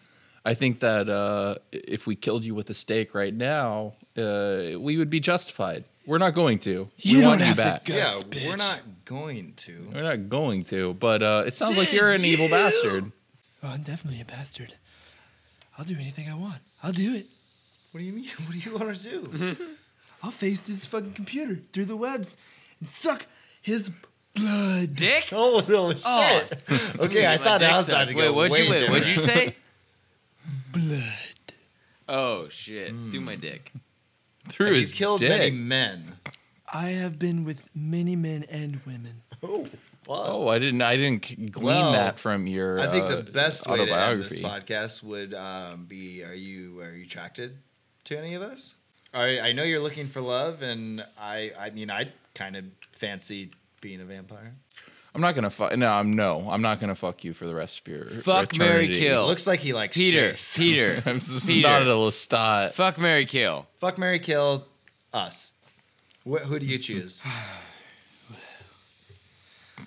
I think that uh, if we killed you with a stake right now, uh, we would be justified. We're not going to. You we don't want you have the back. guts, yeah, bitch. we're not going to. We're not going to. But uh, it sounds like you're an evil bastard. Oh, I'm definitely a bastard. I'll do anything I want. I'll do it. What do you mean? What do you want to do? I'll face through this fucking computer, through the webs, and suck his blood. Dick. oh no, shit. okay, I My thought I dick was about sucked. to wait, go what'd way you, wait, what'd you different. say? Blood. Oh shit! Hmm. Through my dick. Through Have you his killed dick. many men. I have been with many men and women. Oh, Well, Oh, I didn't. I didn't c- glean Well, that from Oh, your. I think the uh, best way to end this autobiography. podcast would um, be: Are you are you attracted to any of us? I I know you're looking for love, and I I mean I kind of fancy being a vampire. I'm not gonna fuck. No, I'm no. I'm not gonna fuck you for the rest of your. Fuck, marry, eternity. kill. Looks like he likes Peter, chicks. Peter, This is Peter. not a Lestat. Fuck Mary Kill. Fuck Mary Kill us. Wh- who do you choose?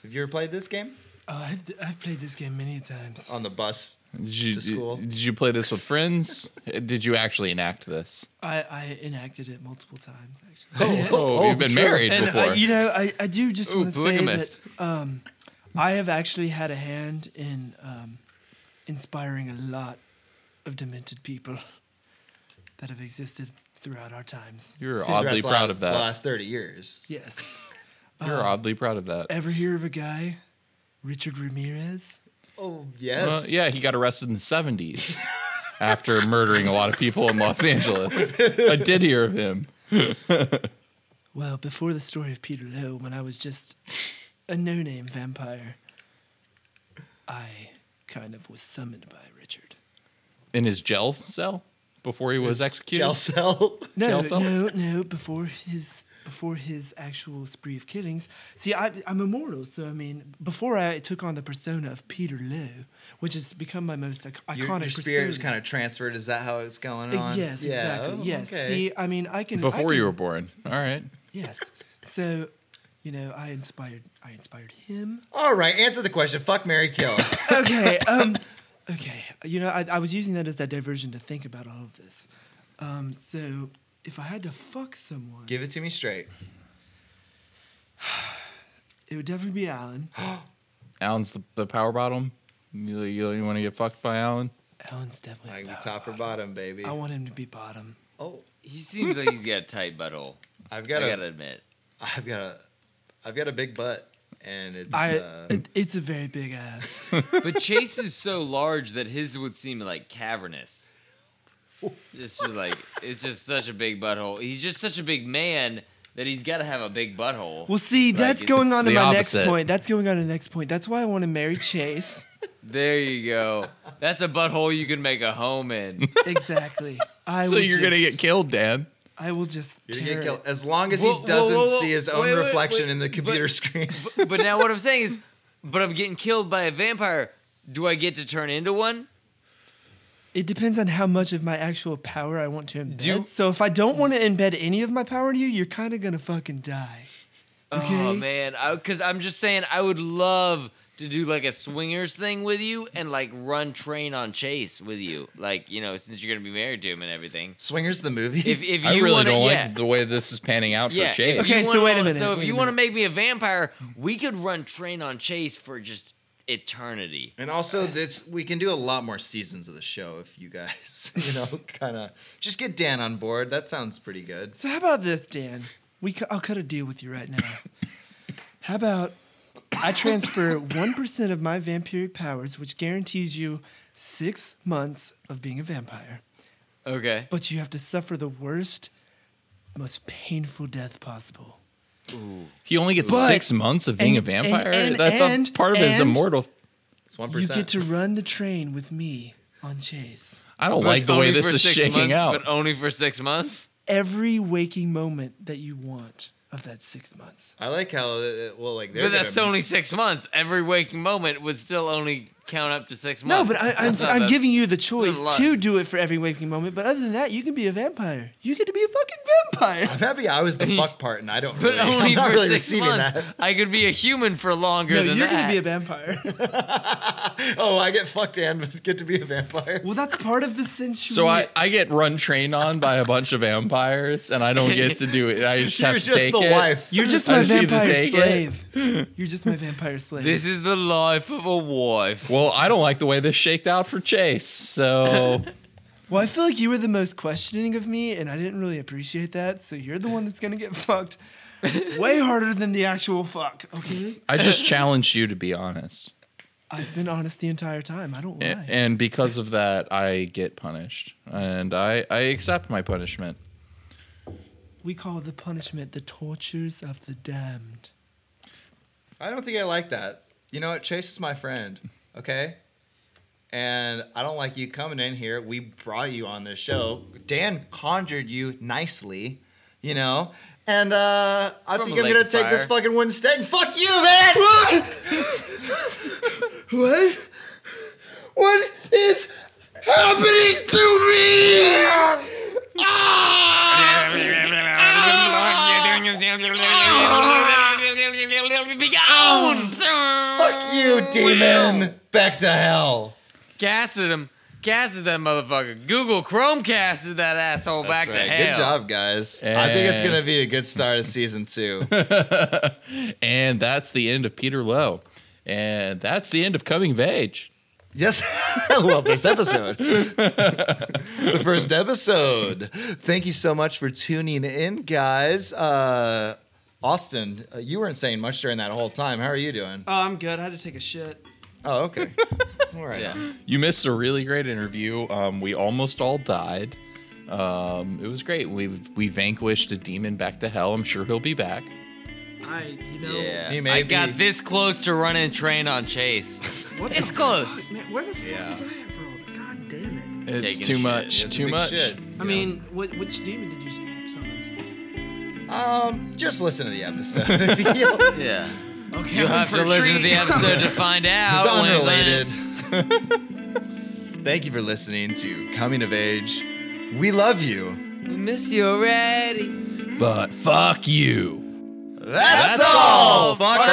Have you ever played this game Oh, I've, I've played this game many times. on the bus? Did you, To school. did you play this with friends? did you actually enact this? I, I enacted it multiple times, actually. Oh, you've been married and before. I, you know, I, I do just Ooh, want to say polygamist. that um, I have actually had a hand in um, inspiring a lot of demented people that have existed throughout our times. You're Since- oddly Throughout the proud of that. Last thirty years. yes. You're oddly proud of that. Ever hear of a guy, Richard Ramirez? Oh Well, yes. yeah, he got arrested in the 70s after murdering a lot of people in Los Angeles. I did hear of him. Well, before the story of Peter Lowe, when I was just a no-name vampire, I kind of was summoned by Richard. In his jail cell before he was executed. Jail cell. No, Jail cell? no, no. Before his before his actual spree of killings. See, I, I'm immortal, so I mean, before I took on the persona of Peter Lowe, which has become my most ic- iconic. Your, your spirit is persona. Uh, kind of transferred. Is that how it's going on? Yes, exactly. Oh, yes. okay. See, I mean, I can. I Before you can- were born. All right. Yes. So, you know, I inspired. I inspired him. All right, answer the question. Fuck Mary Kill. okay. Um, okay. You know, I, I was using that as that diversion to think about all of this. Um, so, if I had to fuck someone, Give it to me straight. it would definitely be Alan. Alan's the, the power bottom. You, you, want to get fucked by Alan? Alan's definitely. I can be about- top or bottom, baby. I want him to be bottom. oh, He seems like he's got a tight butthole. I've I got gotta a, admit. I've got a, I've got a big butt, and it's. I, uh, it, it's a very big ass. But Chase is so large that his would seem like cavernous. Just just like it's just such a big butthole. He's just such a big man that he's got to have a big butthole. Well, see, Like, that's it's going on to the my opposite. next point. That's going on to the next point. That's why I want to marry Chase. There you go. That's a butthole you can make a home in. exactly. I so will you're going to just- get killed, Dan. I will just. you're tear gonna kill it. as long as Whoa, he whoa, doesn't whoa, whoa. see his own Wait, wait, reflection wait, in the but- computer screen. But now what I'm saying is, but I'm getting killed by a vampire. Do I get to turn into one? It depends on how much of my actual power I want to embed. Do- so if I don't want to embed any of my power in you, you're kind of gonna fucking die. Oh Okay. man, because I'm just saying, I would love to do like a swingers thing with you and like run train on Chase with you, like you know, since you're gonna be married to him and everything. Swingers the movie. If if you I really wanna, don't yeah, like the way this is panning out yeah, for Chase. If you Okay, so wanna- wait a minute, So if wait a you want to minute. make me a vampire, we could run train on Chase for just eternity. and also, this we can do a lot more seasons of the show if you guys, you know, kind of just get Dan on board. That sounds pretty good. So how about this, Dan? We cu- I'll cut a deal with you right now. how about I transfer one percent of my vampiric powers, which guarantees you six months of being a vampire, Okay. but you have to suffer the worst, most painful death possible. He only gets But- six months of being and- a vampire. and- and- I thought and- part of it is and- immortal. It's one You get percent. to run the train with me on Chase. I don't But like the way only this for is six shaking months, out. But only for six months. every waking moment that you want of that six months. I like how uh, well, like they're but that's gonna- only six months. Every waking moment would still only count up to six No, months. but I, I'm, That's not I'm bad. giving you the choice lot. to do it for every waking moment. But other than that, you can be a vampire. You get to be a fucking vampire. I'm happy I was the fuck part, and I don't. But really, only I'm not for really six receiving months. that. I could be a human for longer No, than you're that. gonna be a vampire. Oh, I get fucked and get to be a vampire. well, that's part of the sensual. So I, I get run train on by a bunch of vampires and I don't get to do it. I just She have was to just take the it. wife. You're just I my just need to vampire take it. slave. You're just my vampire slave. this is the life of a wife. Well, I don't like the way this shaked out for Chase. So well, I feel like you were the most questioning of me, and I didn't really appreciate that. So you're the one that's gonna get fucked way harder than the actual fuck. Okay. I just challenge you to be honest. I've been honest the entire time. I don't A- lie. And because of that, I get punished. And I, I accept my punishment. We call the punishment the tortures of the damned. I don't think I like that. You know what? Chase is my friend, okay? And I don't like you coming in here. We brought you on this show. Dan conjured you nicely, you know? And uh, I From think a I'm lake gonna of take this fire. fucking wooden stake and fuck you, man! What? what? What is happening to me? Fuck you, demon! Back to hell. Casted him. Casted that motherfucker. Google Chromecasted that asshole back to hell. Good job, guys. I think it's And- gonna be a good start of season two. and that's the end of Peter Lowe. And that's the end of Coming of Age. yes. well, this episode, the first episode. Thank you so much for tuning in, guys. Uh, Austin, uh, you weren't saying much during that whole time. How are you doing? Oh, I'm good. I had to take a shit. Oh, okay. All right. You missed a really great interview. Um, we almost all died. Um, it was great. We we vanquished a demon back to hell. I'm sure he'll be back. I, you know, Yeah. He may I be- got this close to running train on Chase. what this the close. fuck, man? Where the fuck Yeah. was I at for all that? God damn it! It's Taking too shit. much. That's a too big much. shit. I mean, what, which demon did you summon? Um, just listen to the episode. You'll- Yeah. Okay, You I'm have for to a listen to treat. the episode to find out. It's when- unrelated. Thank you for listening to Coming of Age. We love you. We miss you already. But fuck you. That's, all, fucking